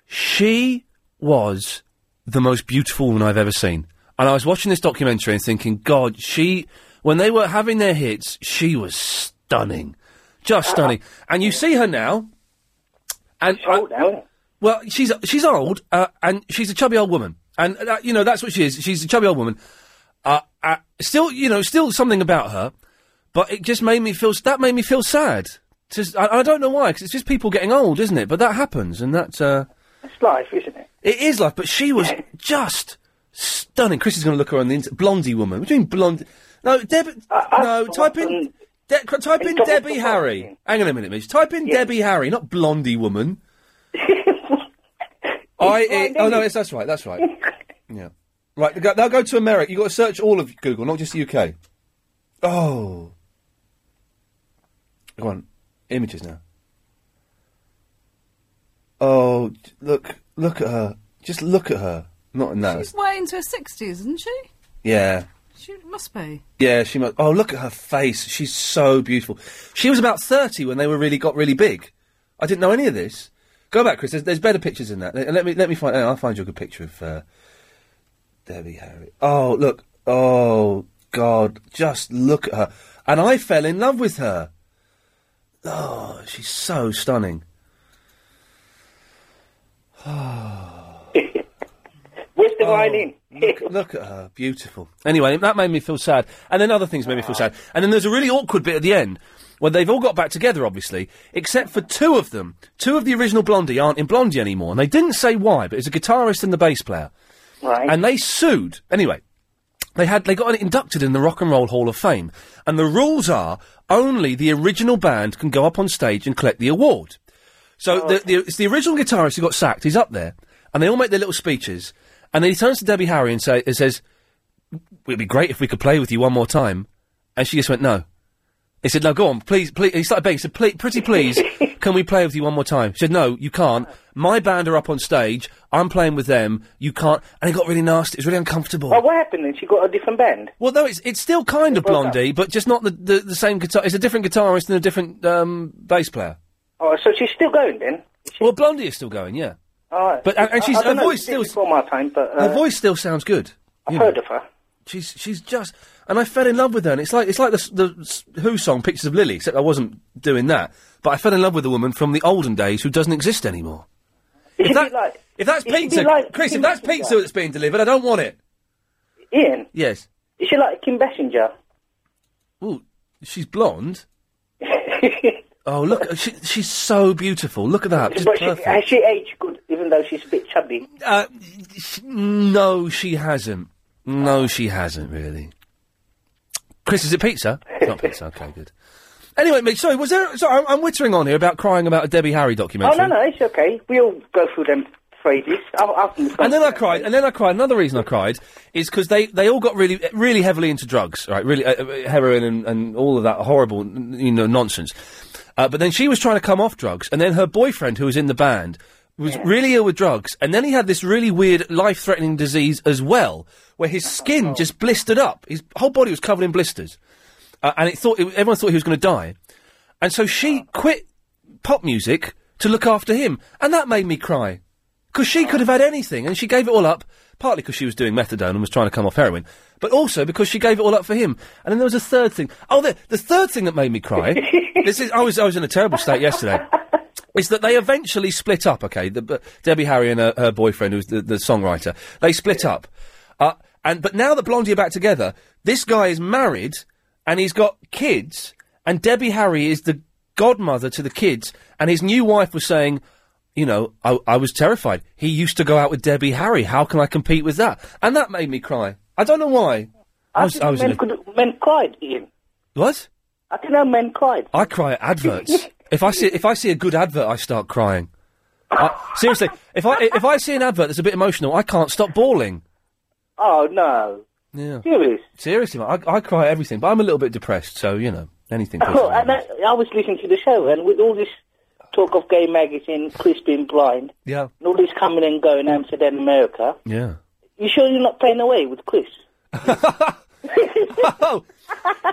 Speaker 4: she was the most beautiful woman I've ever seen. And I was watching this documentary and thinking, God, she, when they were having their hits, she was stunning. Just stunning. And you see her now. And
Speaker 36: old now.
Speaker 4: Well, she's, she's old, uh, and she's a chubby old woman. And, uh, you know, that's what she is. She's a chubby old woman. Uh, uh, still, you know, still something about her, but it just made me feel, that made me feel sad. Just, I, I don't know why, because it's just people getting old, isn't it? But that happens, and that, uh,
Speaker 36: It's life, isn't it?
Speaker 4: it is life, but she was just stunning. Chris is going to look her on the internet. Blondie woman. What do you mean blonde? No, Debbie. no, type in. De- cr- type in Debbie Harry. Hang on a minute, Mitch. Type in Debbie Harry, not blondie woman. I.
Speaker 12: It's
Speaker 4: oh no,
Speaker 12: blondie.
Speaker 4: it's, that's right. That's right. yeah. Right. Go, now go to America. You have got to search all of Google, not just the UK. Oh. Go on. Images now. Oh, j- look! Look at her. Just look at her. Not in that.
Speaker 9: She's way into her 60s, isn't she?
Speaker 4: Yeah.
Speaker 9: She must be.
Speaker 4: Yeah, she must. Oh, look at her face. She's so beautiful. She was about 30 when they were really got really big. I didn't know any of this. Go back, Chris. There's, there's better pictures than that. Let, let me let me find. I'll find you a good picture of uh, Debbie Harry. Oh, look. Oh God, just look at her. And I fell in love with her. Oh, she's so stunning. Oh.
Speaker 36: Where's the violin?
Speaker 4: look, look at her, beautiful. Anyway, that made me feel sad. And then other things made me feel sad. And then there's a really awkward bit at the end where they've all got back together, obviously, except for two of them. Two of the original Blondie aren't in Blondie anymore. And they didn't say why, but it's a guitarist and the bass player.
Speaker 36: Right.
Speaker 4: And they sued. Anyway, they had they got inducted in the Rock and Roll Hall of Fame, and the rules are only the original band can go up on stage and collect the award. So the, the, it's the original guitarist who got sacked. He's up there, and they all make their little speeches, and then he turns to Debbie Harry and, say, and says, "It'd be great if we could play with you one more time," and she just went, "No." He said, "No, go on, please, please." He started begging. He said, "Please, pretty please, can we play with you one more time?" She said, "No, you can't. My band are up on stage. I'm playing with them. You can't." And it got really nasty. It was really uncomfortable.
Speaker 36: Well, what happened then? She got a different band.
Speaker 4: Well, no, it's it's still kind of
Speaker 36: broke up.
Speaker 4: Blondie, but just not the, the, the same guitar. It's a different guitarist and a different um, bass player.
Speaker 36: Oh, so she's still going then?
Speaker 4: Well, Blondie is still going, yeah.
Speaker 36: All right.
Speaker 4: But and, and
Speaker 36: I-
Speaker 4: she's
Speaker 36: I don't
Speaker 4: her
Speaker 36: know,
Speaker 4: voice
Speaker 36: it's
Speaker 4: still.
Speaker 36: Before my time, but uh,
Speaker 4: her voice still sounds good.
Speaker 36: I've
Speaker 4: you know.
Speaker 36: heard of her.
Speaker 4: She's she's just, and I fell in love with her. And it's like it's like the s- the s- Who song "Pictures of Lily," except I wasn't doing that. But I fell in love with a woman from the olden days who doesn't exist anymore. If, that- if that's
Speaker 14: it should be
Speaker 4: pizza,
Speaker 14: like
Speaker 4: Chris, if
Speaker 14: Kim
Speaker 4: that's
Speaker 14: Basinger.
Speaker 4: pizza that's being delivered, I don't want it.
Speaker 14: Ian,
Speaker 4: Yes.
Speaker 14: is she like Kim Bessinger?
Speaker 4: Ooh, she's blonde. oh, look, she, she's so beautiful. Look at that. Just
Speaker 14: But she,
Speaker 4: perfect.
Speaker 14: has she aged good, even though she's a bit chubby?
Speaker 4: Uh, sh- no, she hasn't. No, she hasn't really. Chris, is it pizza? It's Not pizza. Okay, good. Anyway, mate, sorry, was there? Sorry, I'm, I'm whittering on here about crying about a Debbie Harry
Speaker 14: Oh,
Speaker 4: documentary.
Speaker 14: no, no, it's okay. We all go through them phrases. I'll, I'll
Speaker 4: And then I cried. And then I cried. Another reason I cried is because they, they all got really really heavily into drugs, right? Really uh, uh, heroin and, and all of that horrible n- you know nonsense. Uh, but then she was trying to come off drugs, and then her boyfriend, who was in the band, was really ill with drugs, and then he had this really weird life threatening disease as well, where his skin just blistered up. His whole body was covered in blisters, uh, and it thought it, everyone thought he was going to die, and so she quit pop music to look after him, and that made me cry. Because she could have had anything, and she gave it all up, partly because she was doing methadone and was trying to come off heroin, but also because she gave it all up for him. And then there was a third thing. Oh, the, the third thing that made me cry. this is I was I was in a terrible state yesterday. Is that they eventually split up? Okay, the, but Debbie Harry and her, her boyfriend, who's the, the songwriter, they split up. Uh, and but now that Blondie are back together, this guy is married and he's got kids, and Debbie Harry is the godmother to the kids, and his new wife was saying, you know, I, I was terrified. He used to go out with Debbie Harry. How can I compete with that? And that made me cry. I don't know why. I was, I was in
Speaker 14: men,
Speaker 4: a-
Speaker 14: could, men cried, Ian.
Speaker 4: what?
Speaker 14: I didn't know men cried.
Speaker 4: I cry at adverts. if I see if I see a good advert, I start crying. I, seriously, if I if I see an advert that's a bit emotional, I can't stop bawling.
Speaker 14: Oh, no.
Speaker 4: Yeah.
Speaker 14: Serious?
Speaker 4: Seriously, man, I, I cry at everything, but I'm a little bit depressed, so you know anything. puts
Speaker 14: Oh,
Speaker 4: me-
Speaker 14: and I, I was listening to the show, and with all this talk of gay magazine, Chris being blind,
Speaker 4: yeah,
Speaker 14: and all this coming and going Amsterdam, America,
Speaker 4: yeah.
Speaker 14: you sure you're not playing away with Chris?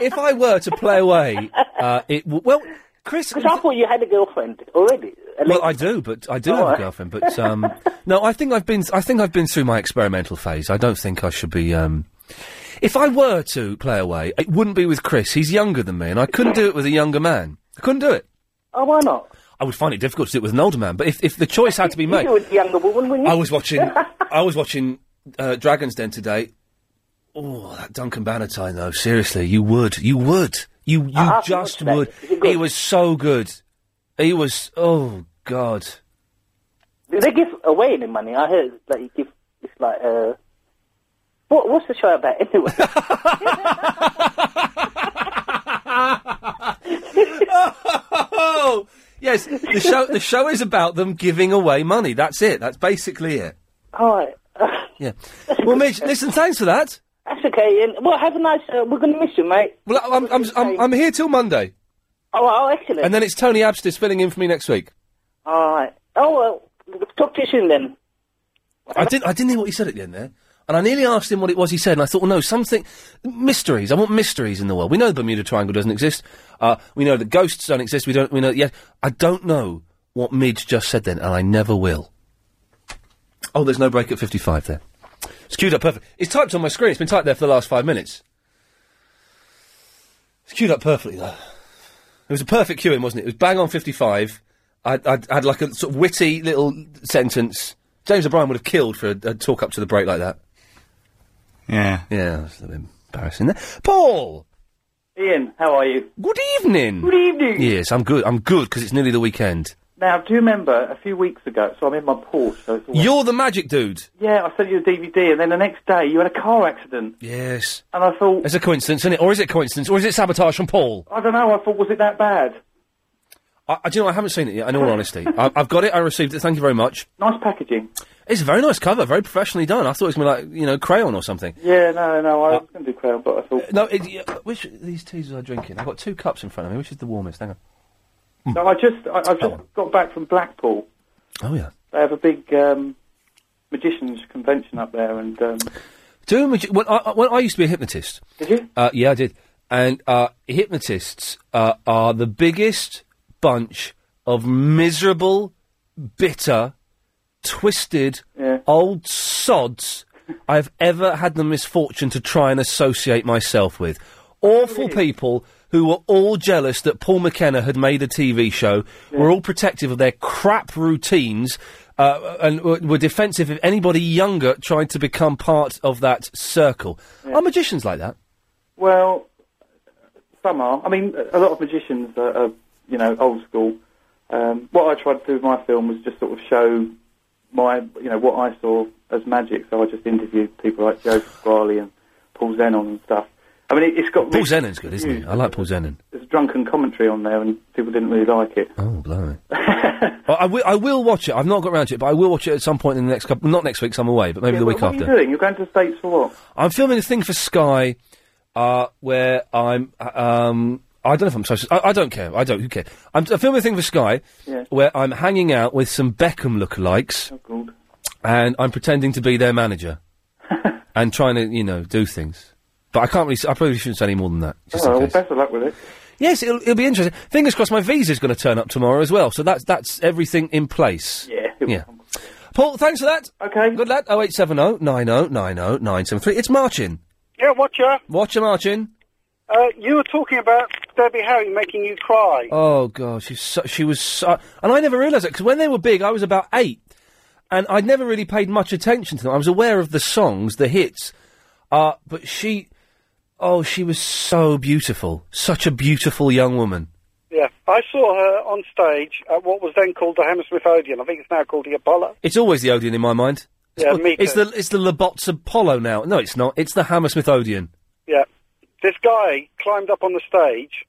Speaker 4: if I were to play away, uh, it w- well, Chris.
Speaker 14: Because I thought you had a girlfriend already.
Speaker 4: Well, I do, but I do
Speaker 14: Oh,
Speaker 4: have a
Speaker 14: right.
Speaker 4: girlfriend. But um, no, I think I've been. I think I've been through my experimental phase. I don't think I should be. Um, if I were to play away, it wouldn't be with Chris. He's younger than me, and I couldn't do it with a younger man. I couldn't do it.
Speaker 14: Oh, why not?
Speaker 4: I would find it difficult to do it with an older man. But if, if the choice had to be made,
Speaker 14: You were a younger woman, weren't you?
Speaker 4: I was watching. I was watching uh, Dragons Den today. Oh, that Duncan Banner time though. Seriously, you would, you would, you you
Speaker 14: I have to
Speaker 4: just
Speaker 14: watch that.
Speaker 4: would. He was so good. He was. Oh God.
Speaker 14: Do they give away any money? I heard that you give. It's like uh, what what's the show about anyway?
Speaker 4: oh, yes, the show. The show is about them giving away money. That's it. That's basically it.
Speaker 14: All right,
Speaker 4: Yeah. Well, Midge, listen. Thanks for that.
Speaker 14: that's okay. And well, have a nice. Uh, we're going to miss you, mate.
Speaker 4: Well, I'm I'm I'm, I'm here till Monday,
Speaker 14: Oh, oh, excellent.
Speaker 4: and then it's Tony Abstis filling in for me next week.
Speaker 14: all right. Oh well, talk to you soon then.
Speaker 4: I didn't. I didn't hear what he said at the end there, and I nearly asked him what it was he said, and I thought, well, no, something mysteries. I want mysteries in the world. We know the Bermuda Triangle doesn't exist. Uh, we know that ghosts don't exist. We don't. We know. Yeah, I don't know what Midge just said then, and I never will. Oh, there's no break at fifty-five there. It's queued up perfect. It's typed on my screen. It's been typed there for the last five minutes. It's queued up perfectly though. It was a perfect queuing, wasn't it? It was bang on 55. I, I had like a sort of witty little sentence. James O'Brien would have killed for a, a talk up to the break like that.
Speaker 3: Yeah.
Speaker 4: Yeah, that's a bit embarrassing there. Paul!
Speaker 38: Ian, how are you?
Speaker 4: Good evening!
Speaker 38: Good evening.
Speaker 4: Yes, I'm good. I'm good because it's nearly the weekend.
Speaker 38: Now, do you remember a few weeks ago? So I'm in my Porsche. So it's all
Speaker 4: You're the magic dude.
Speaker 38: yeah, I sent you the DVD, and then the next day you had a car accident,
Speaker 4: Yes.
Speaker 38: and I thought,
Speaker 4: It's a coincidence, isn't it? Or is it coincidence? Or is it sabotage from Paul?
Speaker 38: I don't know. I thought, was it that bad?
Speaker 4: I, I, do you know, I haven't seen it yet, in all honesty. I, I've got it. I received it. Thank you very much.
Speaker 38: Nice packaging.
Speaker 4: It's a very nice cover. Very professionally done. I thought it was going to be like, you know, crayon or something.
Speaker 38: Yeah, no, no. I was going to do Crown, but I thought,
Speaker 4: Uh, No, it, yeah, uh, which of these teas was I drinking? I've got two cups in front of me. Which is the warmest? Hang on.
Speaker 38: no. I just, I, I've just got back from Blackpool.
Speaker 4: Oh yeah.
Speaker 38: They have a big um, magicians convention up there, and um,
Speaker 4: Do magi- when I, I- when I used to be a hypnotist.
Speaker 38: Did you?
Speaker 4: Uh, yeah, I did. And uh, hypnotists uh, are the biggest bunch of miserable, bitter, twisted, old sods I've ever had the misfortune to try and associate myself with. Awful people who were all jealous that Paul McKenna had made a TV show, were all protective of their crap routines, uh, and were, were defensive if anybody younger tried to become part of that circle. Are magicians like that?
Speaker 38: Well, some are. I mean, a lot of magicians are, are you know, old school. Um, what I tried to do with my film was just sort of show my, you know, what I saw as magic. So I just interviewed people like Joe Pasquale and Paul Zenon and stuff. I mean, it, it's got
Speaker 4: Paul Zenon's good, isn't he? I like Paul Zenon.
Speaker 38: There's drunken commentary on there, and people didn't really like it.
Speaker 4: Oh, blimey. well, I, will, I will watch it. I've not got round to it, but I will watch it at some point in the next couple. Not next week, 'cause I'm away, but maybe
Speaker 38: Yeah,
Speaker 4: the
Speaker 38: what,
Speaker 4: week
Speaker 38: what
Speaker 4: after.
Speaker 38: What are you doing? You're going to the States for what?
Speaker 4: I'm filming a thing for Sky, uh, where I'm. uh, Um, I don't know if I'm social. I, I don't care. I don't. Who cares? I'm, I'm filming a thing for Sky,
Speaker 38: Yeah. Oh,
Speaker 4: where I'm hanging out with some Beckham lookalikes, and I'm pretending to be their manager, and trying to you know do things. But I can't really. s- I probably shouldn't say any more than that. Just in
Speaker 38: oh, well,
Speaker 4: case.
Speaker 38: best of luck with it.
Speaker 4: Yes, it'll, it'll be interesting. Fingers crossed, my visa's going to turn up tomorrow as well. So that's that's everything in place.
Speaker 38: Yeah.
Speaker 4: Yeah. Paul, thanks for that.
Speaker 38: Okay.
Speaker 4: Good lad. 0870 90 90 973. It's Martin.
Speaker 39: Yeah, watcher.
Speaker 4: Watcher Martin.
Speaker 39: Uh, you were talking about Debbie Harry making you cry.
Speaker 4: Oh god, she's so, she was so, and I never realised it because when they were big, I was about eight, and I'd never really paid much attention to them. I was aware of the songs, the hits, uh, but she, oh, she was so beautiful, such a beautiful young woman.
Speaker 39: Yeah, I saw her on stage at what was then called the Hammersmith Odeon. I think it's now called the Apollo.
Speaker 4: It's always the Odeon in my mind. It's,
Speaker 39: Yeah,
Speaker 4: called-
Speaker 39: me
Speaker 4: it's
Speaker 39: too.
Speaker 4: the it's the Labots Apollo now. No, it's not. It's the Hammersmith Odeon.
Speaker 39: Yeah, this guy climbed up on the stage,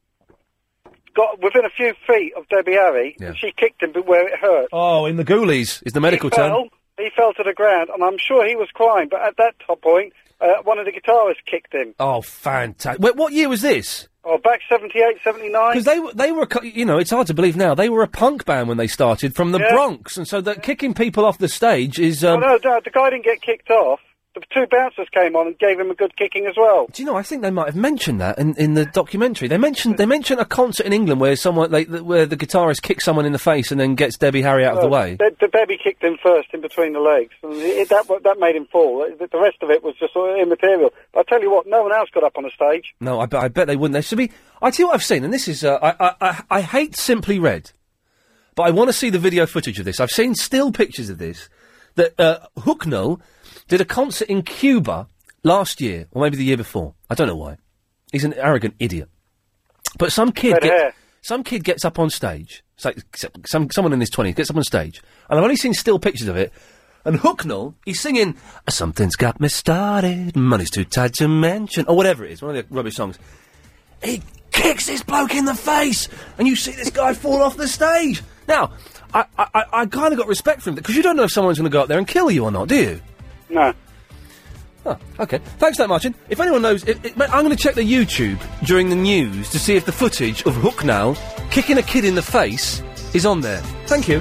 Speaker 39: got within a few feet of Debbie Harry,
Speaker 4: Yeah.
Speaker 39: and she kicked him but where it hurt.
Speaker 4: Oh, in the Ghoulies is the medical
Speaker 39: he
Speaker 4: term.
Speaker 39: fell, he fell to the ground, and I'm sure he was crying. But at that top point, uh, one of the guitarists kicked him.
Speaker 4: Oh, fantastic! Wait, what year was this?
Speaker 39: Oh, back 78, 79.
Speaker 4: Because they were, they were, a cu- you know, it's hard to believe now. They were a punk band when they started from the
Speaker 39: Yeah.
Speaker 4: Bronx, and so that kicking people off the stage is. Um,
Speaker 39: oh, no, no, the guy didn't get kicked off. The two bouncers came on and gave him a good kicking as well.
Speaker 4: Do you know? I think they might have mentioned that in, in the documentary. They mentioned they mentioned a concert in England where someone they, th- where the guitarist kicks someone in the face and then gets Debbie Harry out of the way.
Speaker 39: The, the baby kicked him first in between the legs, and it, that wa- that made him fall. The, the rest of it was just sort of immaterial. But I tell you what, no one else got up on the stage.
Speaker 4: No, I bet I bet they wouldn't. There should be. I tell you what I've seen, and this is uh, I, I I I hate Simply Red, but I want to see the video footage of this. I've seen still pictures of this. That uh, Hucknall did a concert in Cuba last year, or maybe the year before. I don't know why. He's an arrogant idiot. But some kid
Speaker 39: Red
Speaker 4: get,
Speaker 39: hair.
Speaker 4: some kid gets up on stage. It's like s- some someone in his twenties gets up on stage, and I've only seen still pictures of it. And Hucknall, he's singing "Something's Got Me Started," "Money's Too Tight to Mention," or whatever it is, one of the rubbish songs. He kicks this bloke in the face, and you see this guy fall off the stage. Now, I I, I, I kind of got respect for him because you don't know if someone's going to go up there and kill you or not, do you?
Speaker 39: No.
Speaker 4: Oh, okay. Thanks, for that Martin. If anyone knows, it, it, mate, I'm going to check the YouTube during the news to see if the footage of Hooknow kicking a kid in the face is on there. Thank you.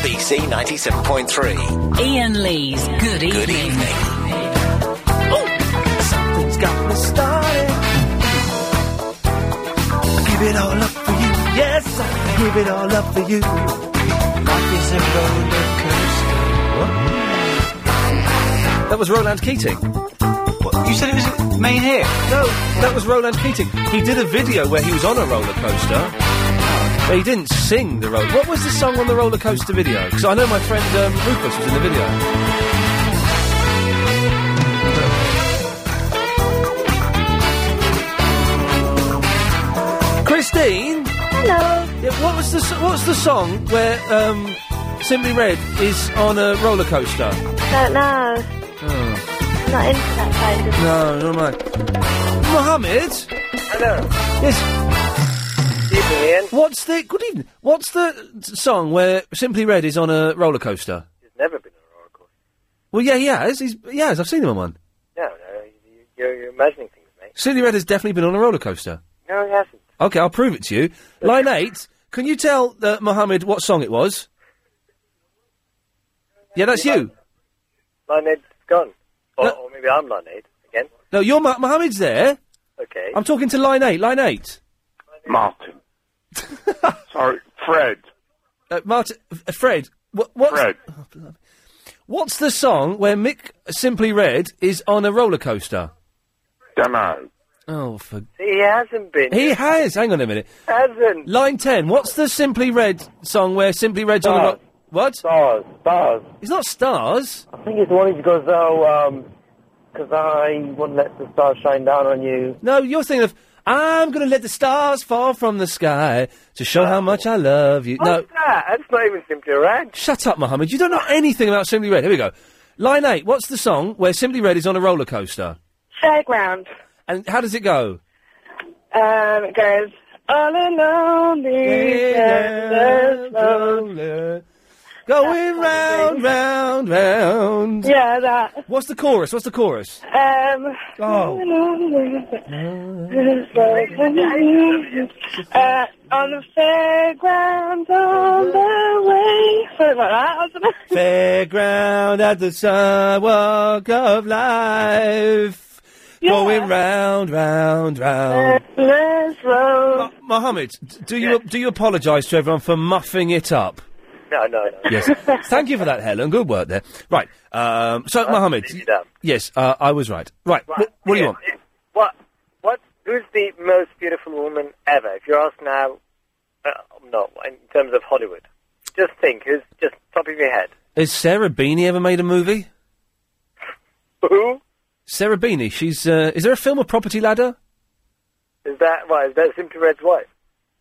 Speaker 1: LBC 97.3.
Speaker 5: Ian Lee's Good Evening.
Speaker 1: Good evening.
Speaker 5: Something's got me started. Give it all up for you. Yes, I give it all up for you. Life is a roller coaster.
Speaker 4: That was Roland Keating. What? You said it was main here? No, that was Roland Keating. He did a video where he was on a roller coaster. But he didn't sing the roller. What was the song on the roller coaster video? Because I know my friend um, Rufus was in the video. Christine. Hello. Yeah, what was the s- What's the song where um, Simply Red is on a roller coaster?
Speaker 23: Don't know.
Speaker 4: Oh.
Speaker 23: I'm not into that kind of.
Speaker 4: No, no, mate. Mohammed? Hello. Yes. Evening, What's the. Good evening. What's the s- song where Simply Red is on a roller coaster?
Speaker 24: He's never been on
Speaker 4: Well, yeah, he has. He's, he has. I've seen him on one.
Speaker 24: No, no, you, you're, you're imagining things, mate.
Speaker 4: Simply Red has definitely been on a roller coaster.
Speaker 24: No, he hasn't.
Speaker 4: Okay, I'll prove it to you. Line 8, can you tell uh, Mohammed what song it was? Yeah, that's you.
Speaker 24: Line 8's gone. Or, or maybe I'm Line 8 again.
Speaker 4: No, you're Mo- Mohammed's there.
Speaker 24: Okay.
Speaker 4: I'm talking to Line 8. Line 8.
Speaker 40: Martin. Sorry, Fred.
Speaker 4: Uh, Martin, uh, Fred, what, what's, Fred. what's the song where Mick Simply Red is on a roller coaster?
Speaker 40: Dunno.
Speaker 4: Oh, for
Speaker 24: He hasn't been.
Speaker 4: he has. Hang on a minute.
Speaker 24: Hasn't.
Speaker 4: Line ten. What's the Simply Red song where Simply Red's on the
Speaker 24: Stars.
Speaker 4: rock? What?
Speaker 24: Stars. Stars.
Speaker 4: It's not stars.
Speaker 24: I think it's the one who goes, oh, um 'cause I wouldn't let the stars shine down on you.
Speaker 4: No, you're thinking of. I'm gonna let the stars fall from the sky to show how much I love you.
Speaker 40: Oh,
Speaker 4: No,
Speaker 24: What's that? That's not even Simply Red.
Speaker 4: shut up, Mohammed. You don't know anything about Simply Red. Here we go. Line eight. What's the song where Simply Red is on a roller coaster?
Speaker 24: Fairground.
Speaker 4: And how does it go?
Speaker 24: Um, it goes, all alone,
Speaker 4: and Going round, round, round.
Speaker 24: Yeah, that.
Speaker 4: What's the chorus? What's the chorus?
Speaker 24: Um,
Speaker 4: Oh.
Speaker 24: uh, on the fairground, on the way, something like that. I don't know.
Speaker 4: Fairground at the sidewalk of life. Going round, round, round.
Speaker 24: Let's roll.
Speaker 4: Mohammed, d- do you do you apologise to everyone for muffing it up?
Speaker 24: No, no, no.
Speaker 4: Yes. Thank you for that, Helen. Good work there. Right. Um, so, Mohammed. Yes, uh, I was right. Right. wh- What, do you want?
Speaker 24: What? What? Who's the most beautiful woman ever? If you're asked now, uh, no, in terms of Hollywood, just think. Who's just top of your head?
Speaker 4: Has Sarah Beanie ever made a movie?
Speaker 24: Who
Speaker 4: Sarah Beanie. She's. Uh, is there a film of Property Ladder?
Speaker 24: is that? Why is that Simply Red's wife?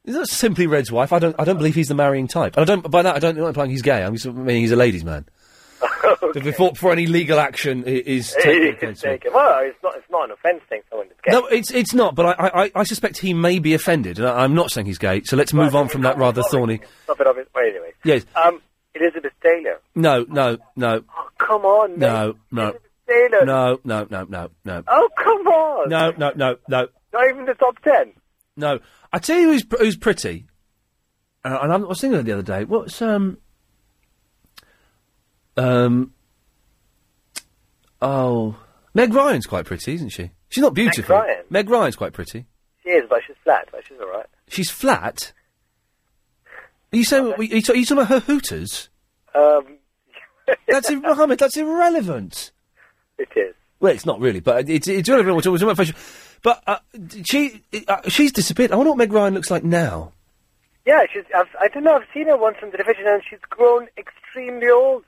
Speaker 4: Is that simply Red's wife? I don't. I don't believe he's the marrying type. And I don't. By that, I don't. I'm not implying he's gay. I'm just meaning he's a ladies' man. But before, before any legal action i- is taken against him.
Speaker 24: Take it. Well, it's not. It's not an offence thing. Someone is gay.
Speaker 4: No, it's it's not. But I, I, I- I suspect he may be offended, and I, I'm not saying he's gay. So let's move on from that rather thorny.
Speaker 24: Stop it. Off it. Well, anyway.
Speaker 4: Yes.
Speaker 24: Um, Elizabeth Taylor.
Speaker 4: No. No. No.
Speaker 24: Come on. mate.
Speaker 4: No. No.
Speaker 24: Taylor.
Speaker 4: No. No. No. No. No.
Speaker 24: Oh, come on.
Speaker 4: No. No. No. No.
Speaker 24: Not even the top ten.
Speaker 4: No. I tell you who's pr- who's pretty. Uh, and I'm- I was thinking of it the other day. What's um um oh Meg Ryan's quite pretty, isn't she? She's not beautiful.
Speaker 24: Ryan?
Speaker 4: Meg Ryan's quite pretty.
Speaker 24: She is, but she's flat. But she's all right.
Speaker 4: She's flat. Are you saying? Are you, ta- are you talking about her hooters?
Speaker 24: Um,
Speaker 4: That's ir- Mohammed. That's irrelevant.
Speaker 24: it is.
Speaker 4: Well, it's not really, but it's it's irrelevant. We're talking about fashion. But uh, d- she uh, she's disappeared. I wonder what Meg Ryan looks like now.
Speaker 24: Yeah, she's. I've, I don't know. I've seen her once on television, and she's grown extremely old,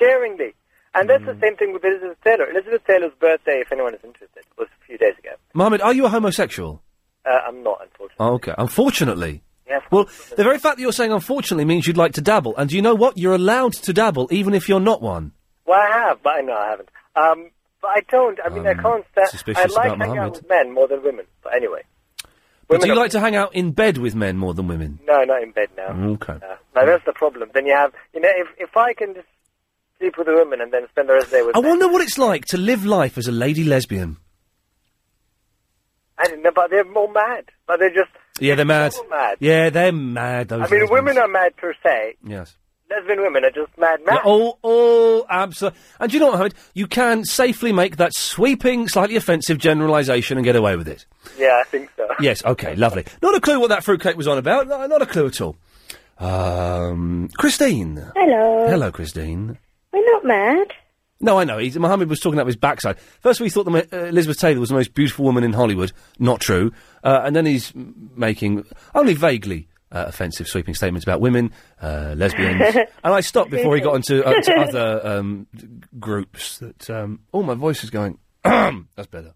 Speaker 24: scaringly. And that's
Speaker 4: Mm.
Speaker 24: the same thing with Elizabeth Taylor. Elizabeth Taylor's birthday, if anyone is interested, was a few days ago.
Speaker 4: Mohammed, are you a homosexual?
Speaker 24: Uh, I'm not, unfortunately.
Speaker 4: Oh, okay. Unfortunately.
Speaker 24: Yes.
Speaker 4: Well, the very fact that you're saying unfortunately means you'd like to dabble, and do you know what? You're allowed to dabble even if you're not one.
Speaker 24: Well, I have, but I know I haven't. Um, but I don't. I mean, I can't stand.
Speaker 4: Um, suspicious
Speaker 24: I like
Speaker 4: about
Speaker 24: hanging out
Speaker 4: Mohammed.
Speaker 24: with men more than women. But anyway,
Speaker 4: But do
Speaker 24: Women
Speaker 4: you
Speaker 24: are-
Speaker 4: like to hang out in bed with men more than women?
Speaker 24: no, not in bed now.
Speaker 4: Okay.
Speaker 24: No. No, that's the problem. Then you have, you know, if if I can just sleep with a woman and then spend the rest of the day with,
Speaker 4: I
Speaker 24: men,
Speaker 4: wonder what it's like to live life as a lady lesbian.
Speaker 24: I don't know. But they're more mad. But they're just.
Speaker 4: Yeah, they're mad.
Speaker 24: so mad.
Speaker 4: Yeah, they're mad. Those
Speaker 24: I mean,
Speaker 4: lesbians.
Speaker 24: women are mad per se.
Speaker 4: Yes.
Speaker 24: Lesbian women are just mad, mad.
Speaker 4: Yeah, all, all absolutely. And do you know what, Mohammed? You can safely make that sweeping, slightly offensive generalisation and get away with it.
Speaker 24: Yeah, I think so.
Speaker 4: Yes, okay, lovely. Not a clue what that fruitcake was on about. no- Not a clue at all. Um,
Speaker 24: Uh,
Speaker 4: Christine.
Speaker 23: Hello.
Speaker 4: Hello, Christine.
Speaker 23: We're not mad.
Speaker 4: No, I know. He's, Mohammed was talking about his backside. First, we thought that Ma- uh, Elizabeth Taylor was the most beautiful woman in Hollywood. Not true. Uh, and then he's m- making only vaguely uh, offensive, sweeping statements about women, uh, lesbians. and I stopped before he got into uh, to other um, d- groups that. Um, oh, my voice is going. That's better.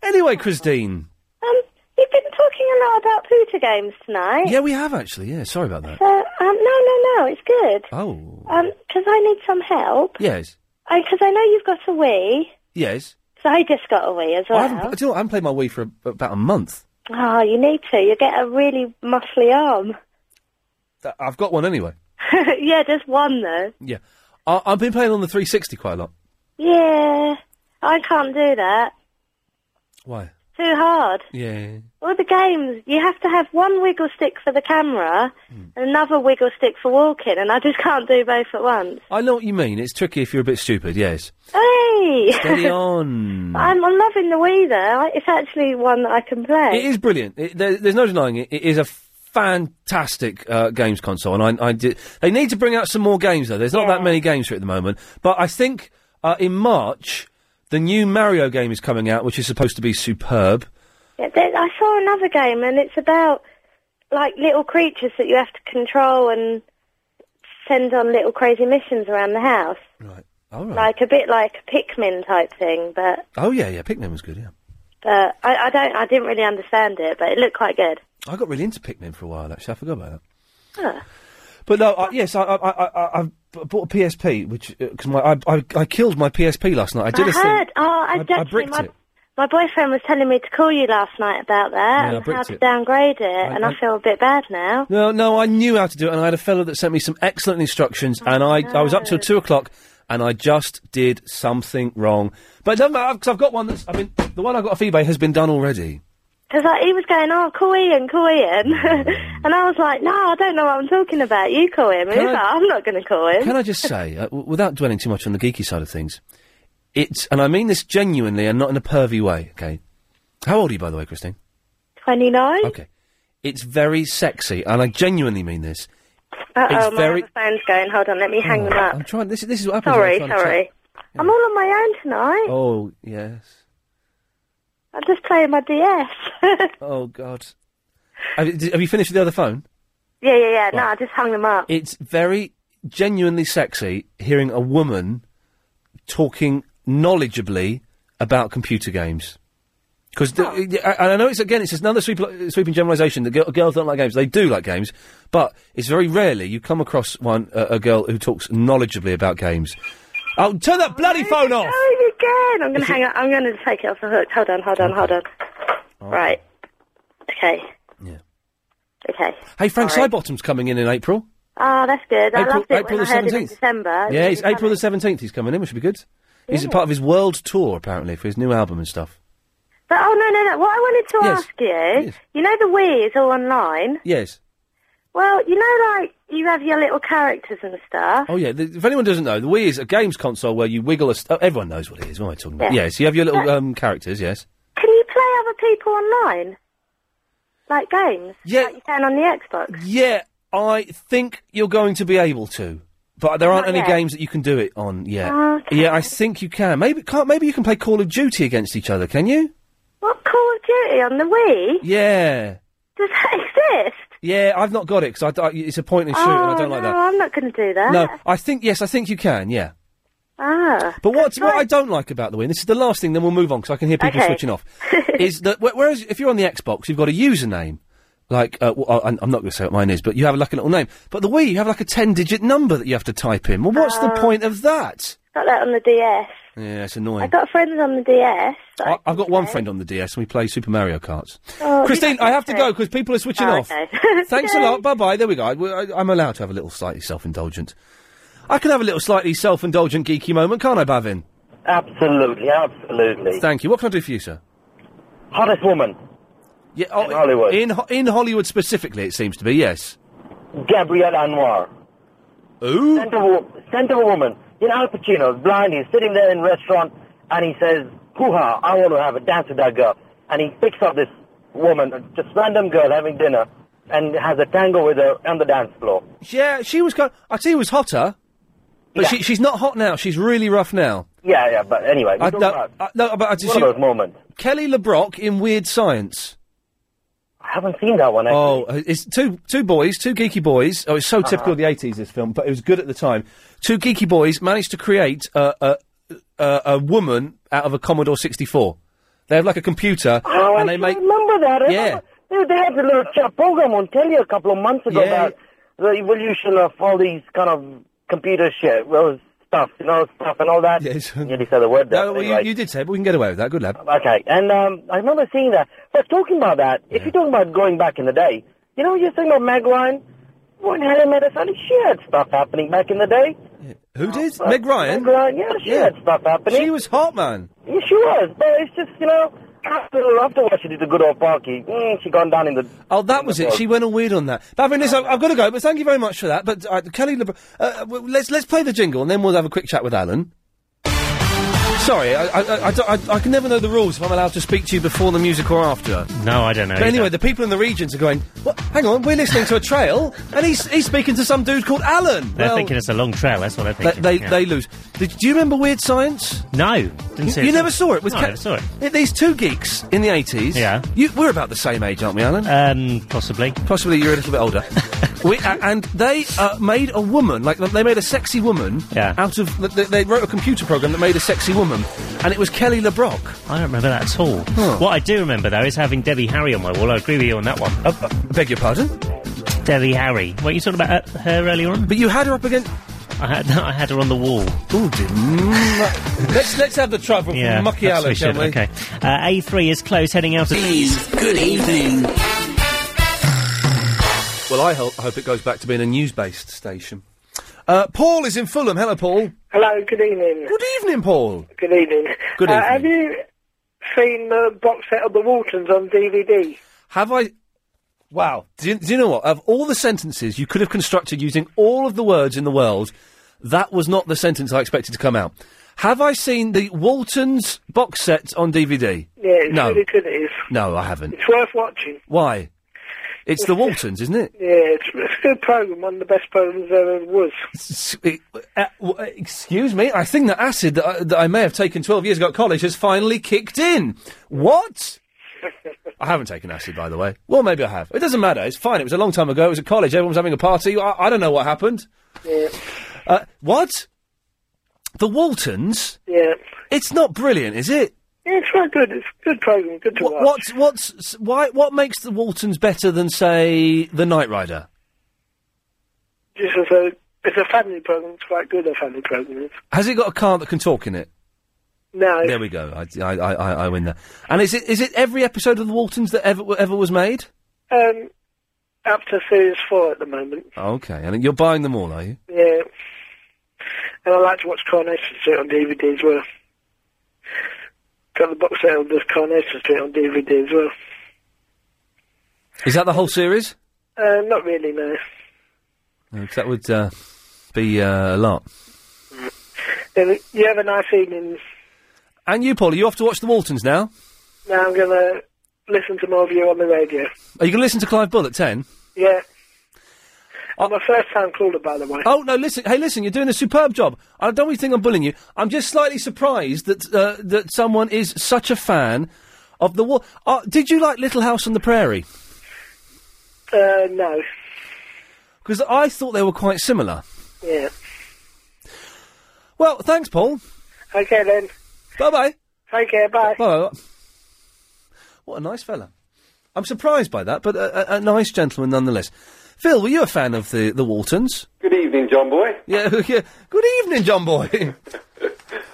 Speaker 4: Anyway, Christine.
Speaker 23: Um, you've been talking a lot about pooter games tonight.
Speaker 4: Yeah, we have actually. Yeah, sorry about that.
Speaker 23: So, um, no, no, no, it's good.
Speaker 4: Oh,
Speaker 23: Um, 'cause I need some help.
Speaker 4: yes,
Speaker 23: Because I know you've got a Wii.
Speaker 4: yes.
Speaker 23: So I just got a Wii as
Speaker 4: I
Speaker 23: well.
Speaker 4: haven't. pl- Do you know what? I haven't played my Wii for a, about a month.
Speaker 23: Oh, you need to. You get a really muscly arm.
Speaker 4: Th- Uh, I've got one anyway.
Speaker 23: yeah, just one though.
Speaker 4: Yeah, I, I've been playing on the 360 quite a lot.
Speaker 23: Yeah, I can't do that.
Speaker 4: Why?
Speaker 23: Too hard.
Speaker 4: Yeah.
Speaker 23: All the games, you have to have one wiggle stick for the camera
Speaker 4: Hmm.
Speaker 23: and another wiggle stick for walking, and I just can't do both at once.
Speaker 4: I know what you mean. It's tricky if you're a bit stupid. Yes.
Speaker 23: Hey!
Speaker 4: Steady on.
Speaker 23: I'm, I'm loving the Wii though. It's actually one that I can play.
Speaker 4: It is brilliant. It, there, there's no denying it. It is a fantastic uh, games console, and I, I did, they need to bring out some more games though. There's not that many games for it at the moment, but I think uh, in March The new Mario game is coming out, which is supposed to be superb.
Speaker 23: Yeah, there, I saw another game, and it's about like little creatures that you have to control and send on little crazy missions around the house.
Speaker 4: All right.
Speaker 23: Like a bit like a Pikmin type thing, but
Speaker 4: Oh yeah, yeah. Pikmin was good. Yeah,
Speaker 23: but I, I don't I didn't really understand it, but it looked quite good.
Speaker 4: I got really into Pikmin for a while. Actually, I forgot about that.
Speaker 23: Huh.
Speaker 4: But no, I, yes, I, I, I, I- I b- bought a PSP, which because my I, I, I killed my PSP last night. I did a thing.
Speaker 23: heard. Oh, I,
Speaker 4: I- I
Speaker 23: actually,
Speaker 4: bricked
Speaker 23: my,
Speaker 4: it.
Speaker 23: my boyfriend was telling me to call you last night about that
Speaker 4: Yeah, I
Speaker 23: and how
Speaker 4: bricked
Speaker 23: to
Speaker 4: it.
Speaker 23: downgrade it, and I,
Speaker 4: I-
Speaker 23: feel a bit bad now.
Speaker 4: No, no, I knew how to do it, and I had a fellow that sent me some excellent instructions,
Speaker 23: Oh,
Speaker 4: and I, I was up till two o'clock, and I just did something wrong. But it doesn't matter, because I've got one that's, I mean, the one I got off eBay has been done already.
Speaker 23: Because like, he was going, oh, call Ian, call Ian. and I was like, no, I don't know what I'm talking about. You call him. He
Speaker 4: Can
Speaker 23: was
Speaker 4: I-
Speaker 23: like, I'm not going to call him.
Speaker 4: Can I just say, uh, w- without dwelling too much on the geeky side of things, it's, and I mean this genuinely and not in a pervy way, okay? How old are you, by the way, Christine?
Speaker 23: 29?
Speaker 4: Okay. It's very sexy, and I genuinely mean this.
Speaker 23: Uh-oh,
Speaker 4: It's
Speaker 23: my
Speaker 4: very- Oh,
Speaker 23: other phone's going. Hold on, let me hang them up.
Speaker 4: I'm trying, this, is- this is what happens when
Speaker 23: Sorry,
Speaker 4: I'm trying to
Speaker 23: sorry. I'm all on my own tonight.
Speaker 4: check- Oh, yes.
Speaker 23: I'm just playing my DS.
Speaker 4: Oh, God. Have you, did- have you finished with the other phone?
Speaker 23: yeah, yeah, yeah. No, I just hung them up.
Speaker 4: It's very genuinely sexy hearing a woman talking knowledgeably about computer games. Because and I know it's again, it's just another sweep, sweeping generalisation. The girl, girls don't like games; they do like games, but it's very rarely you come across one a, a girl who talks knowledgeably about games. Oh, turn that bloody phone off!
Speaker 23: Oh, again. I'm going to hang up. I'm going to take it off the hook. Hold on, hold on, hold on. Right. Okay. Yeah. Okay.
Speaker 4: Hey, Frank
Speaker 23: Sorry.
Speaker 4: Sidebottom's coming in in April.
Speaker 23: Oh, that's good. I
Speaker 4: April-
Speaker 23: loved it
Speaker 4: April
Speaker 23: when
Speaker 4: the
Speaker 23: I heard it in
Speaker 4: 17th.
Speaker 23: December.
Speaker 4: yeah, it's April the seventeenth. He's coming in, which should be good. He's a
Speaker 23: Uh, Yeah.
Speaker 4: part of his world tour apparently for his new album and stuff.
Speaker 23: But oh no, no, no. What I wanted to
Speaker 4: Yes.
Speaker 23: ask you, you know, the Wii is all online.
Speaker 4: Yes.
Speaker 23: Well, you know, like you have your little characters and stuff.
Speaker 4: Oh yeah, the, if anyone doesn't know, the Wii is a games console where you wiggle a. St- oh, everyone knows what it is. What am I talking about?
Speaker 23: Yeah.
Speaker 4: Yes, you have your little um, characters. Yes.
Speaker 23: Can you play other people online, like games?
Speaker 4: Yeah.
Speaker 23: like you can on the Xbox.
Speaker 4: Yeah, I think you're going to be able to, but there aren't
Speaker 23: Not
Speaker 4: any
Speaker 23: yet.
Speaker 4: games that you can do it on yet.
Speaker 23: Okay.
Speaker 4: Yeah, I think you can. Maybe can't. Maybe you can play Call of Duty against each other. Can you?
Speaker 23: What Call of Duty on the Wii?
Speaker 4: Yeah.
Speaker 23: Does that exist?
Speaker 4: Yeah, I've not got it because I, I- it's a point and shoot, and I
Speaker 23: Oh,
Speaker 4: don't
Speaker 23: no,
Speaker 4: like that.
Speaker 23: I'm not going to do that.
Speaker 4: No, I think yes, I think you can. Yeah.
Speaker 23: Ah.
Speaker 4: But what, what I don't like about the Wii, and this is the last thing, then we'll move on because I can hear people
Speaker 23: Okay.
Speaker 4: switching off, is that wh- whereas if you're on the Xbox, you've got a username. Like, uh, well, I- I'm not going to say what mine is, but you have like a little name. But the Wii, you have like a 10 digit number that you have to type in. Well, what's the
Speaker 23: Oh.
Speaker 4: point of that?
Speaker 23: Got that on the DS.
Speaker 4: Yeah, it's
Speaker 23: I
Speaker 4: annoying.
Speaker 23: got friends on the DS.
Speaker 4: I, I've got one friend on the DS and we play Super Mario Karts.
Speaker 23: Oh,
Speaker 4: Christine, I have to go because people are switching
Speaker 23: Oh,
Speaker 4: off.
Speaker 23: okay.
Speaker 4: Thanks a lot. Bye bye. There we go. I, am allowed to have a little slightly self indulgent. I can have a little slightly self indulgent geeky moment, can't I, Bavin?
Speaker 14: Absolutely, absolutely.
Speaker 4: Thank you. What can I do for you, sir?
Speaker 14: Hottest woman.
Speaker 4: Yeah, oh,
Speaker 14: in Hollywood.
Speaker 4: In Ho- in Hollywood specifically, it seems to be yes.
Speaker 14: Gabrielle Anwar.
Speaker 4: Ooh.
Speaker 14: Scent of, a, wo- scent of a woman. You know, Al Pacino's blind. He's sitting there in restaurant, and he says, "Hoo-ha! I want to have a dance with that girl." And he picks up this woman, just random girl having dinner, and has a tango with her on the dance floor.
Speaker 4: Yeah, she was. Kind I'd say it was hotter, but
Speaker 14: Yeah.
Speaker 4: she she's not hot now. She's really rough now.
Speaker 14: Yeah, yeah. But anyway, we're
Speaker 4: I,
Speaker 14: talking
Speaker 4: no,
Speaker 14: about
Speaker 4: I- no, but I just
Speaker 14: one
Speaker 4: you-
Speaker 14: of those moments.
Speaker 4: Kelly LeBrock in Weird Science.
Speaker 14: I haven't seen that one. Actually.
Speaker 4: Oh, uh, it's two two boys, two geeky boys. Oh, it's so
Speaker 14: Uh-huh.
Speaker 4: typical of the eighties. This film, but it was good at the time. Two geeky boys managed to create a a, a, a woman out of a Commodore sixty four. They have like a computer,
Speaker 14: Oh,
Speaker 4: and
Speaker 14: I can
Speaker 4: they make
Speaker 14: remember that. I
Speaker 4: Yeah.
Speaker 14: remember- They, they had a little chat program on telly a couple of months ago
Speaker 4: Yeah.
Speaker 14: about the evolution of all these kind of computer shit, well, stuff, you know, stuff and all that. Yes. You just said the word there.
Speaker 4: No, well,
Speaker 14: anyway.
Speaker 4: you, you did say, it, but we can get away with that. Good lad.
Speaker 14: Okay, and um, I remember seeing that. But talking about that, if you're talking about going back in the day, you know, you're saying about Meg Ryan. When Helen met her son, she had stuff happening back in the day.
Speaker 4: Who did? Meg Ryan?
Speaker 14: Meg Ryan, yeah, she had stuff happening.
Speaker 4: She was hot, man.
Speaker 14: Yeah, she was, but it's just, you know, after, after what she did to good old Parky, mm, she gone down in the...
Speaker 4: Oh, that was it. She went all weird on that. Bavin, listen, I've got to go, but thank you very much for that. But uh, Kelly, Lebr- uh, w- let's let's play the jingle and then we'll have a quick chat with Alan. Sorry, I I, I, I, don't- I, I can never know the rules if I'm allowed to speak to you before the music or after.
Speaker 17: No, I don't know.
Speaker 4: But anyway, the people in the regions are going. What? Hang on, we're listening to a trail, and he's he's speaking to some dude called Alan.
Speaker 17: They're
Speaker 4: well,
Speaker 17: thinking it's a long trail. That's what they're
Speaker 4: they
Speaker 17: thinking.
Speaker 4: they,
Speaker 17: yeah.
Speaker 4: they lose. Did, do you remember Weird Science?
Speaker 17: No, didn't
Speaker 4: you,
Speaker 17: see it.
Speaker 4: You never saw it with
Speaker 17: No, I
Speaker 4: Ca-
Speaker 17: never saw it.
Speaker 4: Th- These two geeks in the eighties. Yeah, you, we're about the same age, aren't we, Alan?
Speaker 17: Um, possibly.
Speaker 4: Possibly, you're a little bit older. we, a and they uh, made a woman, like they made a sexy woman. Yeah. Out of th- th- they wrote a computer program that made a sexy woman, and it was Kelly LeBrock.
Speaker 17: I don't remember that at all. What I do remember though is having Debbie Harry on my wall. I agree with you on that one.
Speaker 4: Uh, beg your pardon,
Speaker 17: Debbie Harry. What you talking about uh, her earlier on?
Speaker 4: But you had her up against.
Speaker 17: I had I had her on the wall.
Speaker 4: Oh dear. let's let's have the trouble
Speaker 17: yeah,
Speaker 4: from Mucky
Speaker 17: perhaps
Speaker 4: Allen, shall
Speaker 17: should,
Speaker 4: we?
Speaker 17: Okay. Uh, A3 is close, heading out. Please,
Speaker 36: good evening.
Speaker 4: Well, I hope, I hope it goes back to being a news-based station. Uh, Paul is in Fulham. Hello, Paul.
Speaker 5: Hello, good evening.
Speaker 4: Good evening, Paul.
Speaker 5: Good evening.
Speaker 4: Good
Speaker 5: Uh, have you seen the box set of the Waltons on DVD?
Speaker 4: Have I? Wow. Do you, do you know what? Of all the sentences you could have constructed using all of the words in the world, that was not the sentence I expected to come out. Have I seen the Waltons box set on DVD?
Speaker 5: Yeah, it's
Speaker 4: no.
Speaker 5: really good. It is.
Speaker 4: No, I haven't.
Speaker 5: It's worth watching.
Speaker 4: Why? It's the Waltons, isn't it?
Speaker 5: Yeah, it's, it's a good program. One of the best programs there ever was.
Speaker 4: S- it- uh, w- uh, excuse me, I think the acid that I, that I may have taken 12 years ago at college has finally kicked in. What? I haven't taken acid, by the way. Well, maybe I have. It doesn't matter. It's fine. It was a long time ago. It was at college. Everyone was having a party. I, I don't know what happened.
Speaker 5: Yeah.
Speaker 4: Uh, what? The Waltons?
Speaker 5: Yeah.
Speaker 4: It's not brilliant, is it?
Speaker 5: Yeah, it's quite good. It's a good program. Good to
Speaker 4: What,
Speaker 5: watch.
Speaker 4: what's what's s- why? What makes the Waltons better than say the Knight Rider?
Speaker 5: Just as a it's a family program. It's quite good. A family program. Is.
Speaker 4: Has it got a car that can talk in it?
Speaker 5: No.
Speaker 4: There we go. I, I, I, I- I win there. And is it is it every episode of the Waltons that ever ever was made?
Speaker 5: Um, up to series four at the moment.
Speaker 4: Okay, and you're buying them all, are you?
Speaker 5: Yeah. And I like to watch Coronation Street on DVD as well. Got the box set of the Coronation Street on DVD as well.
Speaker 4: Is that the whole series?
Speaker 5: Uh, not really, no.
Speaker 4: No, 'cause that would uh, be uh, a lot.
Speaker 5: Then You have a nice evening.
Speaker 4: And you, Paul, are you off to watch the Waltons now?
Speaker 5: Now I'm going to listen to more of you on the radio.
Speaker 4: Are you going to listen to Clive Bull at ten?
Speaker 5: Yeah. I'm a first time caller, by the way.
Speaker 4: Oh no! Listen, hey, listen. You're doing a superb job. I don't really think I'm bullying you. I'm just slightly surprised that uh, that someone is such a fan of the wall. Uh, did you like Little House on the Prairie?
Speaker 5: Uh, no.
Speaker 4: Because I thought they were quite similar.
Speaker 5: Yeah.
Speaker 4: Well, thanks, Paul.
Speaker 5: Okay then.
Speaker 4: Bye bye.
Speaker 5: Take care. Bye.
Speaker 4: Bye. What a nice fella. I'm surprised by that, but a, a, a nice gentleman nonetheless. Phil, were you a fan of the the Waltons?
Speaker 41: Good evening, John Boy.
Speaker 4: Yeah. yeah. Good evening, John Boy.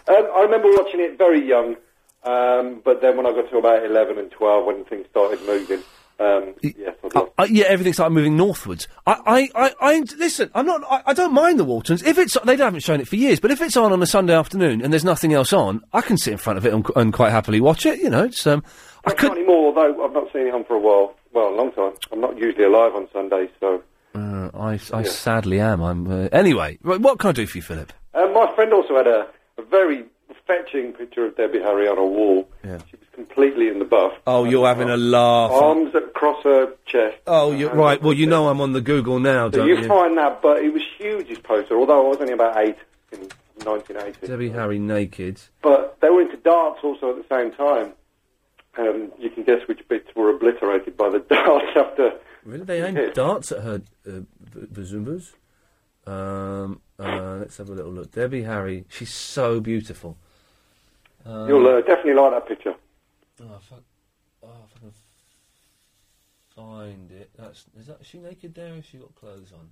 Speaker 41: Um, I remember watching it very young, um, but then when I got to about 11 and 12, when things started moving, um, yes, I
Speaker 4: Uh, uh, yeah, everything started moving northwards. I, I, I, I listen. I'm not. I, I don't mind the Waltons. If it's they haven't shown it for years, but if it's on on a Sunday afternoon and there's nothing else on, I can sit in front of it and, and quite happily watch it. You know, it's um. I
Speaker 41: could... Not anymore, although I've not seen it on for a while. Well, a long time. I'm not usually alive on Sundays, so.
Speaker 4: Uh, I, I sadly am. I'm uh, anyway. Right, what can I do for you, Philip?
Speaker 41: Um, my friend also had a, a very fetching picture of Debbie Harry on a wall.
Speaker 4: Yeah.
Speaker 41: She was completely in the buff.
Speaker 4: Oh, you're having a laugh.
Speaker 41: Arms across her chest.
Speaker 4: Oh, you're right. Well, you know I'm on the Google now,
Speaker 41: So
Speaker 4: don't
Speaker 41: you
Speaker 4: you?
Speaker 41: find that, but it was huge, his poster, although I was only about eight in 1980.
Speaker 4: Debbie Harry naked.
Speaker 41: But they were into darts also at the same time. Um, you can guess which bits were obliterated by the darts after.
Speaker 4: Really, they aimed darts at her uh, b- bazumbas. Um, uh, let's have a little look. Debbie Harry, she's so beautiful. Um,
Speaker 41: You'll uh, definitely like that picture.
Speaker 4: Oh, fuck. Oh, if I can find it. That's is that is she naked there? Or has she got clothes on?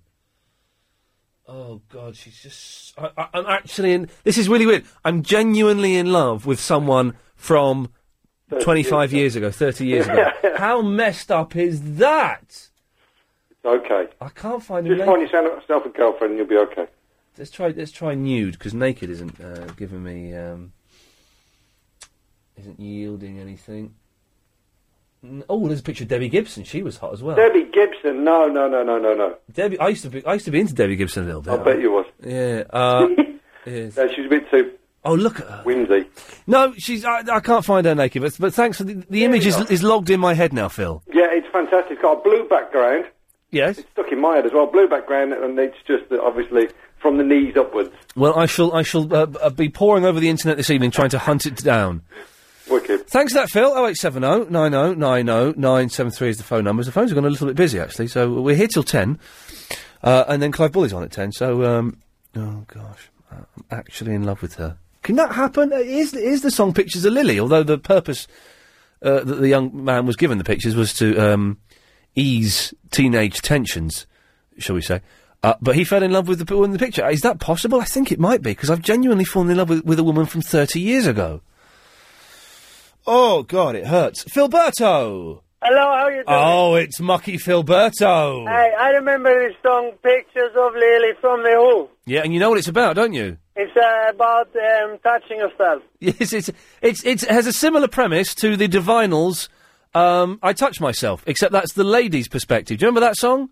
Speaker 4: Oh God, she's just. I, I, I'm actually in. This is really weird. I'm genuinely in love with someone from 25 years ago, 30 years ago. How messed up is that?
Speaker 41: It's okay.
Speaker 4: I can't find
Speaker 41: Just find yourself a girlfriend and you'll be okay.
Speaker 4: Let's try. Let's try nude because naked isn't uh, giving me. Um, isn't yielding anything. N- Oh, there's a picture of Debbie Gibson. She was hot as well.
Speaker 41: Debbie Gibson, no, no, no, no, no, no.
Speaker 4: Debbie, I used to be. I used to be into Debbie Gibson a little bit.
Speaker 41: I bet you was.
Speaker 4: Yeah. Uh, yes.
Speaker 41: No, she was a bit too.
Speaker 4: Oh, look at her.
Speaker 41: Whimsy.
Speaker 4: No, she's. I, I can't find her naked. But, but thanks for the, the image is, is logged in my head now, Phil.
Speaker 41: Yeah, it's fantastic. It's got a blue background.
Speaker 4: Yes.
Speaker 41: It's stuck in my head as well. Blue background, and it's just that obviously from the knees upwards.
Speaker 4: Well, I shall I shall uh, b- uh, be poring over the internet this evening trying to hunt it down.
Speaker 41: Wicked.
Speaker 4: Thanks for that, Phil. 0870 90 90 973 is the phone numbers. The phones have gone a little bit busy, actually, so we're here till 10. Uh, and then Clive Bully's on at 10, so, um, oh gosh, I'm actually in love with her. Can that happen? Uh, Is, is the song Pictures of Lily, although the purpose uh, that the young man was given the pictures was to um, ease teenage tensions, shall we say. Uh, but he fell in love with the woman in the picture. Is that possible? I think it might be, because I've genuinely fallen in love with, with a woman from 30 years ago. Oh God, it hurts. Filberto.
Speaker 5: Hello, how you doing?
Speaker 4: Oh, it's mucky Filberto.
Speaker 5: Hey, I remember this song, Pictures of Lily from The Who.
Speaker 4: Yeah, and you know what it's about, don't you?
Speaker 5: It's uh, about um, touching yourself.
Speaker 4: Yes, it's it's it's- it has a similar premise to the Divinals. Um, I touch myself, except that's the ladies' perspective. Do you remember that song?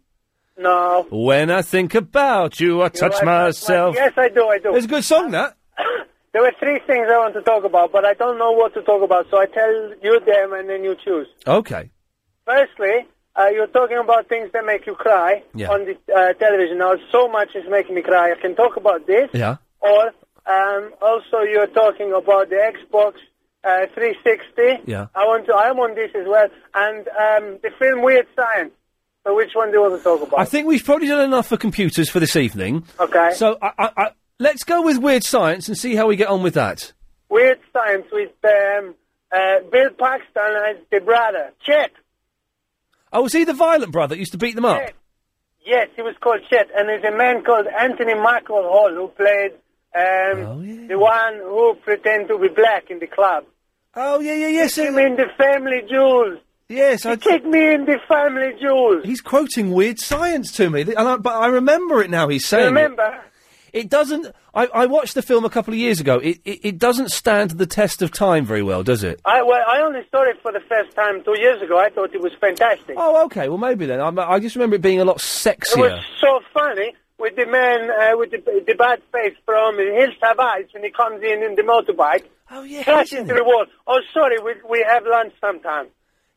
Speaker 5: No.
Speaker 4: When I think about you, I touch myself.
Speaker 5: Yes, I do, I do.
Speaker 4: It's a good song, that.
Speaker 5: There were three things I want to talk about, but I don't know what to talk about, so I tell you them and then you choose.
Speaker 4: Okay.
Speaker 5: Firstly, uh, you're talking about things that make you cry
Speaker 4: Yeah.
Speaker 5: on the uh, television. Now, so much is making me cry. I can talk about this,
Speaker 4: Yeah.
Speaker 5: or um, also you're talking about the Xbox uh, 360.
Speaker 4: Yeah.
Speaker 5: I want to. I'm on this as well, and um, the film Weird Science. So, which one do you want to talk about?
Speaker 4: I think we've probably done enough for computers for this evening.
Speaker 5: Okay.
Speaker 4: So I, I, I, let's go with weird science and see how we get on with that.
Speaker 5: Weird Science with um, uh, Bill Paxton as the brother Chet.
Speaker 4: Oh, was he the violent brother that used to beat them up?
Speaker 5: Yes, he was called Chet, and there's a man called Anthony Michael Hall who played um, the one who pretend to be black in the club.
Speaker 4: Oh yeah, yeah, yes.
Speaker 5: He kicked me in the family jewels.
Speaker 4: Yes,
Speaker 5: he I kicked me in the family jewels.
Speaker 4: He's quoting weird science to me, th- and I, but I remember it now. He's saying. it.
Speaker 5: remember?
Speaker 4: It doesn't. I, I watched the film a couple of years ago. It, it it doesn't stand the test of time very well, does it?
Speaker 5: I well, I only saw it for the first time two years ago. I thought it was fantastic.
Speaker 4: Oh, okay. Well, maybe then. I'm, I just remember it being a lot sexier.
Speaker 5: It was so funny with the man uh, with the, the bad face from Hills Have Eyes when he comes in in the motorbike.
Speaker 4: Oh yeah,
Speaker 5: crashes into the wall. Oh, sorry, we we have lunch sometime.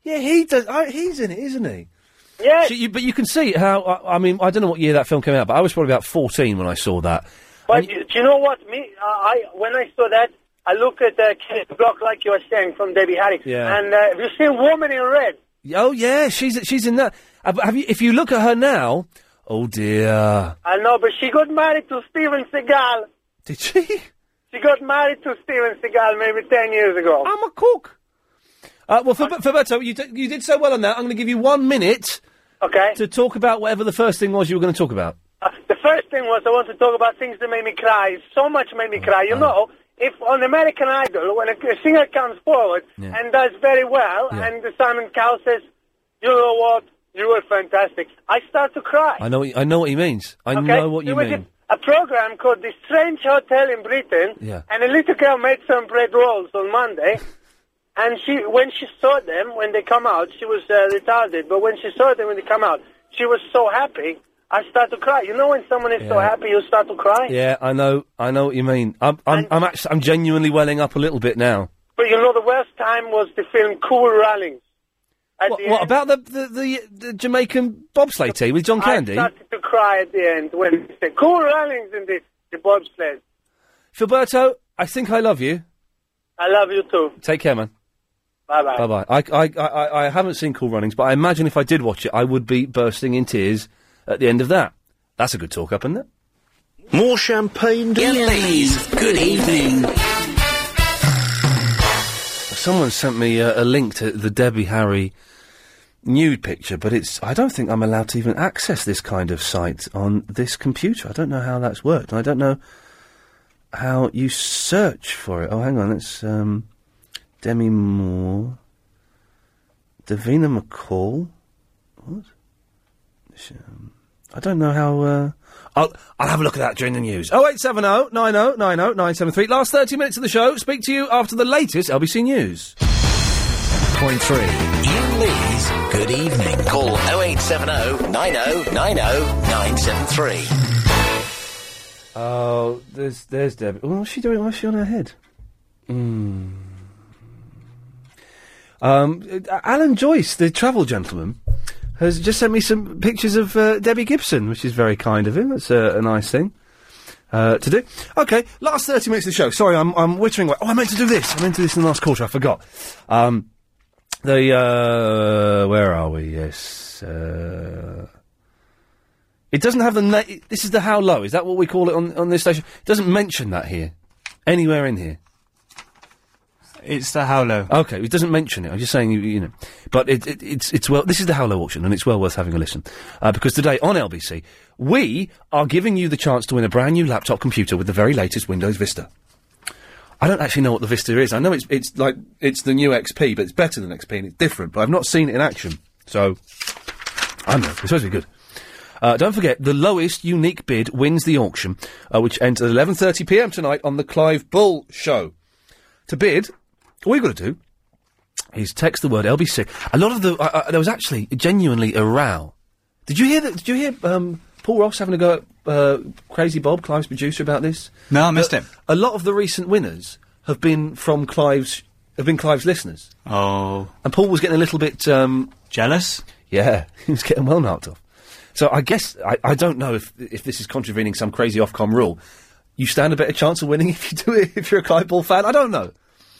Speaker 4: Yeah, he does. I, he's in it, isn't he?
Speaker 5: Yeah.
Speaker 4: So you, but you can see how. I, I mean, I don't know what year that film came out, but I was probably about fourteen when I saw that.
Speaker 5: But do, do you know what? Me, uh, I when I saw that, I look at uh, Kenneth Block like you were saying from Debbie Harry.
Speaker 4: Yeah.
Speaker 5: And uh, have you seen Woman in Red?
Speaker 4: Oh yeah, she's she's in that. Uh, but Have you, if you look at her now, oh dear,
Speaker 5: I know, but she got married to Steven Seagal.
Speaker 4: did she?
Speaker 5: She got married to Steven Seagal maybe ten years ago.
Speaker 4: I'm a cook. Uh, well, for, for Berto, you, d- you did so well on that. I'm going to give you one minute.
Speaker 5: Okay.
Speaker 4: To talk about whatever the first thing was you were going to talk about.
Speaker 5: The first thing was I want to talk about things that made me cry. So much made me cry. You
Speaker 4: Uh-huh.
Speaker 5: know, if on American Idol, when a, a singer comes forward
Speaker 4: Yeah.
Speaker 5: and does very well,
Speaker 4: Yeah.
Speaker 5: and the Simon Cowell says, "You know what? You were fantastic," I start to cry.
Speaker 4: I know. what- I know what he means. I
Speaker 5: Okay?
Speaker 4: know what
Speaker 5: there
Speaker 4: you
Speaker 5: was
Speaker 4: mean.
Speaker 5: A, a program called The Strange Hotel in Britain,
Speaker 4: Yeah.
Speaker 5: and a little girl made some bread rolls on Monday, and she, when she saw them, when they come out, she was uh, retarded, but when she saw them when they come out, she was so happy, I start to cry. You know when someone is so
Speaker 4: Yeah.
Speaker 5: happy, you start to cry?
Speaker 4: Yeah, I know. I know what you mean. I'm. I'm. I'm, actually, I'm genuinely welling up a little bit now.
Speaker 5: But you know, the worst time was the film Cool Runnings. At
Speaker 4: What,
Speaker 5: the
Speaker 4: what
Speaker 5: end,
Speaker 4: about the the, the the Jamaican bobsleigh team with John Candy?
Speaker 5: I started to cry at the end when they said, Cool Runnings in the, the bobsled.
Speaker 4: Filberto, I think I love you.
Speaker 5: I love you too.
Speaker 4: Take care, man.
Speaker 5: Bye-bye.
Speaker 4: Bye bye. I, I, I, I- I haven't seen Cool Runnings, but I imagine if I did watch it, I would be bursting in tears at the end of that. That's a good talk up, isn't it?
Speaker 1: More champagne, Ian Lee's Good Evening.
Speaker 4: Someone sent me uh, a link to the Debbie Harry nude picture, but it's. I don't think I'm allowed to even access this kind of site on this computer. I don't know how that's worked, and I don't know how you search for it. Oh, hang on, it's um, Demi Moore, Davina McCall. What? Sh- um, I don't know how. Uh, I'll I'll have a look at that during the news. Oh eight seven oh nine oh nine oh nine seven three. Last thirty minutes of the show. Speak to you after the latest LBC news. Point three.
Speaker 1: Ian Lee's Good Evening. Call 0870 90 90 oh, 973.
Speaker 4: Oh, there's there's Debbie. Oh, What's she doing? Why is she on her head? Mm. Um, uh, Alan Joyce, the travel gentleman, has just sent me some pictures of uh, Debbie Gibson, which is very kind of him. That's a, a nice thing. uh, to do. Okay, last 30 minutes of the show. Sorry, I'm, I'm wittering away. Oh, I meant to do this. I meant to do this in the last quarter. I forgot. Um, the, uh, where are we? Yes. Uh, it doesn't have the na- This is the how low. Is that what we call it on, on this station? It doesn't mention that here. Anywhere in here. It's the how low. Okay, it doesn't mention it. I'm just saying, you, you know. But it, it, it's, it's well, this is the how low auction, and it's well worth having a listen. Uh, because today on LBC, we are giving you the chance to win a brand new laptop computer with the very latest Windows Vista. I don't actually know what the Vista is. I know it's, it's like, it's the new XP, but it's better than XP and it's different, but I've not seen it in action. So, I don't know. It's supposed to be good. Uh, don't forget, the lowest unique bid wins the auction, uh, which ends at 11.30pm tonight on the Clive Bull Show. To bid, all you've got to do is text the word LBC. A lot of the... I, I, there was actually genuinely a row. Did you hear that? Did you hear um, Paul Ross having a go at uh, Crazy Bob, Clive's producer, about this?
Speaker 3: No, I missed
Speaker 4: Uh,
Speaker 3: him.
Speaker 4: A lot of the recent winners have been from Clive's... have been Clive's listeners.
Speaker 3: Oh.
Speaker 4: And Paul was getting a little bit um,
Speaker 3: jealous.
Speaker 4: Yeah, he was getting well knocked off. So I guess I, I don't know if if this is contravening some crazy Ofcom rule. You stand a better chance of winning if you do it if you're a Clyde Ball fan. I don't know.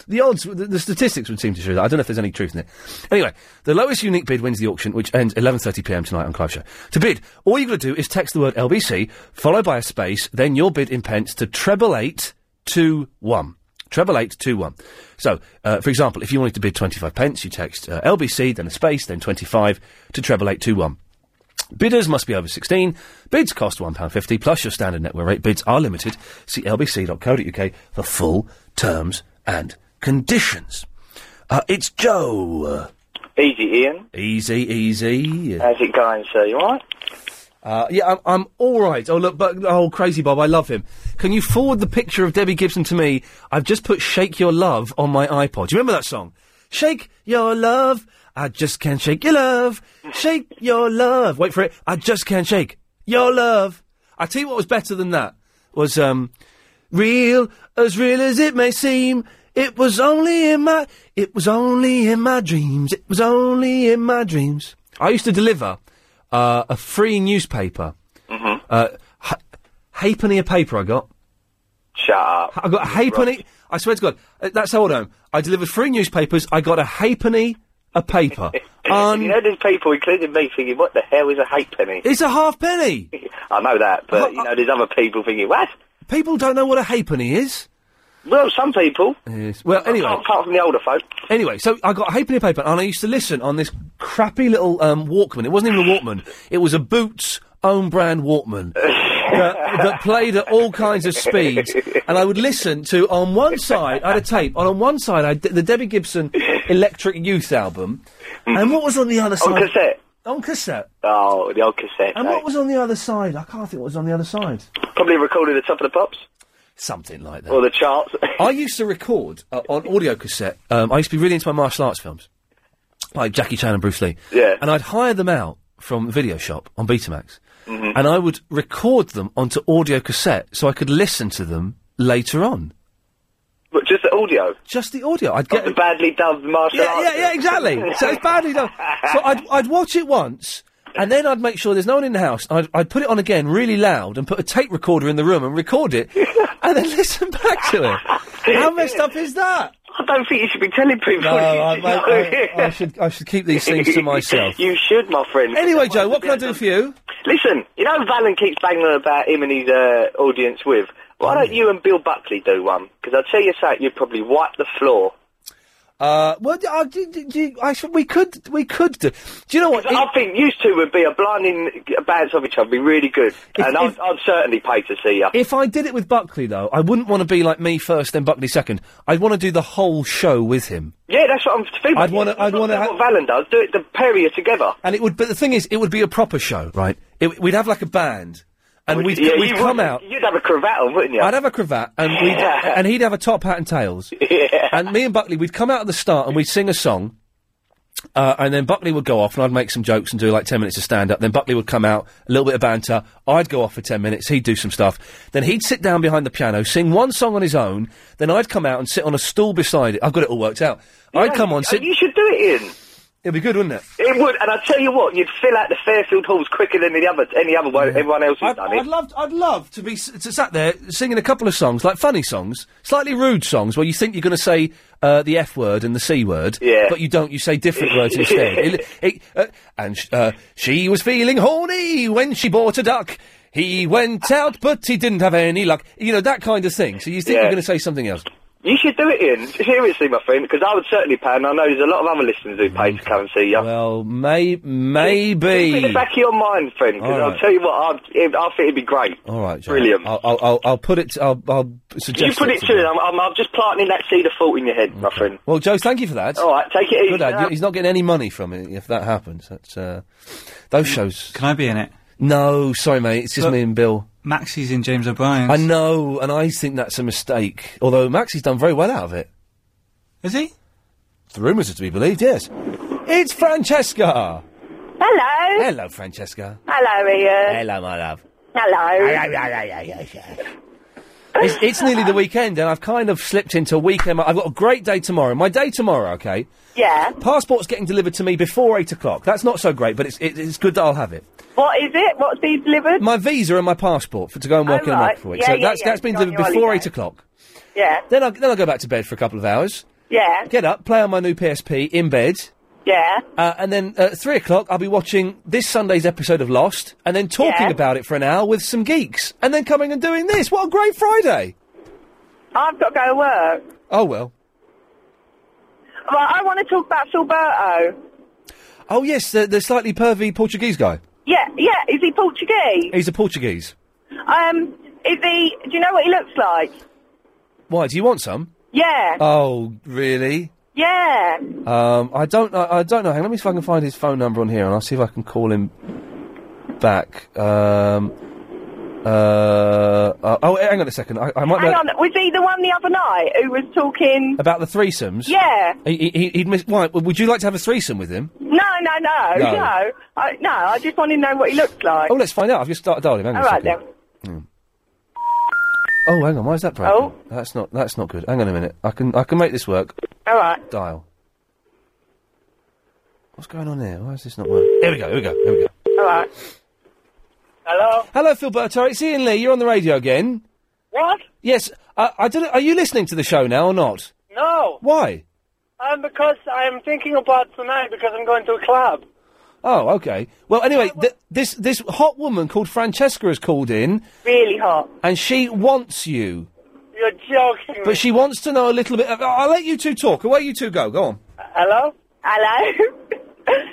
Speaker 4: The odds, the, the statistics would seem to show that. I don't know if there's any truth in it. Anyway, the lowest unique bid wins the auction, which ends 11.30pm tonight on Clive Show. To bid, all you've got to do is text the word LBC, followed by a space, then your bid in pence to treble eight two one. Treble eight two one. So, uh, for example, if you wanted to bid twenty five pence, you text uh, LBC, then a space, then twenty five to treble eight two one. Bidders must be over sixteen. Bids cost one pound fifty plus your standard network rate. Bids are limited. See lbc.co.uk for full terms and conditions. Uh, it's Joe.
Speaker 7: Easy, Ian.
Speaker 4: Easy, easy.
Speaker 7: How's it going, sir? You alright?
Speaker 4: Uh, yeah, I'm, I'm all right. Oh look, but oh, crazy Bob, I love him. Can you forward the picture of Debbie Gibson to me? I've just put "Shake Your Love" on my iPod. Do you remember that song? Shake your love, I just can't shake your love. Shake your love. Wait for it. I just can't shake your love. I tell you what was better than that was um, real as real as it may seem. It was only in my it was only in my dreams. It was only in my dreams. I used to deliver uh, a free newspaper. Mm-hmm. Uh, ha- halfpenny a paper I got.
Speaker 7: Shut up.
Speaker 4: I got a halfpenny. I swear to God, uh, that's how old I am. I delivered free newspapers. I got a halfpenny a paper.
Speaker 7: you know, there's people, including me, thinking, what the hell is a halfpenny?
Speaker 4: It's a halfpenny.
Speaker 7: I know that, but, you
Speaker 4: uh,
Speaker 7: know, there's other people thinking, what?
Speaker 4: People don't know what a halfpenny is.
Speaker 7: Well, some people.
Speaker 4: Yes. Well, anyway.
Speaker 7: Apart, apart from the older folk.
Speaker 4: Anyway, so I got a halfpenny paper, and I used to listen on this crappy little um, Walkman. It wasn't even a Walkman. It was a Boots own brand Walkman that, that played at all kinds of speeds. And I would listen to on one side I had a tape, and on one side I had the Debbie Gibson Electric Youth album, and what was on the other side?
Speaker 7: On cassette.
Speaker 4: On cassette.
Speaker 7: Oh, the old cassette.
Speaker 4: And
Speaker 7: eh?
Speaker 4: what was on the other side? I can't think what was on the other side.
Speaker 7: Probably recorded the top of the pops.
Speaker 4: Something like that.
Speaker 7: Or the charts.
Speaker 4: I used to record uh, on audio cassette. Um, I used to be really into my martial arts films, like Jackie Chan and Bruce Lee.
Speaker 7: Yeah.
Speaker 4: And I'd hire them out from the video shop on Betamax,
Speaker 7: Mm. Mm-hmm.
Speaker 4: and I would record them onto audio cassette so I could listen to them later on.
Speaker 7: But just the audio.
Speaker 4: Just the audio. I'd get
Speaker 7: the badly dubbed martial
Speaker 4: Yeah,
Speaker 7: arts.
Speaker 4: yeah, yeah, exactly. so it's badly done. So I'd, I'd watch it once, and then I'd make sure there's no one in the house. I'd, I'd put it on again really loud and put a tape recorder in the room and record it, and then listen back to it. How messed up is that?
Speaker 7: I don't think you should be telling people.
Speaker 4: No, I, I, I, I should I should keep these things to myself.
Speaker 7: you should, my friend.
Speaker 4: Anyway, Joe, what can I do for you?
Speaker 7: Listen, you know Valen keeps banging on about him and his uh, audience with. Why don't you and Bill Buckley do one? Because I'll tell you something, you'd probably wipe the floor.
Speaker 4: Uh, well, d- uh, do, do, do, I should, we could we could do. Do you know what?
Speaker 7: 'Cause I think you two would be a blinding bounce off each other, be really good, and I'd, I'd certainly pay to see you.
Speaker 4: If I did it with Buckley though, I wouldn't want to be like me first, then Buckley second. I'd want to do the whole show with him.
Speaker 7: yeah, that's what I'm thinking.
Speaker 4: I'd wanna- I'd wanna
Speaker 7: That's what Valen does. Do it the pair of you together.
Speaker 4: And it would, but the thing is, it would be a proper show, right? It, we'd have like a band, and we'd,
Speaker 7: yeah,
Speaker 4: we'd
Speaker 7: you
Speaker 4: come
Speaker 7: would.
Speaker 4: out.
Speaker 7: You'd have a cravat on, wouldn't you?
Speaker 4: I'd have a cravat, and we
Speaker 7: Yeah.
Speaker 4: and he'd have a top hat and tails.
Speaker 7: Yeah.
Speaker 4: And me and Buckley, we'd come out at the start and we'd sing a song, uh, and then Buckley would go off, and I'd make some jokes and do like ten minutes of stand up. Then Buckley would come out, a little bit of banter. I'd go off for ten minutes. He'd do some stuff. Then he'd sit down behind the piano, sing one song on his own. Then I'd come out and sit on a stool beside it. I've got it all worked out. I'd come on,
Speaker 7: Oh,
Speaker 4: sit.
Speaker 7: You should do it, Ian.
Speaker 4: It'd be good, wouldn't it?
Speaker 8: It would, and I tell you what, you'd fill out the Fairfield halls quicker than the other, any other way everyone else has
Speaker 4: I'd,
Speaker 8: done it.
Speaker 4: I'd love, I'd love to be s- to sat there singing a couple of songs, like funny songs, slightly rude songs, where you think you're going to say uh, the F word and the C word,
Speaker 8: Yeah.
Speaker 4: but you don't. You say different words instead. It- it- uh, and sh- uh, she was feeling horny when she bought a duck. He went out, but he didn't have any luck. You know that kind of thing. So you think
Speaker 8: Yeah.
Speaker 4: you're going to say something else?
Speaker 8: You should do it, Ian. Seriously, my friend, because I would certainly pay, and I know there's a lot of other listeners who pay to come and see you.
Speaker 4: Well, may-
Speaker 8: Keep it in the
Speaker 4: maybe.
Speaker 8: back of your mind, friend, because
Speaker 4: All
Speaker 8: I'll
Speaker 4: right.
Speaker 8: tell you what, I'd, it, I think it'd be great.
Speaker 4: All right, John.
Speaker 8: Brilliant.
Speaker 4: I'll, I'll, I'll, I'll put it. I'll, I'll suggest.
Speaker 8: you put it to I'm, I'm, I'm just planting that seed of thought in your head, my friend.
Speaker 4: Well, Joe, thank you for that.
Speaker 8: All right, take it easy.
Speaker 4: Good lad.
Speaker 8: Yeah.
Speaker 4: He's not getting any money from it if that happens. That's uh, those shows. Can I be in it? No, sorry, mate. It's just me and Bill. Maxie's in James O'Brien's. I know, and I think that's a mistake. Although Maxie's done very well out of it. Is he? The rumours are to be believed. Yes. It's Francesca.
Speaker 14: Hello. Uh,
Speaker 4: Hello, Francesca.
Speaker 14: Hello, Ian.
Speaker 4: Hello, my love.
Speaker 14: Hello.
Speaker 4: It's, it's nearly the weekend, and I've kind of slipped into a weekend. I've got a great day tomorrow. My day tomorrow, okay?
Speaker 14: Yeah.
Speaker 4: Passport's getting delivered to me before eight o'clock. That's not so great, but it's it, it's good that I'll have it.
Speaker 14: What is it? What's been delivered?
Speaker 4: My visa and my passport for to go and work
Speaker 14: Oh,
Speaker 4: in
Speaker 14: right.
Speaker 4: America for a week.
Speaker 14: Yeah,
Speaker 4: so
Speaker 14: yeah,
Speaker 4: that's
Speaker 14: yeah.
Speaker 4: that's been
Speaker 14: Go on
Speaker 4: delivered
Speaker 14: your
Speaker 4: before
Speaker 14: holiday.
Speaker 4: eight o'clock.
Speaker 14: Yeah.
Speaker 4: Then I then I'll go back to bed for a couple of hours.
Speaker 14: Yeah.
Speaker 4: Get up, play on my new PSP in bed.
Speaker 14: Yeah.
Speaker 4: Uh, and then at three o'clock, I'll be watching this Sunday's episode of Lost, and then talking
Speaker 14: Yeah.
Speaker 4: about it for an hour with some geeks, and then coming and doing this. What a great Friday!
Speaker 14: I've got to go to work.
Speaker 4: Oh well.
Speaker 14: Right, I want to talk about Silberto.
Speaker 4: Oh yes, the, the slightly pervy Portuguese guy.
Speaker 14: Yeah, yeah. Is he Portuguese?
Speaker 4: He's a Portuguese.
Speaker 14: Um, is he? Do you know what he looks like?
Speaker 4: Why? Do you want some?
Speaker 14: Yeah.
Speaker 4: Oh really?
Speaker 14: Yeah.
Speaker 4: Um, I don't. I, I don't know. Hang. on, Let me see if I can find his phone number on here, and I'll see if I can call him back. Um, uh, uh, oh, hang on a second. I, I might be
Speaker 14: Hang on. Was he the one the other night who was talking?
Speaker 4: about the threesomes.
Speaker 14: Yeah.
Speaker 4: He, he, he'd miss. Why? Would you like to have a threesome with him?
Speaker 14: No, no, no,
Speaker 4: No.
Speaker 14: no. I, no, I just want to know what he looks like.
Speaker 4: Oh, let's find out. I've just started dialing. Hang on
Speaker 14: All
Speaker 4: a
Speaker 14: right
Speaker 4: second.
Speaker 14: then.
Speaker 4: Oh, hang on. Why is that broken?
Speaker 14: Oh.
Speaker 4: That's not. That's not good. Hang on a minute. I can. I can make this work.
Speaker 14: All right.
Speaker 4: Dial. What's going on here? Why is this not working? Here we go. Here we go. Here we go.
Speaker 14: All right. Hello.
Speaker 4: Hello, Philberto. It's Ian Lee. You're on the radio again.
Speaker 5: What?
Speaker 4: Yes. I, I don't. Are you listening to the show now or not?
Speaker 5: No.
Speaker 4: Why?
Speaker 5: Um, because I'm thinking about tonight because I'm going to a club.
Speaker 4: Oh, okay. Well, anyway, th- this this hot woman called Francesca has called in,
Speaker 14: Really hot.
Speaker 4: and she wants you,
Speaker 5: You're joking.
Speaker 4: but she wants to know a little bit. Of, I'll let you two talk. Away you two go. Go on.
Speaker 14: Hello. Hello.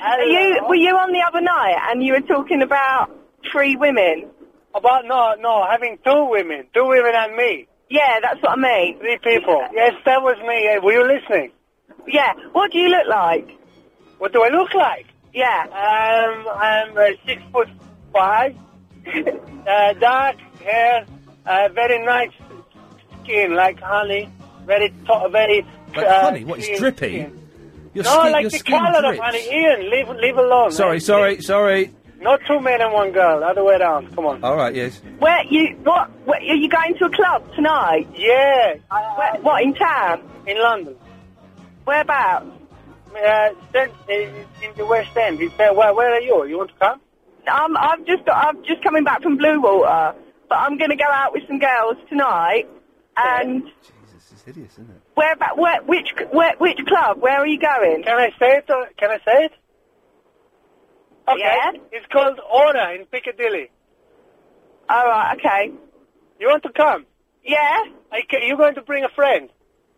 Speaker 14: Are you were you on the other night and you were talking about three women?
Speaker 5: About no, no, having two women, two women and me.
Speaker 14: Yeah, that's what I mean.
Speaker 5: Three people. Yes, that was me. Eh, Were you listening?
Speaker 14: Yeah. What do you look like?
Speaker 5: What do I look like?
Speaker 14: Yeah.
Speaker 5: Um, I'm uh, six foot five. uh, dark hair, uh, very nice skin, like honey. Very, to- very.
Speaker 4: Like
Speaker 5: uh,
Speaker 4: honey, what is
Speaker 5: clean
Speaker 4: drippy?
Speaker 5: skin.
Speaker 4: Your
Speaker 5: no,
Speaker 4: skin-
Speaker 5: like
Speaker 4: your
Speaker 5: the
Speaker 4: skin
Speaker 5: color
Speaker 4: drips.
Speaker 5: of honey. Ian, leave, leave alone.
Speaker 4: Sorry,
Speaker 5: man.
Speaker 4: sorry, sorry.
Speaker 5: Not two men and one girl. Other way around. Come on.
Speaker 4: All right, yes.
Speaker 14: Where you what? Where, are you going to a club tonight?
Speaker 5: Yeah.
Speaker 14: Where, what in town?
Speaker 5: In London.
Speaker 14: Whereabouts?
Speaker 5: Uh, then, uh, in the West End. He said, where, where are you? You want to come?
Speaker 14: Um, I've just got, I'm just coming back from Blue Water, but I'm going to go out with some girls tonight. And
Speaker 4: This is hideous, isn't it?
Speaker 14: where about where which where, which club? Where are you going?
Speaker 5: Can I say it? Or, can I say it? Okay.
Speaker 14: Yeah.
Speaker 5: It's called Aura in Piccadilly.
Speaker 14: All right. Okay.
Speaker 5: You want to come?
Speaker 14: Yeah.
Speaker 5: I ca- you're going to bring a friend.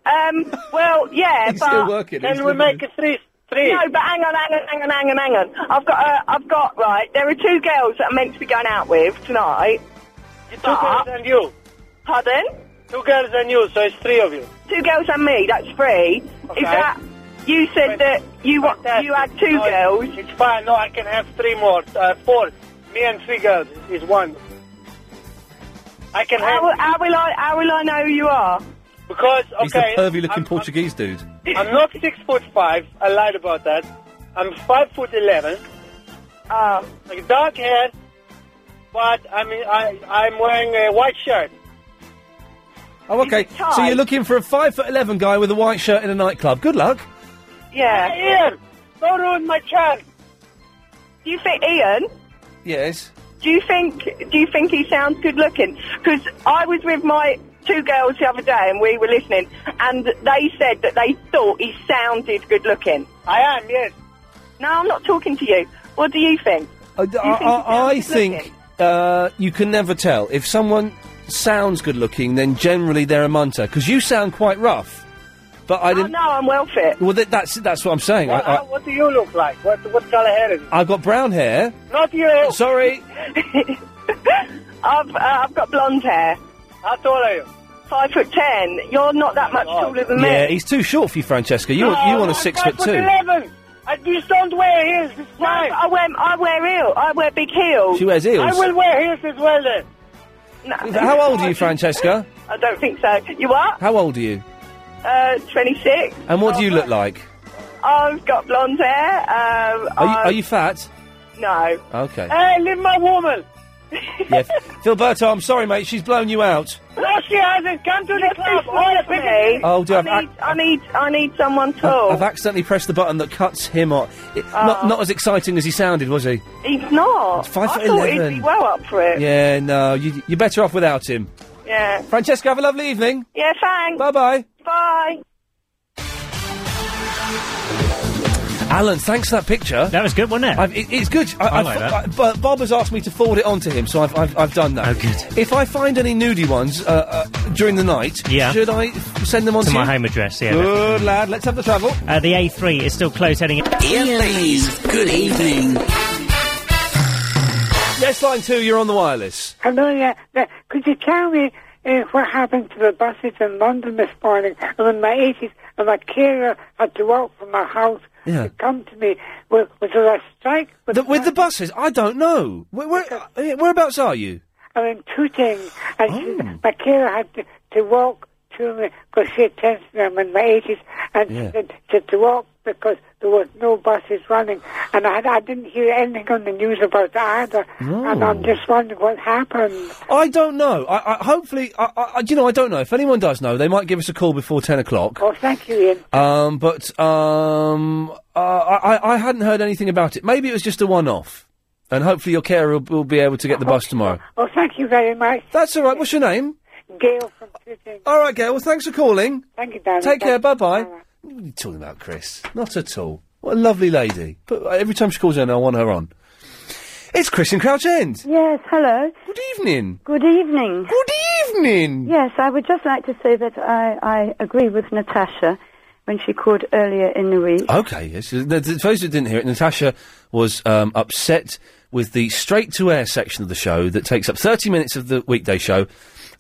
Speaker 14: Um. Well, yeah,
Speaker 5: He's
Speaker 14: but
Speaker 5: still working, Then he's we living make it three. Three.
Speaker 14: No, but hang on, hang on, hang on, hang on, hang on. I've got, uh, I've got right. There are two girls that I'm meant to be going out with tonight.
Speaker 5: Two
Speaker 14: Ah.
Speaker 5: girls and you.
Speaker 14: Pardon?
Speaker 5: Two girls and you, so it's three of you.
Speaker 14: Two girls and me. That's three.
Speaker 5: Okay.
Speaker 14: Is that? You said that you wa- you had two
Speaker 5: No,
Speaker 14: girls.
Speaker 5: it's- It's fine. No, I can have three more. Uh, four. Me and three girls is one. I can
Speaker 14: How,
Speaker 5: have
Speaker 14: will- how will I? How will I know who you are?
Speaker 5: because okay.
Speaker 4: He's the pervy-looking Portuguese dude.
Speaker 5: I'm not six foot five. I lied about that. I'm five foot eleven.
Speaker 14: Uh,
Speaker 5: like dark hair, but I mean I I'm wearing a white shirt.
Speaker 4: Oh, okay. So
Speaker 5: tight?
Speaker 4: you're looking for a five foot eleven guy with a white shirt in a nightclub. Good luck.
Speaker 14: Yeah.
Speaker 5: Ian, Don't ruin my child.
Speaker 14: Do you think, Ian?
Speaker 4: Yes.
Speaker 14: Do you think? Do you think he sounds good looking? Because I was with my two girls the other day, and we were listening, and they said that they thought he sounded good looking.
Speaker 5: I am, yes.
Speaker 14: No, I'm not talking to you. What do you think?
Speaker 4: I,
Speaker 14: Do you
Speaker 4: I-
Speaker 14: think he sounds
Speaker 4: I- I
Speaker 14: good
Speaker 4: think
Speaker 14: looking?
Speaker 4: uh, you can never tell. If someone sounds good looking, then generally they're a munter. Because you sound quite rough. But I didn't.
Speaker 5: no, I'm well fit.
Speaker 4: Oh, Well, th- that's that's what I'm saying. I, I,
Speaker 5: What do you look like? What what colour hair is it?
Speaker 4: I've got brown hair.
Speaker 5: Not you.
Speaker 4: Sorry.
Speaker 14: I've uh, I've got blonde hair.
Speaker 5: How tall are you?
Speaker 14: Five foot ten. You're not that much taller than
Speaker 4: Yeah,
Speaker 14: me.
Speaker 4: he's too short for you, Francesca. You
Speaker 14: No,
Speaker 4: you want
Speaker 14: I'm
Speaker 4: a six
Speaker 14: five
Speaker 4: foot
Speaker 14: foot
Speaker 4: two.
Speaker 5: Eleven. I just don't wear heels. It's fine.
Speaker 14: I wear I wear heel. I wear big heels.
Speaker 4: She wears heels.
Speaker 5: I will wear heels as well then.
Speaker 14: No.
Speaker 4: How old are you, Francesca?
Speaker 14: I don't think so. You are?
Speaker 4: How old are you?
Speaker 14: Uh, 26.
Speaker 4: And what do you look like?
Speaker 14: I've got blonde hair. Um,
Speaker 4: Are you,
Speaker 14: I-
Speaker 4: are you fat?
Speaker 14: No.
Speaker 4: Okay.
Speaker 5: leave my woman.
Speaker 4: yeah. Philberto, I'm sorry, mate. She's blown you out.
Speaker 5: No, she hasn't. Come to the club. All
Speaker 14: All
Speaker 5: the
Speaker 14: me.
Speaker 4: Oh, do I
Speaker 14: I
Speaker 4: have ac-
Speaker 14: need, I need, I need someone
Speaker 4: I've,
Speaker 14: tall.
Speaker 4: I've accidentally pressed the button that cuts him off. It- Not
Speaker 14: Oh.
Speaker 4: not as exciting as he sounded, was he?
Speaker 14: He's not.
Speaker 4: five
Speaker 14: I
Speaker 4: foot
Speaker 14: thought he'd be
Speaker 4: 11.
Speaker 14: well up for it.
Speaker 4: Yeah, no. You, you're better off without him.
Speaker 14: Yeah.
Speaker 4: Francesca, have a lovely evening.
Speaker 14: Yeah, thanks.
Speaker 4: Bye-bye.
Speaker 14: Bye.
Speaker 4: Alan, thanks for that picture.
Speaker 17: That was good, wasn't it?
Speaker 4: I've, it it's good. I,
Speaker 17: I
Speaker 4: I've-
Speaker 17: like that.
Speaker 4: I- but Bob has asked me to forward it on to him, so I've, I've, I've done that. Oh, good. If I find any nudie ones uh, uh, during the night,
Speaker 17: Yeah.
Speaker 4: should I f- send them on to,
Speaker 17: to my
Speaker 4: you?
Speaker 17: home address, yeah.
Speaker 4: Good lad, let's have the travel.
Speaker 17: Uh, the A3 is still closed heading.
Speaker 42: Ian Lee's Good Evening.
Speaker 4: Yes, line two, you're on the wireless.
Speaker 43: Hello, yeah. yeah. Could you tell me uh, what happened to the buses in London this morning? I'm in my 80s, and my carer had to walk from my house
Speaker 4: Yeah.
Speaker 43: to come to me. Was, was there a strike?
Speaker 4: With the, with the buses, I don't know. Where, where, uh, whereabouts are you?
Speaker 43: I'm in Tooting, and she, my carer had to, to walk to me because she attends me. I'm in my 80s, and
Speaker 4: Yeah.
Speaker 43: she said she had to walk because there was no buses running, and I, had- I didn't hear anything on the news about that either, and I'm just wondering what happened.
Speaker 4: I don't know. I, I hopefully, I, I, I- you know, I don't know. If anyone does know, they might give us a call before ten o'clock.
Speaker 43: Oh, thank you, Ian.
Speaker 4: Um, but um, uh, I, I- I hadn't heard anything about it. Maybe it was just a one-off, and hopefully your carer will, will be able to get the bus tomorrow.
Speaker 43: Oh, thank you very much.
Speaker 4: That's all right. What's your name?
Speaker 43: Gail from Tooting.
Speaker 4: All right, Gail. Well, thanks for calling.
Speaker 43: Thank you, darling.
Speaker 4: Take care.
Speaker 43: Thank
Speaker 4: Bye bye. you talking about, Chris? Not at all. What a lovely lady. But uh, every time she calls in, I want her on. It's Chris in Crouch End.
Speaker 44: Yes, hello.
Speaker 4: Good evening.
Speaker 44: Good evening.
Speaker 4: Good evening.
Speaker 44: Yes, I would just like to say that I, I agree with Natasha when she called earlier in the week.
Speaker 4: Okay, yes. The- the- For those who didn't hear it, Natasha was um, upset with the straight to air section of the show that takes up 30 minutes of the weekday show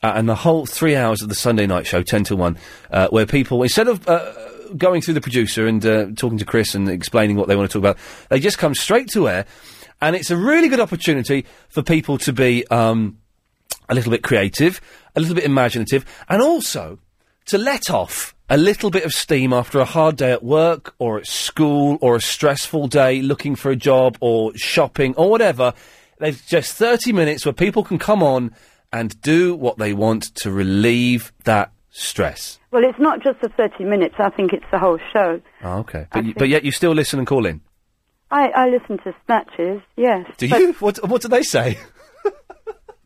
Speaker 4: uh, and the whole three hours of the Sunday night show, 10 to 1, uh, where people, instead of uh, going through the producer and uh, talking to Chris and explaining what they want to talk about, they just come straight to air. And it's a really good opportunity for people to be. Um, a little bit creative, a little bit imaginative, and also to let off a little bit of steam after a hard day at work or at school or a stressful day looking for a job or shopping or whatever. They've just 30 minutes where people can come on and do what they want to relieve that stress.
Speaker 44: Well, it's not just the 30 minutes, I think it's the whole show.
Speaker 4: Oh, okay. But, y- but yet you still listen and call in.
Speaker 44: I, I listen to snatches, yes.
Speaker 4: Do you? What, what do they say?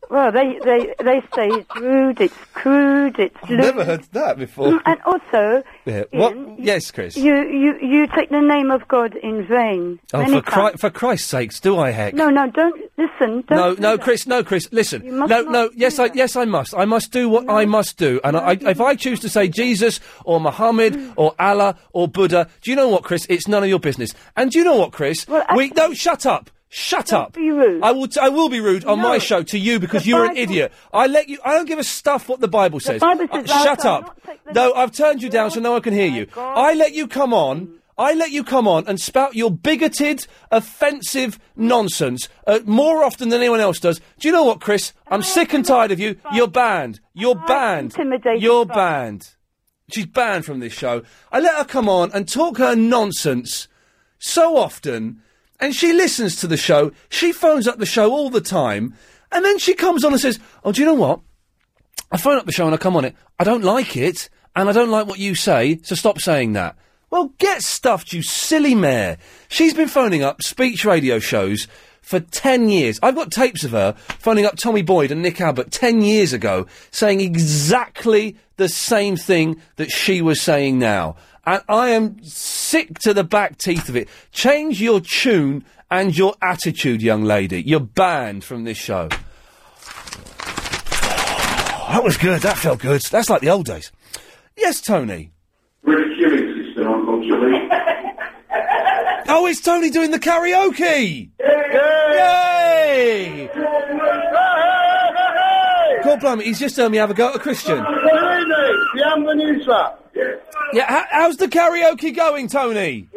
Speaker 44: Well, they, they, they say it's rude, it's crude, it's
Speaker 4: I've
Speaker 44: lewd.
Speaker 4: never heard that before.
Speaker 44: And also,
Speaker 4: Yeah.
Speaker 44: Ian,
Speaker 4: What? Yes, Chris.
Speaker 44: you, you, you take the name of God in vain.
Speaker 4: oh,
Speaker 44: many
Speaker 4: for,
Speaker 44: times.
Speaker 4: Chri- for Christ's sakes, do I heck?
Speaker 44: No, no, don't listen. Don't
Speaker 4: No,
Speaker 44: do
Speaker 4: no,
Speaker 44: that.
Speaker 4: Chris, no, Chris. Listen,
Speaker 44: You
Speaker 4: no,
Speaker 44: must
Speaker 4: no. Yes, I, yes, I must. I must do what I must do. And I, I, if I choose to say Jesus or
Speaker 44: Mm.
Speaker 4: Muhammad or Allah or Buddha, do you know what, Chris? It's none of your business. And do you know what, Chris? we no, shut up. Shut up! Be
Speaker 44: rude.
Speaker 4: I will. T- I will be rude on my show to you because you're an idiot. I let you. I don't give a stuff what the Bible says.
Speaker 44: Bible says,
Speaker 4: Uh,
Speaker 44: "Thou
Speaker 4: shut
Speaker 44: shalt
Speaker 4: up! No, I've turned you down so no one can hear you. I let you come on. I let you come on and spout your bigoted, offensive nonsense uh, more often than anyone else does. Do you know what, Chris?
Speaker 44: Oh,
Speaker 4: I'm sick and tired of you. You're banned. You're banned. You're banned. She's banned from this show. I let her come on and talk her nonsense so often, and she listens to the show. She phones up the show all the time, and then she comes on and says, "Oh, do you know what? I phone up the show and I come on it. I don't like it, and I don't like what you say, so stop saying that." Well, get stuffed, you silly mare. She's been phoning up speech radio shows for 10 years. I've got tapes of her phoning up Tommy Boyd and Nick Abbott 10 years ago saying exactly the same thing that she was saying now. And I am sick to the back teeth of it. Change your tune and your attitude, young lady. You're banned from this show. Oh, that was good. That felt good. That's like the old days. Yes, Tony.
Speaker 5: Ridiculous system, unfortunately.
Speaker 4: Oh, it's Tony doing the karaoke! Yay! God blimey, he's just heard me have a go at a Christian.
Speaker 45: Bienvenue,
Speaker 4: Yeah, how, how's the karaoke going, Tony?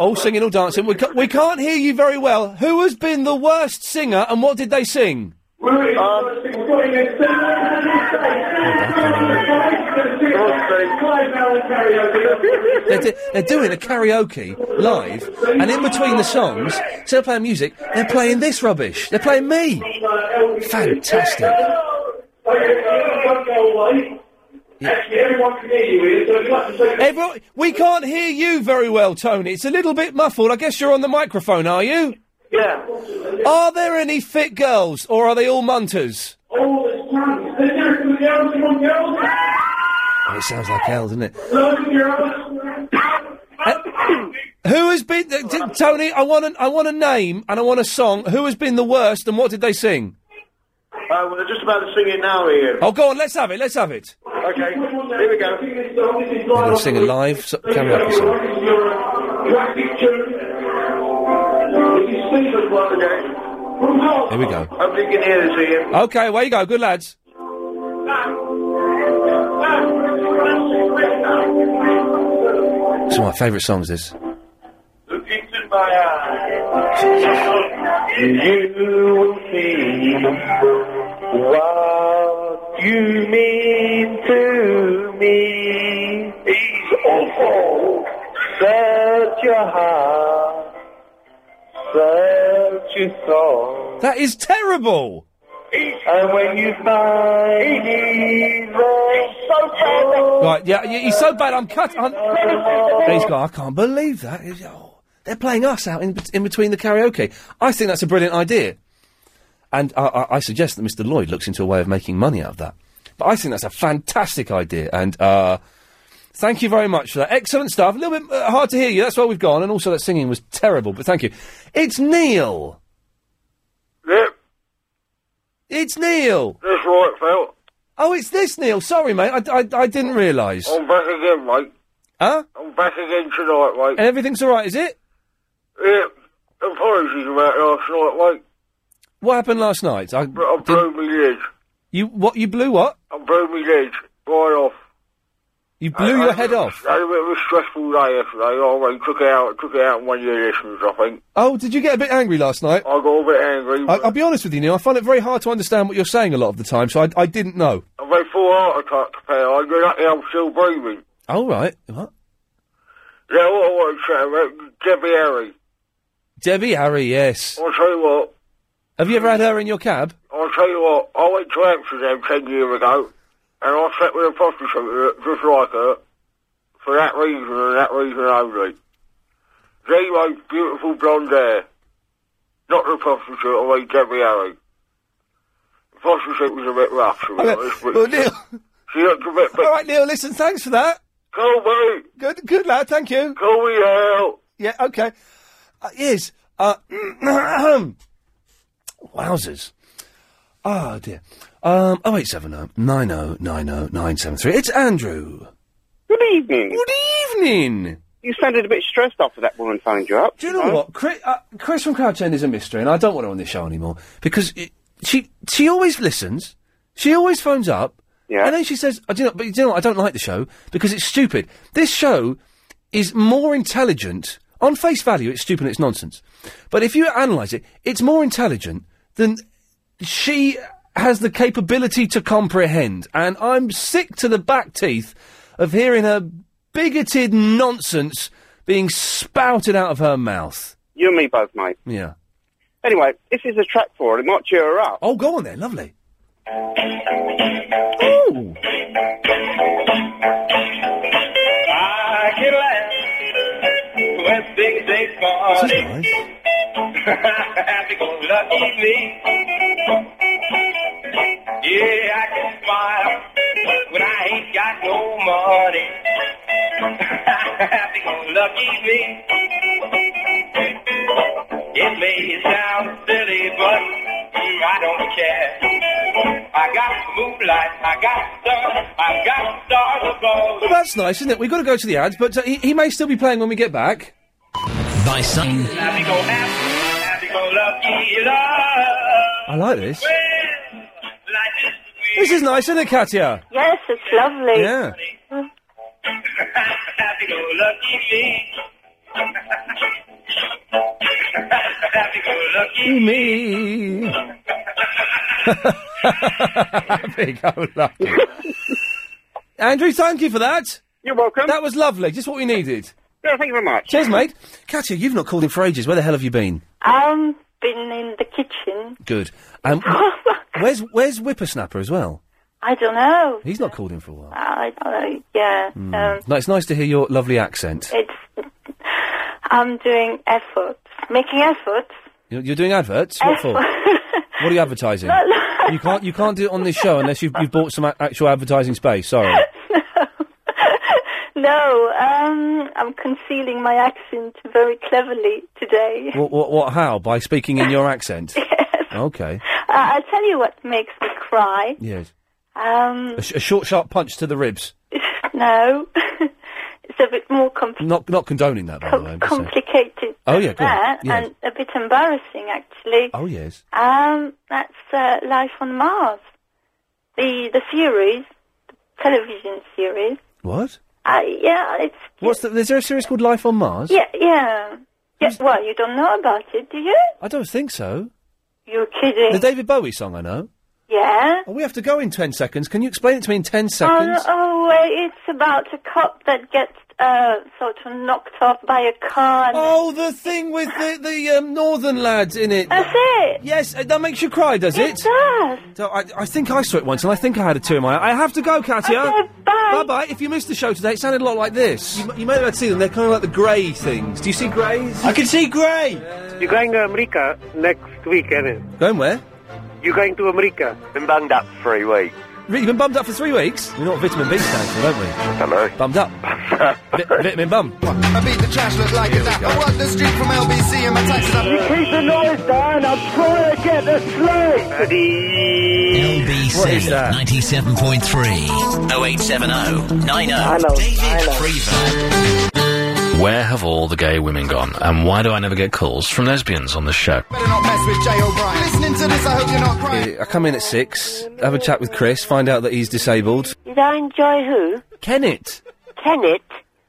Speaker 4: All singing, all dancing. We, ca- we can't hear you very well. Who has been the worst singer and what did they sing? They're, do- they're doing a karaoke live, and in between the songs, instead of playing music, they're playing this rubbish. They're playing me. Fantastic. Everyone, we can't hear you very well, Tony. It's a little bit muffled. I guess you're on the microphone, are you?
Speaker 45: Yeah.
Speaker 4: Are there any fit girls, or are they all munters? Oh, it sounds like hell, doesn't it? Who has been th- t- Tony? I want an, I want a name and I want a song. Who has been the worst and what did they sing?
Speaker 45: Uh, we're just about to sing it now, Ian.
Speaker 4: Oh, go on, let's have it. Let's have it.
Speaker 45: Okay, here we go.
Speaker 4: They're going to sing a live so- karaoke song. Here we go.
Speaker 45: Hopefully you can hear this, Ian.
Speaker 4: Okay, away you go. Good lads. It's one of my favourite songs. This.
Speaker 45: Look into my eyes. You will see what you mean to me. He's awful. Search your heart. Search your soul.
Speaker 4: That is terrible.
Speaker 45: And when you find evil, so
Speaker 4: Right, yeah, y- he's so bad. I'm cut. I'm... He's gone. I can't believe that. He's- oh, they're playing us out in, bet- in between the karaoke. I think that's a brilliant idea, and I, I, I suggest that Mr. Lloyd looks into a way of making money out of that. But I think that's a fantastic idea, and uh, thank you very much for that. Excellent stuff. A little bit uh, hard to hear you. That's why we've gone, and also that singing was terrible. But thank you. It's Neil. It's Neil.
Speaker 45: That's right, Phil.
Speaker 4: Oh, it's this Neil. Sorry, mate. I, I, I didn't realise.
Speaker 45: I'm back again, mate.
Speaker 4: Huh?
Speaker 45: I'm back again tonight, mate.
Speaker 4: And everything's all right, is it?
Speaker 45: Yeah, apologies about last night, mate.
Speaker 4: What happened last night? I,
Speaker 45: But I blew my lid.
Speaker 4: you what? You blew what?
Speaker 45: I blew my lid right off.
Speaker 4: You blew your head off.
Speaker 45: I had a bit of a stressful day yesterday. Oh, I took it out, took it out on one of your listeners, I think.
Speaker 4: Oh, did you get a bit angry last night?
Speaker 45: I got a bit angry.
Speaker 4: I, I'll be honest with you, Neil. I find it very hard to understand what you're saying a lot of the time, so I, I didn't know.
Speaker 45: I've had four heart attacks, pal. I'm lucky I'm still breathing.
Speaker 4: All right. What?
Speaker 45: Yeah, what I want to say about Debbie Harry.
Speaker 4: Debbie Harry, yes.
Speaker 45: I'll tell you what,
Speaker 4: Have you ever had her in your cab?
Speaker 45: I'll tell you what, I went to Amsterdam ten years ago, and I slept with a prostitute just like her, for that reason and that reason only. The most beautiful blonde hair. Not the prostitute, I mean Debbie Harry. The prostitute was a bit rough, to be honest, but
Speaker 4: Well, Neil.
Speaker 45: she looked a bit...
Speaker 4: All right, Neil. Listen, thanks for that.
Speaker 45: Call me.
Speaker 4: Good, good lad. Thank you.
Speaker 45: Call me out.
Speaker 4: Yeah. Okay. Uh, yes. Uh, wowzers. Oh dear. Um. Oh eight seven oh nine oh nine oh nine seven three. It's Andrew.
Speaker 8: Good evening.
Speaker 4: Good evening.
Speaker 8: You sounded a bit stressed after that woman phoned you up.
Speaker 4: Do you know what? Chris, uh, Chris from Crouch End is a mystery, and I don't want her on this show anymore because it, she she always listens. She always phones up, and then she says, "I do not." But you know, what? I don't like the show because it's stupid. This show is more intelligent on face value. It's stupid. and It's nonsense. But if you analyse it, it's more intelligent than she has the capability to comprehend. And I'm sick to the back teeth of hearing her bigoted nonsense being spouted out of her mouth.
Speaker 8: You and me both, mate.
Speaker 4: Yeah.
Speaker 8: Anyway, this is a track for her. It might cheer her up.
Speaker 4: Oh, go on then. Lovely.
Speaker 8: Ooh.
Speaker 45: Alright.
Speaker 14: Happy go lucky me. Yeah, I can smile when I ain't got no money. Happy go lucky me. It may sound silly, but mm, I don't care. I got moonlight, I got sun, I got stars above.
Speaker 4: Well, that's nice, isn't it? We've got to go to the ads, but uh, he, he may still be playing when we get back.
Speaker 1: By some.
Speaker 14: Happy go happy, happy go lucky love.
Speaker 4: I like this. This is nice, isn't it, Katya?
Speaker 46: Yes, it's lovely.
Speaker 4: Yeah.
Speaker 14: Happy go lucky me. Happy go lucky
Speaker 4: me. Happy go lucky. Andrew, thank you for that.
Speaker 47: You're welcome.
Speaker 4: That was lovely. Just what we needed.
Speaker 47: Yeah, thank you very much.
Speaker 4: Cheers, mate. Katya, you've not called in for ages. Where the hell have you been?
Speaker 26: Um, been in the kitchen.
Speaker 4: Good. Um,
Speaker 26: Oh,
Speaker 4: where's where's Whippersnapper as well?
Speaker 26: I don't know.
Speaker 4: He's not called in for a while.
Speaker 26: I don't know. Yeah.
Speaker 4: Hmm.
Speaker 26: Um,
Speaker 4: No, it's nice to hear your lovely accent.
Speaker 26: it's. I'm doing efforts, making efforts.
Speaker 4: You're, you're doing adverts. What for? What are you advertising?
Speaker 26: No,
Speaker 4: you can't you can't do it on this show unless you've, you've bought some a- actual advertising space. Sorry.
Speaker 26: No, um, I'm concealing my accent very cleverly today.
Speaker 4: What, what, what, how? By speaking in your accent?
Speaker 26: Yes.
Speaker 4: Okay.
Speaker 26: Uh, I'll tell you what makes me cry.
Speaker 4: Yes.
Speaker 26: Um,
Speaker 4: A, sh- a short, sharp punch to the ribs.
Speaker 26: no, it's a bit more com-
Speaker 4: Not, not condoning that, by the way. I'm just saying.
Speaker 26: complicated.
Speaker 4: Oh,
Speaker 26: than
Speaker 4: yeah, go on.
Speaker 26: that,
Speaker 4: Yes.
Speaker 26: and a bit embarrassing actually.
Speaker 4: Oh yes.
Speaker 26: Um, that's uh, Life on Mars, the the series, the television series.
Speaker 4: What?
Speaker 26: Uh, yeah, it's
Speaker 4: What's the? Is there a series called Life on Mars?
Speaker 26: yeah, yeah. Yeah, well, you don't know about it, do you?
Speaker 4: I don't think so.
Speaker 26: You're kidding.
Speaker 4: The David Bowie song, I know.
Speaker 26: yeah.
Speaker 4: Oh, we have to go in ten seconds. Can you explain it to me in ten
Speaker 26: Oh,
Speaker 4: seconds?
Speaker 26: oh, uh, it's about a cop that gets uh, sort of knocked off by a car. and-
Speaker 4: Oh, the thing with the the um, northern lads in it.
Speaker 26: That's it.
Speaker 4: Yes, uh, that makes you cry, does it? It
Speaker 26: does.
Speaker 4: So I, I think I saw it once, and I think I had a tear in my eye. I have to go, Katya.
Speaker 26: bye.
Speaker 4: Bye bye. If you missed the show today, it sounded a lot like this. You, you may have seen them. They're kind of like the grey things. Do you see greys? I can see grey.
Speaker 6: You're going to America next week, isn't it?
Speaker 4: Going where?
Speaker 6: You're going to America.
Speaker 4: Been bummed up for three weeks. Really, you've been bummed up for three weeks? We know what vitamin B stands for, don't we? Hello. Bummed up. Vi- vitamin bum.
Speaker 22: I beat the trash, look like a dap. I work the street from LBC and my taxes up. You keep the noise down, I'm trying to get the sleep.
Speaker 1: LBC 97.3 0870 90 David Freever.
Speaker 48: Where have all the gay women gone, and why do I never get calls from lesbians on the show?
Speaker 22: Better not mess with Jay O'Brien. Listening to this, I hope you're not crying.
Speaker 4: Uh, I come in at six, have a chat with Chris, find out that he's disabled.
Speaker 36: Did I enjoy who?
Speaker 4: Kennett.
Speaker 36: Tenet.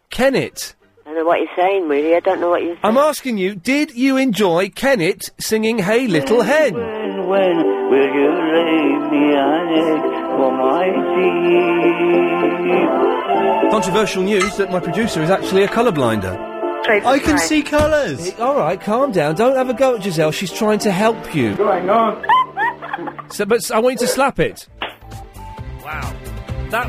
Speaker 4: Kennett.
Speaker 36: I don't know what you're saying, really. I don't know what you're
Speaker 4: I'm asking you, did you enjoy Kennett singing Hey Little Hen?
Speaker 36: saying. When will you leave me an egg for my
Speaker 4: Controversial news that my producer is actually a colourblinder.
Speaker 36: I can see
Speaker 4: colours. All right, calm down. Don't have a go at Giselle. She's trying to help you.
Speaker 36: going on?
Speaker 4: So, but s- I want you to slap it. Wow. That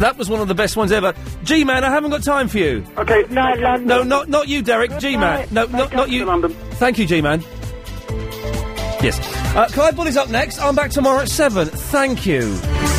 Speaker 4: that was one of the best ones ever. G man, I haven't got time for you.
Speaker 36: Okay, no, London.
Speaker 4: No, not not you, Derek. G man.
Speaker 36: night.
Speaker 4: No, not not you. Thank you, G man. Yes. Uh, Clive Bull is up next. I'm back tomorrow at seven. Thank you.